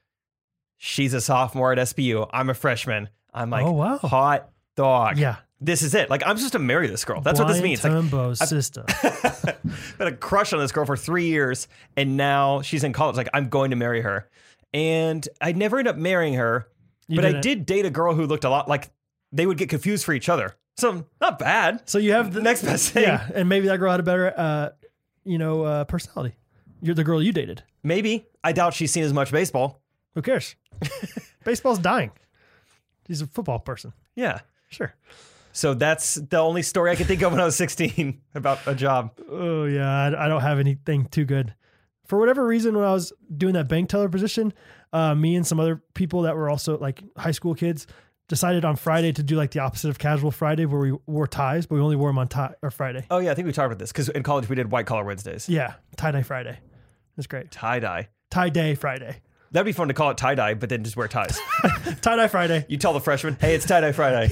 Speaker 1: She's a sophomore at SBU. I'm a freshman. I'm like,
Speaker 2: Oh, wow.
Speaker 1: hot dog.
Speaker 2: Yeah.
Speaker 1: This is it. Like I'm supposed to marry this girl. That's what this
Speaker 2: Brian
Speaker 1: means. Like
Speaker 2: Turnbow's sister.
Speaker 1: had a crush on this girl for three years, and now she's in college. Like, I'm going to marry her. And I never ended up marrying her,
Speaker 2: You
Speaker 1: but I
Speaker 2: didn't.
Speaker 1: did date a girl who looked a lot like they would get confused for each other. So, not bad.
Speaker 2: So you have
Speaker 1: The
Speaker 2: the
Speaker 1: next best thing.
Speaker 2: yeah, and maybe that girl had a better, uh, you know, uh, personality. You're the girl you dated.
Speaker 1: Maybe. I doubt she's seen as much baseball.
Speaker 2: Who cares? Baseball's dying. He's a football person.
Speaker 1: Yeah.
Speaker 2: Sure.
Speaker 1: So, that's the only story I could think of when I was 16 about a job.
Speaker 2: Oh yeah, I, I don't have anything too good. For whatever reason, when I was doing that bank teller position, uh, me and some other people that were also like high school kids decided on Friday to do like the opposite of casual Friday, where we wore ties, but we only wore them on tie or Friday.
Speaker 1: Oh, yeah. I think we talked about this because in college we did white collar Wednesdays,
Speaker 2: Yeah, tie dye Friday. That's great.
Speaker 1: tie dye.
Speaker 2: Tie day Friday.
Speaker 1: That'd be fun to call it tie dye, but then just wear ties.
Speaker 2: Tie dye Friday.
Speaker 1: you tell the freshmen, hey, it's tie dye Friday.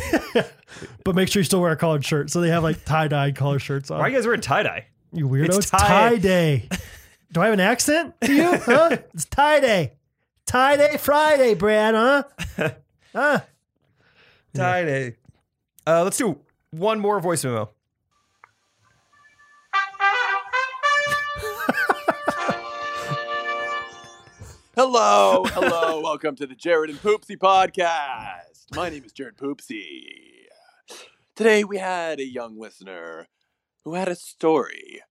Speaker 2: But make sure you still wear a collared shirt. So they have like tie dye collared shirts on.
Speaker 1: Why are you guys wearing tie dye?
Speaker 2: You weirdo.
Speaker 1: It's
Speaker 2: It's
Speaker 1: tie-
Speaker 2: tie, day. Do I have an accent to you? Huh? It's tie day. Tie day Friday, Brad, huh? Huh?
Speaker 1: Tiny. Uh, let's do one more voice memo.
Speaker 8: Hello, hello, welcome to the Jared and Poopsie podcast. My name is Jared Poopsie. Today we had a young listener who had a story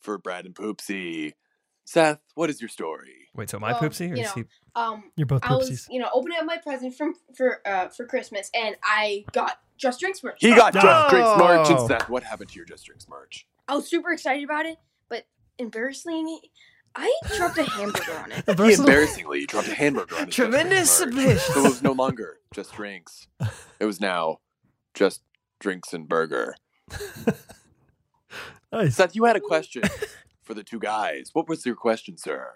Speaker 8: for Brad and Poopsie. Seth, what is your story?
Speaker 1: Wait, so am I
Speaker 9: Well,
Speaker 1: poopsie or
Speaker 9: you
Speaker 1: is he?
Speaker 9: know, Um,
Speaker 2: You're both
Speaker 9: I
Speaker 2: poopsies.
Speaker 9: was, you know, opening up my present from for uh for Christmas, and I got Just Drinks merch.
Speaker 8: He got Just Drinks merch.
Speaker 1: Oh.
Speaker 8: And Seth, what happened to your Just Drinks merch?
Speaker 9: I was super excited about it, but embarrassingly, I dropped a hamburger on it.
Speaker 8: He
Speaker 2: Versatile-
Speaker 8: embarrassingly dropped a hamburger on his Just
Speaker 1: Tremendous
Speaker 8: Drinks merch.
Speaker 1: ambition.
Speaker 8: So it was no longer Just Drinks. It was now Just Drinks and Burger.
Speaker 2: Nice.
Speaker 8: Seth, you had a question for the two guys. What was your question, sir?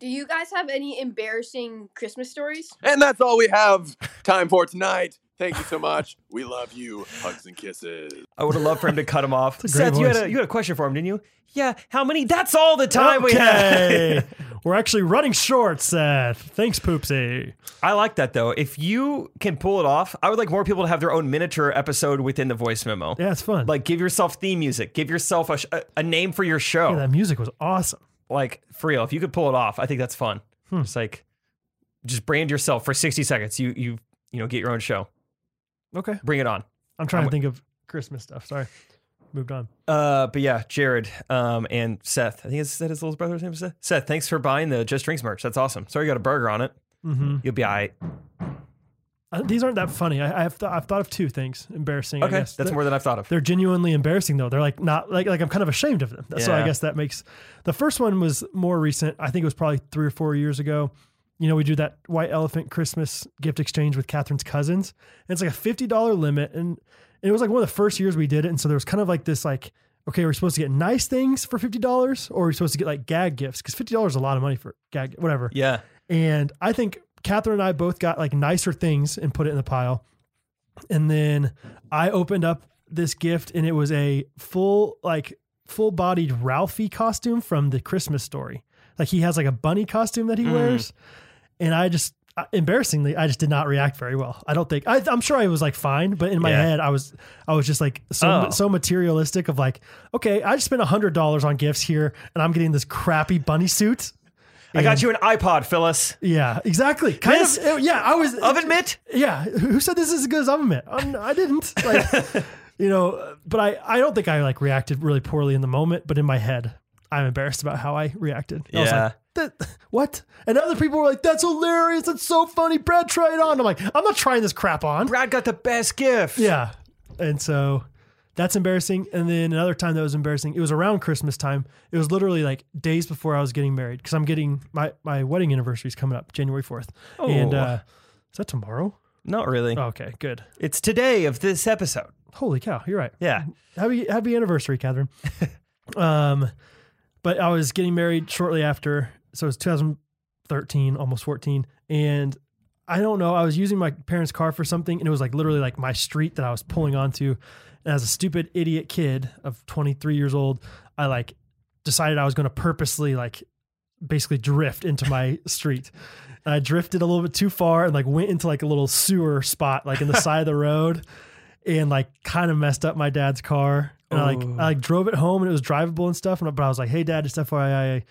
Speaker 9: Do you guys have any embarrassing Christmas stories?
Speaker 8: And that's all we have time for tonight. Thank you so much. We love you. Hugs and kisses.
Speaker 1: I would have loved for him to cut him off.
Speaker 2: a great
Speaker 1: Seth, you had
Speaker 2: voice.
Speaker 1: a you had a question for him, didn't you? Yeah. How many? That's all the time we had.
Speaker 2: Okay. We're actually running short, Seth. Thanks, Poopsie.
Speaker 1: I like that though. If you can pull it off, I would like more people to have their own miniature episode within the voice memo.
Speaker 2: Yeah, it's fun.
Speaker 1: Like, give yourself theme music. Give yourself a, sh- a, a name for your show.
Speaker 2: Yeah, that music was awesome.
Speaker 1: like for real, if you could pull it off, I think that's fun.
Speaker 2: Hmm.
Speaker 1: It's like just brand yourself for sixty seconds. You you you know get your own show.
Speaker 2: Okay.
Speaker 1: Bring it on.
Speaker 2: I'm trying to think of Christmas stuff. Sorry. Moved on.
Speaker 1: Uh, but yeah, Jared um, and Seth. I think it's that his little brother's name is Seth. Seth, thanks for buying the Just Drinks merch. That's awesome. Sorry you got a burger on it.
Speaker 2: Mm-hmm. Uh,
Speaker 1: You'll be all right.
Speaker 2: these aren't that funny. I, I have th- I've thought of two things embarrassing. I
Speaker 1: Okay,
Speaker 2: guess.
Speaker 1: that's
Speaker 2: Th-
Speaker 1: more than I've thought of.
Speaker 2: They're genuinely embarrassing though. They're like not like like I'm kind of ashamed of them. So
Speaker 1: Yeah.
Speaker 2: I guess that makes the first one was more recent. I think it was probably three or four years ago. You know, we do that white elephant Christmas gift exchange with Catherine's cousins. And it's like a fifty dollar limit. And, and it was like one of the first years we did it. And so there was kind of like this like, okay, we're supposed to get nice things for fifty dollars, or we're supposed to get like gag gifts, because fifty dollars is a lot of money for gag whatever.
Speaker 1: Yeah,
Speaker 2: And I think Catherine and I both got like nicer things and put it in the pile. And then I opened up this gift and it was a full, like, full bodied Ralphie costume from the Christmas story. Like, he has like a bunny costume that he
Speaker 1: Mm.
Speaker 2: wears. And I just, I- embarrassingly, I just did not react very well. I don't think, I, I'm sure I was like fine, but in my
Speaker 1: Yeah.
Speaker 2: head, I was, I was just like so,
Speaker 1: Oh.
Speaker 2: so materialistic of like, okay, I just spent $100 on gifts here and I'm getting this crappy bunny suit.
Speaker 1: I got
Speaker 2: And-
Speaker 1: you an iPod, Phyllis.
Speaker 2: yeah, exactly. Kind
Speaker 1: This-
Speaker 2: of. Yeah, I was.
Speaker 1: Oven mitt.
Speaker 2: Yeah, who said this is as good as oven mitt? I'm, I didn't. Like, you know, but I, I don't think I like reacted really poorly in the moment, but in my head, I'm embarrassed about how I reacted. I was
Speaker 1: Yeah.
Speaker 2: like, that, what? And other people were like, that's hilarious. That's so funny. Brad, try it on. I'm like, I'm not trying this crap on.
Speaker 1: Brad got the best gift.
Speaker 2: Yeah. And so That's embarrassing. And then another time that was embarrassing. It was around Christmas time. It was literally like days before I was getting married because I'm getting my my wedding anniversary is coming up January fourth.
Speaker 1: Oh.
Speaker 2: And uh, is that tomorrow?
Speaker 1: Not really.
Speaker 2: Oh, okay, good.
Speaker 1: It's today of this episode.
Speaker 2: Holy cow, you're right.
Speaker 1: Yeah.
Speaker 2: Happy happy anniversary, Catherine. um, but I was getting married shortly after, so it was 2013, almost 14, and I don't know. I was using my parents' car for something, and it was like literally like my street that I was pulling onto. And as a stupid idiot kid of 23 years old, I like decided I was going to purposely like basically drift into my street. And I drifted a little bit too far and like went into like a little sewer spot like in the side of the road and like kind of messed up my dad's car. And I like
Speaker 1: Oh.
Speaker 2: I like drove it home and it was drivable and stuff. And but I was like, hey dad, just FYI,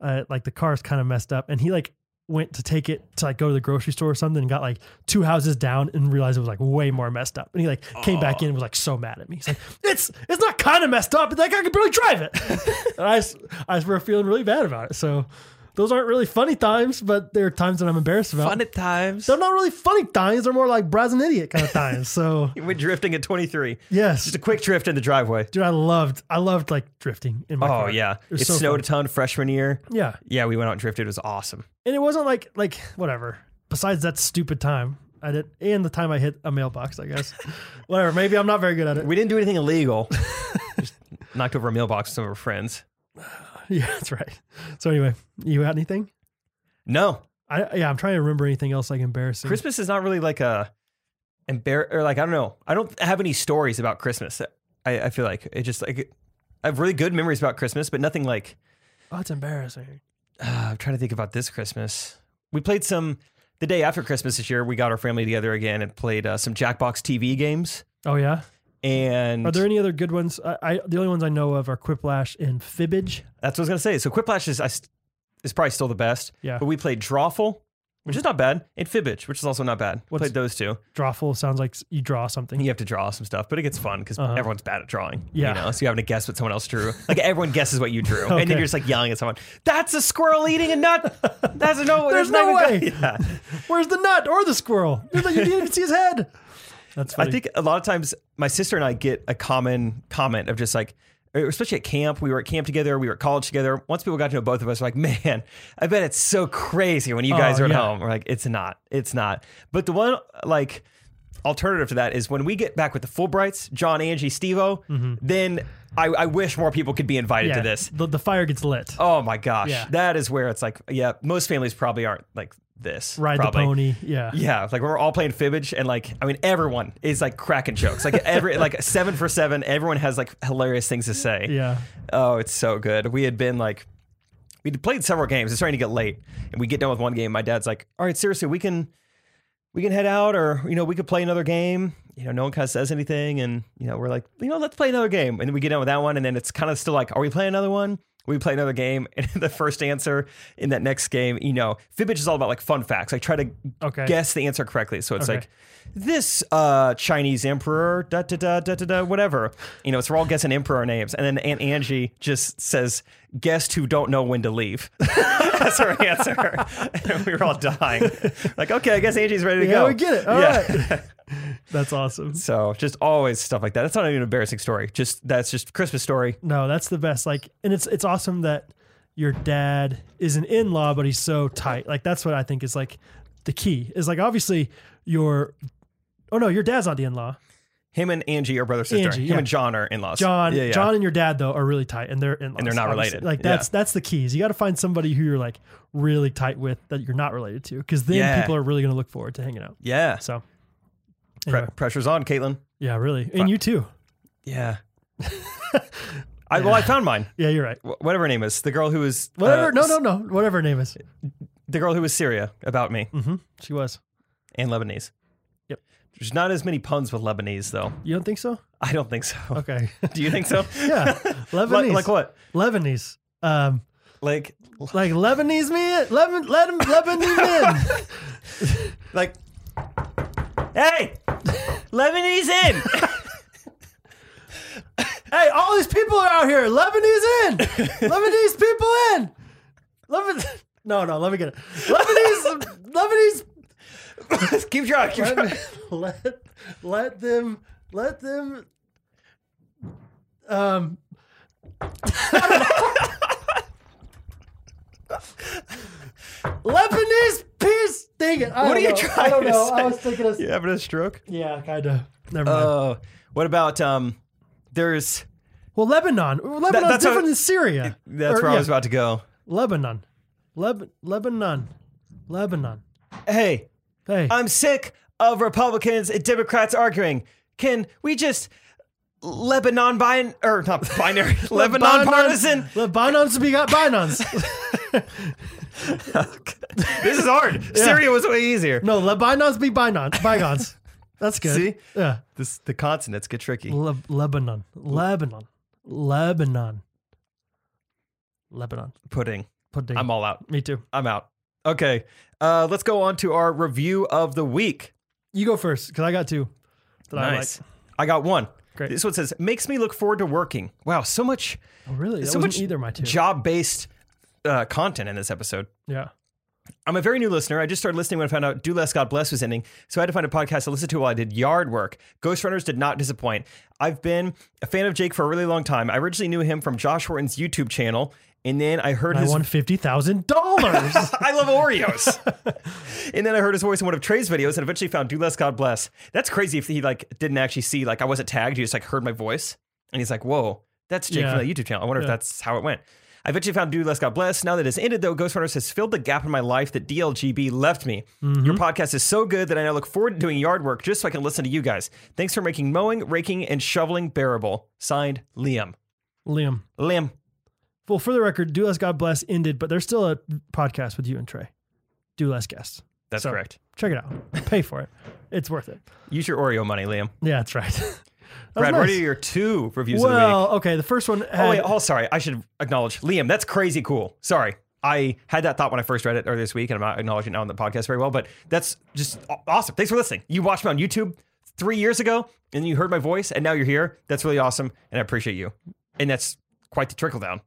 Speaker 2: uh, like the car's kind of messed up. And he like went to take it to like go to the grocery store or something and got like two houses down and realized it was like way more messed up. And he like came back in and was like so mad at me. He's like, it's it's not kind of messed up. It's like I can barely drive it. and I s- I were feeling really bad about it. So those aren't really funny times, but they're times that I'm embarrassed about.
Speaker 1: Fun at times.
Speaker 2: They're not really funny times. They're more like Brad's an idiot kind of times. So
Speaker 1: We're drifting at 23.
Speaker 2: yes,
Speaker 1: Just a quick drift in the driveway.
Speaker 2: dude, I loved I loved like drifting in my.
Speaker 1: Oh
Speaker 2: car.
Speaker 1: yeah,
Speaker 2: was
Speaker 1: it,
Speaker 2: so
Speaker 1: snowed a ton freshman year.
Speaker 2: yeah,
Speaker 1: Yeah, we went out and drifted. It was awesome.
Speaker 2: and it wasn't like like whatever. Besides that stupid time I did, and the time I hit a mailbox, I guess. whatever. Maybe I'm not very good at it.
Speaker 1: We didn't do anything illegal. Just knocked over a mailbox with some of our friends.
Speaker 2: yeah, that's right. So anyway, you got anything?
Speaker 1: No,
Speaker 2: I yeah, I'm trying to remember anything else like embarrassing.
Speaker 1: Christmas is not really like a embar or like I don't know. I don't have any stories about Christmas. I, I feel like it just like I have really good memories about Christmas, but nothing like
Speaker 2: Oh, it's embarrassing.
Speaker 1: uh, I'm trying to think about this Christmas. We played some the day after Christmas this year. We got our family together again and played uh, some Jackbox TV games.
Speaker 2: Oh yeah.
Speaker 1: And
Speaker 2: Are there any other good ones? I, I the only ones I know of are Quiplash and Fibbage.
Speaker 1: that's what I was gonna say. So Quiplash is I st- is probably still the best.
Speaker 2: Yeah.
Speaker 1: But we played Drawful, which is not bad, and Fibbage, which is also not bad.
Speaker 2: What's-
Speaker 1: played those two.
Speaker 2: Drawful sounds like you draw something.
Speaker 1: And you have to draw some stuff, but it gets fun because
Speaker 2: Uh-huh.
Speaker 1: everyone's bad at drawing.
Speaker 2: Yeah.
Speaker 1: You know, so you're having to guess what someone else drew. Like everyone guesses what you drew. And
Speaker 2: Okay.
Speaker 1: then you're just like yelling at someone, that's a squirrel eating a nut. That's a no.
Speaker 2: There's
Speaker 1: not
Speaker 2: no
Speaker 1: even-
Speaker 2: way.
Speaker 1: Yeah.
Speaker 2: Where's the nut or the squirrel? You're like, you didn't even see his head. That's funny.
Speaker 1: I think a lot of times my sister and I get a common comment of just like, especially at camp, we were at camp together, we were at college together. Once people got to know both of us, we're like, man, I bet it's so crazy when you
Speaker 2: Oh,
Speaker 1: guys are at
Speaker 2: yeah.
Speaker 1: home. We're like, it's not, it's not. But the one like alternative to that is when we get back with the Fulbrights, John, Angie, Stevo, then I, I wish more people could be invited
Speaker 2: Hmm. Mm-hmm. yeah,
Speaker 1: to this.
Speaker 2: The, the fire gets lit.
Speaker 1: Oh my gosh,
Speaker 2: Yeah.
Speaker 1: that is where it's like, yeah, most families probably aren't like this.
Speaker 2: Ride
Speaker 1: probably.
Speaker 2: the pony. Yeah.
Speaker 1: Yeah, like when we're all playing fibbage, and like I mean, everyone is like cracking jokes. Like every like seven for seven, everyone has like hilarious things to say.
Speaker 2: Yeah.
Speaker 1: Oh, it's so good. We had been like, we would played several games. It's starting to get late, and we get done with one game. My dad's like, "All right, seriously, we can, we can head out, or you know, we could play another game." You know, no one kind of says anything, and you know, we're like, you know, let's play another game. And then we get done with that one, and then it's kind of still like, "Are we playing another one?" We play another game, and the first answer in that next game, you know, fibbage is all about like fun facts. Like try to
Speaker 2: Okay.
Speaker 1: guess the answer correctly. So it's
Speaker 2: Okay.
Speaker 1: like this uh, Chinese emperor, da da da da da da, whatever. You know, so we're all guessing emperor names, and then Aunt Angie just says, "Guest who don't know when to leave." That's her answer, and we were all dying. Like, okay, I guess Angie's ready to
Speaker 2: Yeah,
Speaker 1: go.
Speaker 2: we get it. All
Speaker 1: Yeah.
Speaker 2: That's awesome.
Speaker 1: so just always stuff like that. That's not even an embarrassing story. Just that's just Christmas story.
Speaker 2: No, that's the best. Like, and it's it's awesome that your dad is an in law, but he's so tight. Like, that's what I think is like the key. Is like obviously your. Oh no, your dad's not the in law.
Speaker 1: Him and Angie are brother sister.
Speaker 2: Angie,
Speaker 1: Him
Speaker 2: yeah.
Speaker 1: and John are in laws.
Speaker 2: John, John, and your dad though are really tight, and they're in
Speaker 1: And they're not related.
Speaker 2: Like
Speaker 1: Yeah.
Speaker 2: that's that's the keys. You got to find somebody who you're like really tight with that you're not related to, because then
Speaker 1: Yeah.
Speaker 2: people are really going to look forward to hanging out.
Speaker 1: Yeah.
Speaker 2: So,
Speaker 1: Pre-
Speaker 2: anyway,
Speaker 1: pressure's on, Caitlin.
Speaker 2: yeah, really, and you too.
Speaker 1: Yeah. I, Well, I found mine.
Speaker 2: Yeah, you're right.
Speaker 1: Wh- whatever her name is, the girl who was uh,
Speaker 2: Whatever. no,
Speaker 1: s-
Speaker 2: no, no. Whatever her name is.
Speaker 1: the girl who was Syria about me
Speaker 2: hmm She was.
Speaker 1: and Lebanese.
Speaker 2: Yep.
Speaker 1: There's not as many puns with Lebanese though.
Speaker 2: You don't think so?
Speaker 1: I don't think so.
Speaker 2: Okay.
Speaker 1: Do you think so?
Speaker 2: yeah. Lebanese.
Speaker 1: Like, like what?
Speaker 2: Lebanese. Um,
Speaker 1: Like
Speaker 2: like Lebanese men. Leban, Leban, Lebanese men.
Speaker 1: like. Hey, Lebanese in.
Speaker 2: hey, all these people are out here. Lebanese in. Lebanese people in. Leban. No, no. Let me get it. Lebanese. Lebanese.
Speaker 1: keep trying. Keep trying.
Speaker 2: Let, let let them. Let them. Um, Lebanese peas. Dang it! I
Speaker 1: What
Speaker 2: don't
Speaker 1: are you
Speaker 2: know. I
Speaker 1: trying
Speaker 2: don't
Speaker 1: to
Speaker 2: know. I
Speaker 1: say?
Speaker 2: was thinking of
Speaker 1: You having a stroke?
Speaker 2: yeah, kind of. Never mind.
Speaker 1: Oh, what about um? There's
Speaker 2: well, Lebanon. Lebanon's
Speaker 1: that's how-
Speaker 2: different than Syria.
Speaker 1: that's
Speaker 2: Or,
Speaker 1: where I
Speaker 2: yeah,
Speaker 1: was about to go.
Speaker 2: Lebanon. Leb- Lebanon. Lebanon.
Speaker 1: Hey,
Speaker 2: Hey.
Speaker 1: I'm sick of Republicans and Democrats arguing. Can we just Lebanon bin or not binary Lebanon partisan?
Speaker 2: Lebanon's we got Binons.
Speaker 1: This is hard. Syria was way easier.
Speaker 2: No, Lebanon's be Binons. Bygones. That's good.
Speaker 1: See?
Speaker 2: Yeah.
Speaker 1: This the consonants get tricky.
Speaker 2: Le- Lebanon. Lebanon. Lebanon. Lebanon.
Speaker 1: Pudding.
Speaker 2: Pudding.
Speaker 1: I'm all out.
Speaker 2: Me too.
Speaker 1: I'm out. Okay. Uh, let's go on to our review of the week.
Speaker 2: You go first because I got two that
Speaker 1: Nice. I got one.
Speaker 2: Great.
Speaker 1: This one says makes me look forward to working. Wow, so much
Speaker 2: I like. Oh, really? That
Speaker 1: so
Speaker 2: wasn't
Speaker 1: much
Speaker 2: either of my two.
Speaker 1: job based uh, content in this episode.
Speaker 2: yeah.
Speaker 1: I'm a very new listener. I just started listening when I found out Do Less God Bless was ending. So I had to find a podcast to listen to while I did yard work. Ghost Runners did not disappoint. I've been a fan of Jake for a really long time. I originally knew him from Josh Horton's YouTube channel, and then I heard
Speaker 2: I
Speaker 1: his
Speaker 2: won fifty thousand dollars.
Speaker 1: I love Oreos. and then I heard his voice in one of Trey's videos and eventually found Do Less God Bless. That's crazy if he like didn't actually see, like I wasn't tagged, he just like heard my voice. And he's like, Whoa, that's Jake
Speaker 2: Yeah.
Speaker 1: from that YouTube channel. I wonder if
Speaker 2: Yeah.
Speaker 1: that's how it went. I eventually found Do Less God Bless. Now that it's ended though, Ghost Runners has filled the gap in my life that DLGB left me.
Speaker 2: Mm-hmm.
Speaker 1: Your podcast is so good that I now look forward to doing yard work just so I can listen to you guys. Thanks for making mowing, raking, and shoveling bearable. Signed, Liam.
Speaker 2: Liam.
Speaker 1: Liam.
Speaker 2: Well, for the record, Do Less God Bless ended, but there's still a podcast with you and Trey. Do Less Guests.
Speaker 1: That's
Speaker 2: So-
Speaker 1: correct.
Speaker 2: Check it out. Pay for it. It's worth it.
Speaker 1: Use your Oreo money, Liam.
Speaker 2: Yeah, that's right. That was
Speaker 1: Brad, what are
Speaker 2: nice.
Speaker 1: your two reviews of the week?
Speaker 2: Well, okay. The first one.
Speaker 1: Oh
Speaker 2: Had,
Speaker 1: wait, oh sorry. I should acknowledge Liam. That's crazy cool. Sorry, I had that thought when I first read it earlier this week, and I'm not acknowledging it now on the podcast very well. But that's just aw- awesome. Thanks for listening. You watched me on YouTube three years ago, and you heard my voice, and now you're here. That's really awesome, and I appreciate you. And that's quite the trickle down,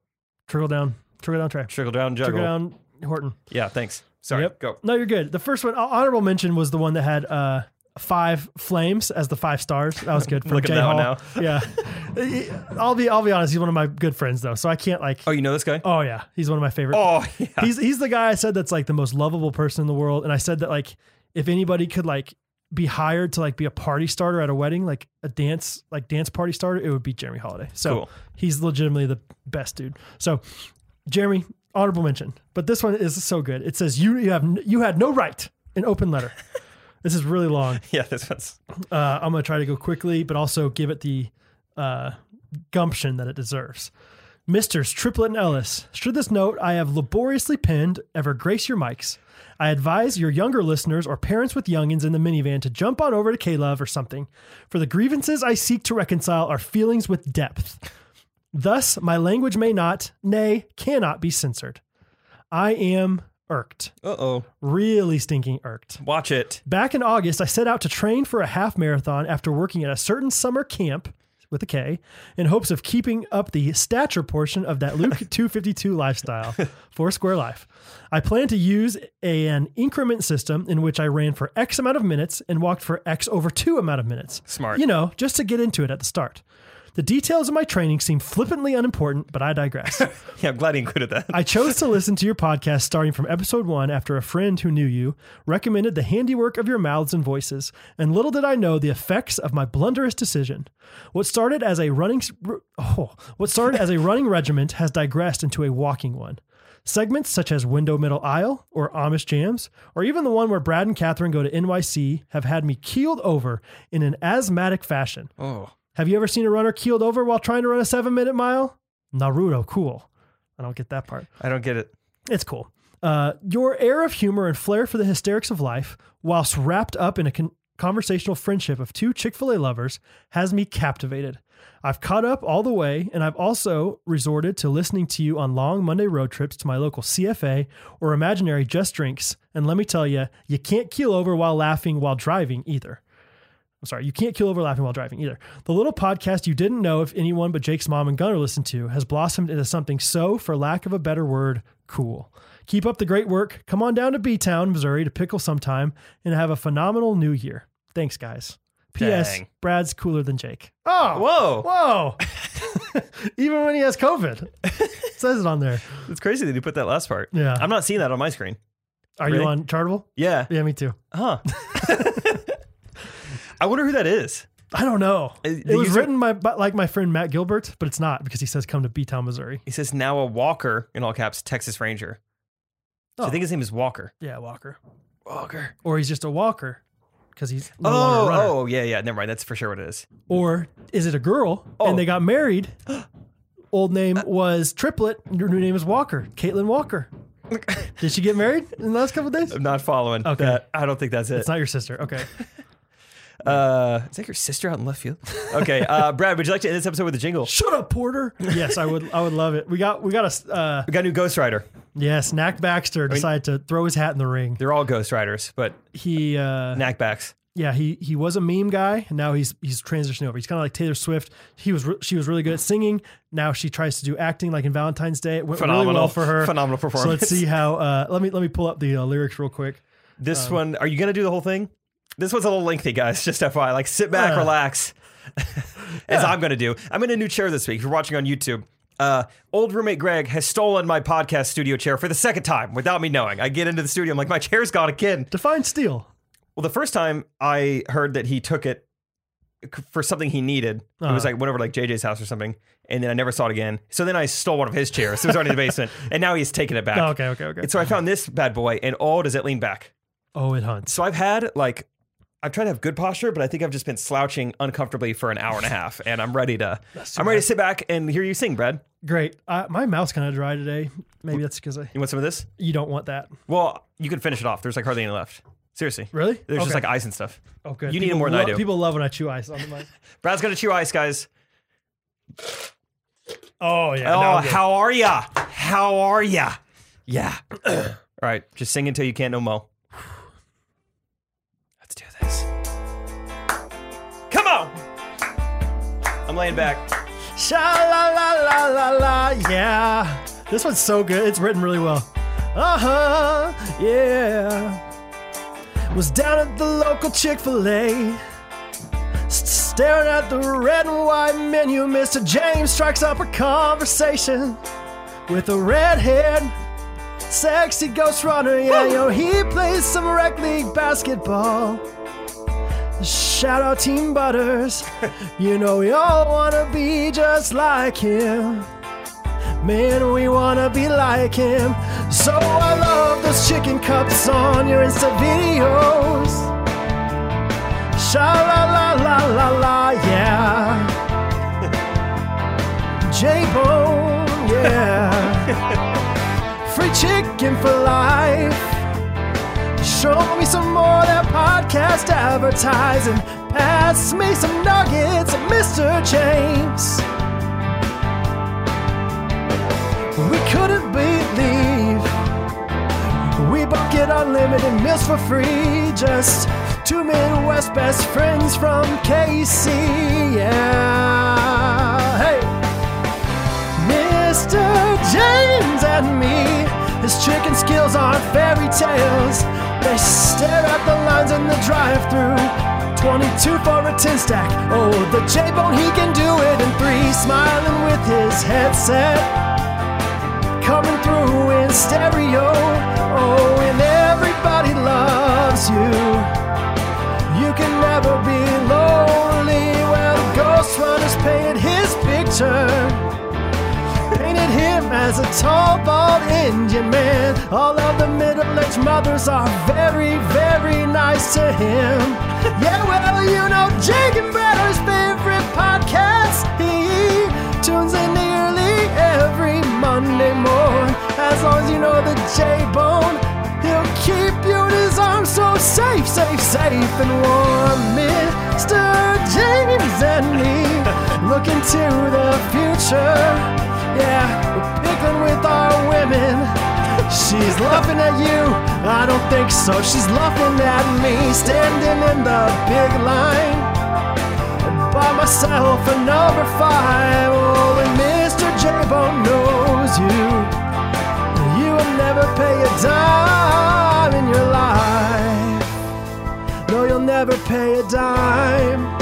Speaker 2: trickle down. Trickle down, Trey.
Speaker 1: trickle down, juggle.
Speaker 2: Trickle down, Horton.
Speaker 1: Yeah, thanks. Sorry. Go.
Speaker 2: No, you're good. The first one, uh, honorable mention, was the one that had uh, five flames as the five stars. That was good. From
Speaker 1: Look at
Speaker 2: Jay
Speaker 1: that one
Speaker 2: Hall. Yeah, I'll be I'll be honest. He's one of my good friends though, so I can't like.
Speaker 1: Oh, you know this guy?
Speaker 2: Oh yeah, he's one of my favorite.
Speaker 1: Oh, yeah.
Speaker 2: He's he's the guy I said that's like the most lovable person in the world, and I said that like if anybody could like be hired to like be a party starter at a wedding, like a dance like dance party starter, it would be Jeremy Holiday. So
Speaker 1: Cool.
Speaker 2: he's legitimately the best dude. So Jeremy, honorable mention, but this one is so good. It says you you have n- you had no right. An open letter. this is really long.
Speaker 1: yeah, this one's
Speaker 2: Uh, I'm going to try to go quickly, but also give it the uh, gumption that it deserves. Misters Triplet and Ellis, should this note I have laboriously penned ever grace your mics, I advise your younger listeners or parents with youngins in the minivan to jump on over to K-Love or something, for the grievances I seek to reconcile are feelings with depth. Thus, my language may not, nay, cannot be censored. I am irked,
Speaker 1: uh oh.
Speaker 2: really stinking irked.
Speaker 1: Watch it.
Speaker 2: Back in August, I set out to train for a half marathon after working at a certain summer camp with a K in hopes of keeping up the stature portion of that Luke 252 lifestyle for Square Life. I plan to use an increment system in which I ran for X amount of minutes and walked for X over two amount of minutes.
Speaker 1: Smart.
Speaker 2: You know, just to get into it at the start. The details of my training seem flippantly unimportant, but I digress.
Speaker 1: Yeah, I'm glad he included that.
Speaker 2: I chose to listen to your podcast starting from episode one after a friend who knew you recommended the handiwork of your mouths and voices, and little did I know the effects of my blunderous decision. What started as a running s- r- oh, what started as a running regiment has digressed into a walking one. Segments such as Window Middle Aisle or Amish Jams, or even the one where Brad and Catherine go to NYC, have had me keeled over in an asthmatic fashion.
Speaker 1: oh,
Speaker 2: Have you ever seen a runner keeled over while trying to run a seven minute mile? Naruto, cool. I don't get that part.
Speaker 1: I don't get it.
Speaker 2: It's cool. Uh, your air of humor and flair for the hysterics of life, whilst wrapped up in a con- conversational friendship of two Chick fil A lovers, has me captivated. I've caught up all the way, and I've also resorted to listening to you on long Monday road trips to my local CFA or imaginary Just Drinks. And let me tell you, you can't keel over while laughing while driving either. I'm sorry, you can't kill over laughing while driving either. The little podcast you didn't know if anyone but Jake's mom and Gunner listened to has blossomed into something so, for lack of a better word, cool. Keep up the great work. Come on down to B Town, Missouri to pickle sometime and have a phenomenal new year. Thanks, guys. P.S.
Speaker 1: Dang.
Speaker 2: Brad's cooler than Jake. Oh,
Speaker 1: Whoa.
Speaker 2: whoa. Even when he has COVID, It says it on there.
Speaker 1: It's crazy that you put that last part.
Speaker 2: Yeah.
Speaker 1: I'm not seeing that on my screen.
Speaker 2: Are
Speaker 1: Really?
Speaker 2: you on Chartable?
Speaker 1: Yeah.
Speaker 2: Yeah, me too.
Speaker 1: Huh. I wonder who that is.
Speaker 2: I don't know.
Speaker 1: Uh,
Speaker 2: It
Speaker 1: the
Speaker 2: was
Speaker 1: user-
Speaker 2: written by, by like my friend Matt Gilbert, but it's not because he says come to B Town, Missouri.
Speaker 1: He says now a Walker in all caps Texas Ranger. So I
Speaker 2: Oh.
Speaker 1: think his name is Walker.
Speaker 2: Yeah, Walker.
Speaker 1: Walker.
Speaker 2: Or he's just a walker because he's no longer a
Speaker 1: Oh,
Speaker 2: runner.
Speaker 1: oh, yeah, yeah. Never mind. That's for sure what it is.
Speaker 2: Or is it a girl
Speaker 1: Oh. Uh.
Speaker 2: and they got married? Old name was Triplet. Her new name is Walker. Caitlin Walker. Did she get married in the last couple of days?
Speaker 1: I'm not following.
Speaker 2: Okay.
Speaker 1: that. I don't think that's it.
Speaker 2: It's not your sister. Okay.
Speaker 1: uh, is that your sister out in left field? Okay. Uh, Brad, would you like to end this episode with a jingle?
Speaker 2: Shut up, Porter. Yes, I would. I would love it. We got. We got a. s- Uh,
Speaker 1: We got a new Ghost Rider.
Speaker 2: yes, Knack Baxter decided to throw his hat in the ring.
Speaker 1: They're all Ghost Riders, but
Speaker 2: He. Uh,
Speaker 1: knackbacks.
Speaker 2: yeah, he he was a meme guy, and now he's he's transitioning over. He's kind of like Taylor Swift. He was re- she was really good at singing. Now she tries to do acting, like in Valentine's Day. It went
Speaker 1: Phenomenal
Speaker 2: really well for her.
Speaker 1: Phenomenal
Speaker 2: So
Speaker 1: performance.
Speaker 2: let's see how. Uh, let me let me pull up the uh, lyrics real quick.
Speaker 1: This one, are you going to do the whole thing? This one's a little lengthy, guys. Just FYI, like sit back,
Speaker 2: Uh.
Speaker 1: relax. As I'm going to do. I'm in a new chair this week. If you're watching on YouTube, uh, old roommate Greg has stolen my podcast studio chair for the second time without me knowing. I get into the studio, I'm like, my chair's gone again.
Speaker 2: Define steel.
Speaker 1: Well, the first time I heard that he took it c- for something he needed, it was
Speaker 2: Uh-huh.
Speaker 1: like went over to, like JJ's house or something, and then I never saw it again. So then I stole one of his chairs. It was already in the basement, and now he's taken it back.
Speaker 2: Oh, okay, okay, okay.
Speaker 1: And so I found this bad boy, and oh, does it lean back?
Speaker 2: oh, it hunts.
Speaker 1: So I've had like I've tried to have good posture, but I think I've just been slouching uncomfortably for an hour and a half, and I'm ready to
Speaker 2: too
Speaker 1: I'm ready
Speaker 2: bad.
Speaker 1: to sit back and hear you sing, Brad.
Speaker 2: Great. Uh, my mouth's kind of dry today. Maybe that's because
Speaker 1: You want some of this?
Speaker 2: you don't want that.
Speaker 1: Well, you can finish it off. There's like hardly any left. Seriously,
Speaker 2: Really?
Speaker 1: there's just
Speaker 2: Okay.
Speaker 1: like ice and stuff.
Speaker 2: Oh, good.
Speaker 1: you need it more than I
Speaker 2: lo-
Speaker 1: do.
Speaker 2: People love when I chew ice on the mic.
Speaker 1: Brad's gonna chew ice, guys.
Speaker 2: Oh yeah. now
Speaker 1: Oh,
Speaker 2: I'm good.
Speaker 1: how are ya? How are ya? Yeah. All right, just sing until you can't no mo. Let's do this. Come on. I'm laying back.
Speaker 2: Sha la la la la la, yeah. This one's so good. It's written really well. Uh huh, yeah. Was down at the local Chick fil A. Staring at the red and white menu, Mr. James strikes up a conversation with a redhead, sexy ghost runner. Yeah, yo, he plays some rec league basketball. Shout out Team Butters. You know, we all wanna be just like him. Man, we wanna be like him. So I love those chicken cups on your Insta videos. Sha la la la la la, yeah. J Bone, yeah. Free chicken for life. Show me some more of that podcast advertising. Pass me some nuggets, Mr. James. We couldn't believe we both get unlimited meals for free. Just two Midwest best friends from KC. Yeah. Hey. Mr. James and me. His chicken skills aren't fairy tales. They stare at the lines in the drive thru. 22 for a 10 stack. Oh, the J Bone, he can do it in three. Smiling with his headset. Coming through in stereo. Oh, and everybody loves you. You can never be lonely. Well, Ghost Runner's painted his picture painted him as a tall, bald Indian man. All of the middle-aged mothers are very, very nice to him. yeah, well, you know, Jake and Bradder's favorite podcast. He tunes in nearly every Monday morn. As long as you know the J-Bone, he'll keep you in his arms so safe, safe, safe and warm. Mr. James and me look into the future. Yeah, we're pickling with our women. She's laughing at you. I don't think so. She's laughing at me. Standing in the big line by myself for number five. Oh, and Mr. J Bone knows you. You will never pay a dime in your life. No, you'll never pay a dime.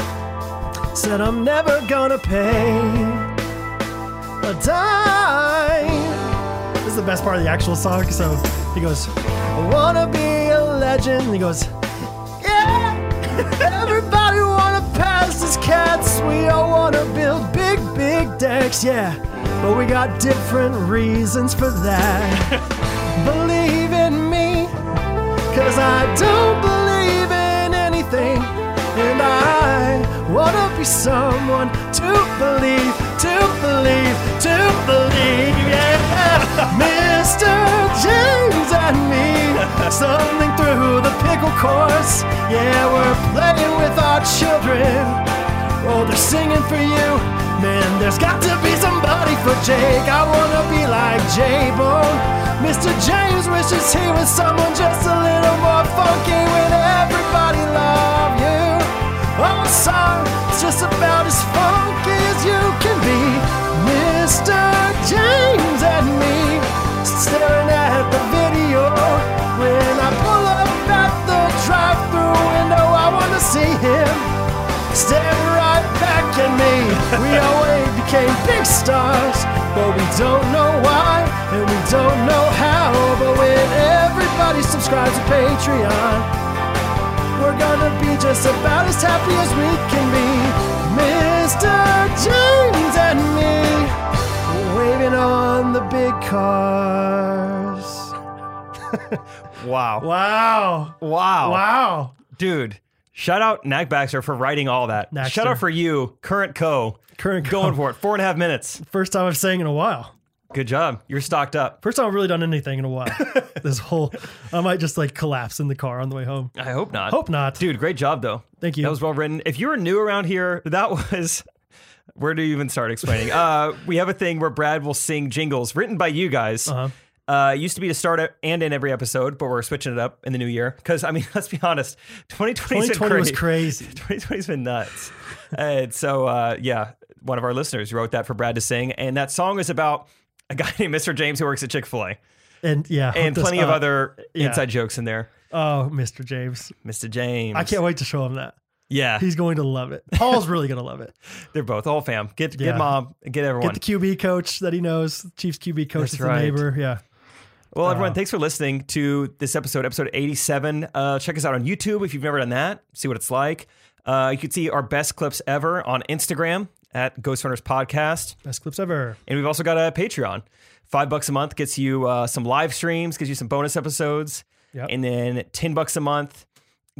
Speaker 2: Said I'm never gonna pay. a time. This is the best part of the actual song. So he goes, I wanna be a legend. And he goes, Yeah, everybody wanna pass as cats. We all wanna build big, big decks. Yeah, but we got different reasons for that. Believe in me, cause I don't believe in anything. And I wanna be someone to believe, to believe, to believe, yeah. Mr. James and me, something through the pickle course. Yeah, we're playing with our children. Oh, they're singing for you. Man, there's got to be somebody for Jake. I wanna be like J Bone. Mr. James wishes he was someone just a little more funky when everybody love you. Oh, song, it's just about as funky as you can be. Mr. James and me staring at the video when I pull up at the drive-through window. I wanna see him. Stare right back at me. We always became big stars, but we don't know why and we don't know how. But when everybody subscribes to Patreon, we're gonna be just about as happy as we can be. Mr. James and me, waving on the big cars.
Speaker 1: Wow.
Speaker 2: Wow.
Speaker 1: Wow.
Speaker 2: Wow.
Speaker 1: Dude, shout out Nag Baxter for writing all that.
Speaker 2: Naxter.
Speaker 1: Shout out for you, current co.
Speaker 2: Current
Speaker 1: Going for it. Four and a half minutes.
Speaker 2: First time I've sang in a while.
Speaker 1: Good job. You're stocked up.
Speaker 2: First time I've really done anything in a while. this whole, I might just like collapse in the car on the way home.
Speaker 1: I hope not.
Speaker 2: Hope not.
Speaker 1: Dude, great job though.
Speaker 2: Thank you.
Speaker 1: That was well written. If you were new around here, that was where do you even start explaining? uh, we have a thing where Brad will sing jingles written by you guys.
Speaker 2: Uh-huh.
Speaker 1: Uh, it used to be to start out and in every episode, but we're switching it up in the new year. Because I mean, let's be honest, 2020
Speaker 2: 2020 was crazy.
Speaker 1: 2020's been nuts. and so, uh, yeah, one of our listeners wrote that for Brad to sing, and that song is about a guy named Mr. James who works at Chick Fil A,
Speaker 2: And yeah. hook
Speaker 1: and
Speaker 2: this
Speaker 1: plenty of
Speaker 2: up.
Speaker 1: other
Speaker 2: yeah.
Speaker 1: inside jokes in there.
Speaker 2: Oh, Mr. James.
Speaker 1: Mr. James,
Speaker 2: I can't wait to show him that.
Speaker 1: Yeah,
Speaker 2: He's going to love it. Paul's really going to love it.
Speaker 1: They're both the whole fam. Get
Speaker 2: Yeah.
Speaker 1: get mom, get everyone.
Speaker 2: Get the QB coach that he knows, Chiefs QB coach
Speaker 1: That's
Speaker 2: that's, the
Speaker 1: right.
Speaker 2: neighbor. Yeah.
Speaker 1: well, everyone,
Speaker 2: Uh-huh.
Speaker 1: thanks for listening to this episode, episode eighty-seven. Uh, check us out on YouTube if you've never done that. See what it's like. Uh, you can see our best clips ever on Instagram at Ghost Runners Podcast,
Speaker 2: Best clips ever.
Speaker 1: and we've also got a Patreon. Five bucks a month gets you uh, some live streams, gets you some bonus episodes,
Speaker 2: Yep.
Speaker 1: and then ten bucks a month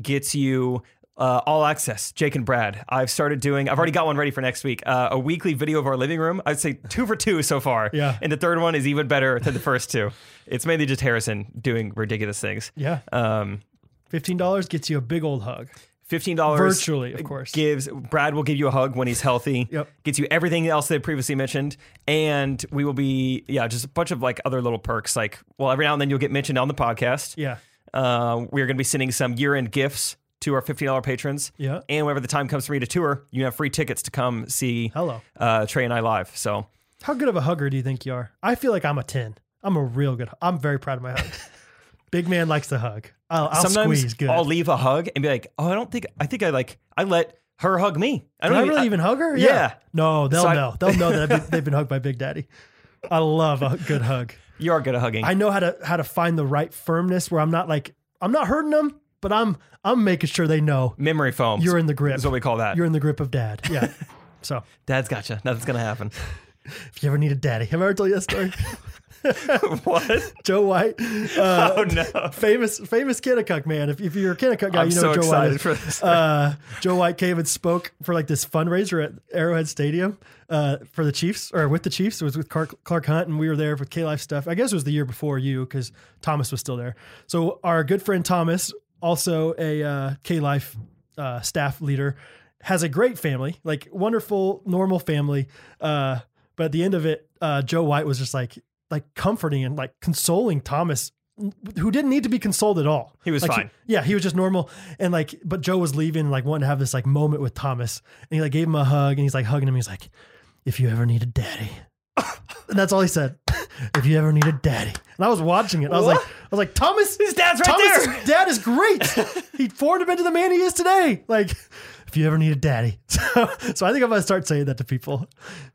Speaker 1: gets you. Uh, all access, Jake and Brad. I've started doing. I've already got one ready for next week. Uh, a weekly video of our living room. I'd say two for two so far.
Speaker 2: Yeah.
Speaker 1: And the third one is even better than the first two. It's mainly just Harrison doing ridiculous things.
Speaker 2: Yeah.
Speaker 1: Um,
Speaker 2: $15 gets you a big old hug.
Speaker 1: fifteen dollars
Speaker 2: Virtually, of course.
Speaker 1: Gives Brad will give you a hug when he's healthy.
Speaker 2: Yep.
Speaker 1: Gets you everything else they previously mentioned, and we will be yeah just a bunch of like other little perks. Like well, every now and then you'll get mentioned on the podcast.
Speaker 2: Yeah.
Speaker 1: Uh, we're going to be sending some year-end gifts to our fifteen dollars patrons.
Speaker 2: Yeah.
Speaker 1: And whenever the time comes for me to tour, you have free tickets to come see
Speaker 2: Hello.
Speaker 1: uh, Trey and I live. So
Speaker 2: How good of a hugger do you think you are? I feel like I'm a 10. I'm a real good. I'm very proud of my hug. Big man likes to hug. I'll, I'll
Speaker 1: sometimes
Speaker 2: squeeze good.
Speaker 1: I'll leave a hug and be like, oh, I don't think I think I like I let her hug me. I
Speaker 2: Did
Speaker 1: don't
Speaker 2: I really
Speaker 1: I-
Speaker 2: even hug her?
Speaker 1: Yeah.
Speaker 2: No, they'll
Speaker 1: So I-
Speaker 2: know. they'll know that I've been- they've been hugged by Big Daddy. I love a good hug.
Speaker 1: you are good at hugging.
Speaker 2: I know how to how to find the right firmness where I'm not like I'm not hurting them, but I'm I'm making sure they know
Speaker 1: Memory foam.
Speaker 2: you're in the grip.
Speaker 1: That's what we call that.
Speaker 2: You're in the grip of dad. Yeah. so
Speaker 1: Dad's gotcha. Nothing's gonna happen.
Speaker 2: if you ever need a daddy, have I ever told you that story?
Speaker 1: what?
Speaker 2: Joe White. Uh,
Speaker 1: Oh no!
Speaker 2: Famous, famous Kennecott man. If, if you're a Kennecott guy,
Speaker 1: I'm
Speaker 2: you know
Speaker 1: so
Speaker 2: Joe White.
Speaker 1: excited
Speaker 2: is.
Speaker 1: for this.
Speaker 2: uh, Joe White came and spoke for like this fundraiser at Arrowhead Stadium uh, for the Chiefs or with the Chiefs. It was with Clark, Clark Hunt, and we were there with K Life stuff. I guess it was the year before you because Thomas was still there. So our good friend Thomas, also a uh, K Life uh, staff leader, has a great family, like wonderful, normal family. Uh, but at the end of it, uh, Joe White was just like like comforting and like consoling Thomas, who didn't need to be consoled at all.
Speaker 1: He was
Speaker 2: Like,
Speaker 1: fine.
Speaker 2: yeah, he was just normal. And like, but Joe was leaving, like wanting to have this like moment with Thomas. And he like gave him a hug and he's like hugging him. He's like, if you ever need a daddy. and that's all he said. if you ever need a daddy. And I was watching it. I was like, I was like, Thomas,
Speaker 1: His dad's right
Speaker 2: Thomas'
Speaker 1: there.
Speaker 2: dad is great. he formed him into the man he is today. Like, if if you ever need a daddy. So, so I think I'm gonna start saying that to people.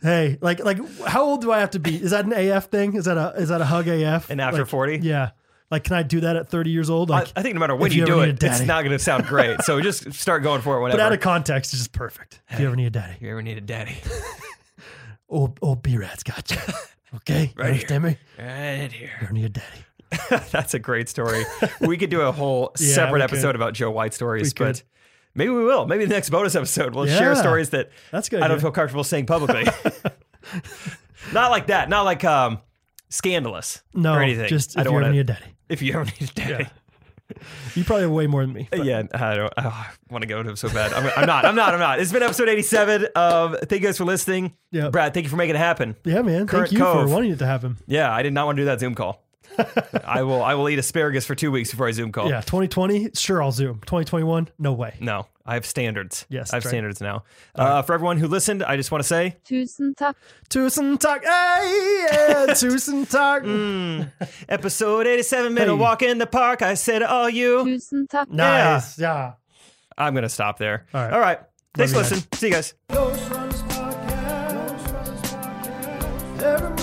Speaker 2: Hey, like, like, how old do I have to be? Is that an AF thing? Is that a is that a hug AF?
Speaker 1: And after
Speaker 2: Like,
Speaker 1: 40?
Speaker 2: yeah. Like, can I do that at 30 years old?
Speaker 1: I,
Speaker 2: Like,
Speaker 1: I think no matter when
Speaker 2: if
Speaker 1: you,
Speaker 2: you
Speaker 1: do
Speaker 2: ever need
Speaker 1: it,
Speaker 2: a
Speaker 1: it's
Speaker 2: daddy.
Speaker 1: not going to sound great. So just start going for it
Speaker 2: but out
Speaker 1: whenever.
Speaker 2: of context, it's just perfect. If you ever need a daddy,
Speaker 1: If you ever need a daddy.
Speaker 2: old old B rats got you. Okay,
Speaker 1: Right
Speaker 2: you understand me?
Speaker 1: Right
Speaker 2: You
Speaker 1: here.
Speaker 2: ever need a daddy?
Speaker 1: That's a great story. We could do a whole
Speaker 2: Yeah,
Speaker 1: separate
Speaker 2: we
Speaker 1: episode
Speaker 2: could.
Speaker 1: about Joe White stories,
Speaker 2: We could.
Speaker 1: but maybe we will. Maybe the next bonus episode we'll share
Speaker 2: Yeah.
Speaker 1: stories that
Speaker 2: That's good.
Speaker 1: I don't feel comfortable saying publicly. not like that. Not like um, scandalous
Speaker 2: no,
Speaker 1: or anything.
Speaker 2: just
Speaker 1: I
Speaker 2: if
Speaker 1: don't
Speaker 2: you ever
Speaker 1: want
Speaker 2: need
Speaker 1: to.
Speaker 2: a daddy.
Speaker 1: If you ever need a daddy.
Speaker 2: You probably have way more than me. but-
Speaker 1: Yeah, I don't. oh, I want to go to him so bad. I'm, I'm not. I'm not. I'm not. It's been episode 87. Of thank you guys for listening.
Speaker 2: Yeah.
Speaker 1: Brad, thank you for making it happen.
Speaker 2: Yeah, man.
Speaker 1: Current
Speaker 2: Thank you
Speaker 1: Cove.
Speaker 2: for wanting it to happen.
Speaker 1: Yeah, I did not want to do that Zoom call. I will. I will eat asparagus for two weeks before I Zoom call.
Speaker 2: Yeah, 2020, sure, I'll Zoom. 2021, no way.
Speaker 1: No, I have standards.
Speaker 2: Yes,
Speaker 1: I have
Speaker 2: that's right.
Speaker 1: standards now. Uh, for everyone who listened, I just want to say
Speaker 3: Tusen takk.
Speaker 2: Tucson Talk. Hey, yeah, Tucson Talk.
Speaker 1: Mm, episode 87, made a
Speaker 2: Hey.
Speaker 1: walk in the park. I said, "Oh, you."
Speaker 3: Tusen takk.
Speaker 2: Nice. Yeah.
Speaker 1: I'm gonna stop there.
Speaker 2: All right.
Speaker 1: All right. Thanks for
Speaker 2: you guys.
Speaker 1: listening. See you guys.
Speaker 2: Ghost Runners Podcast. Every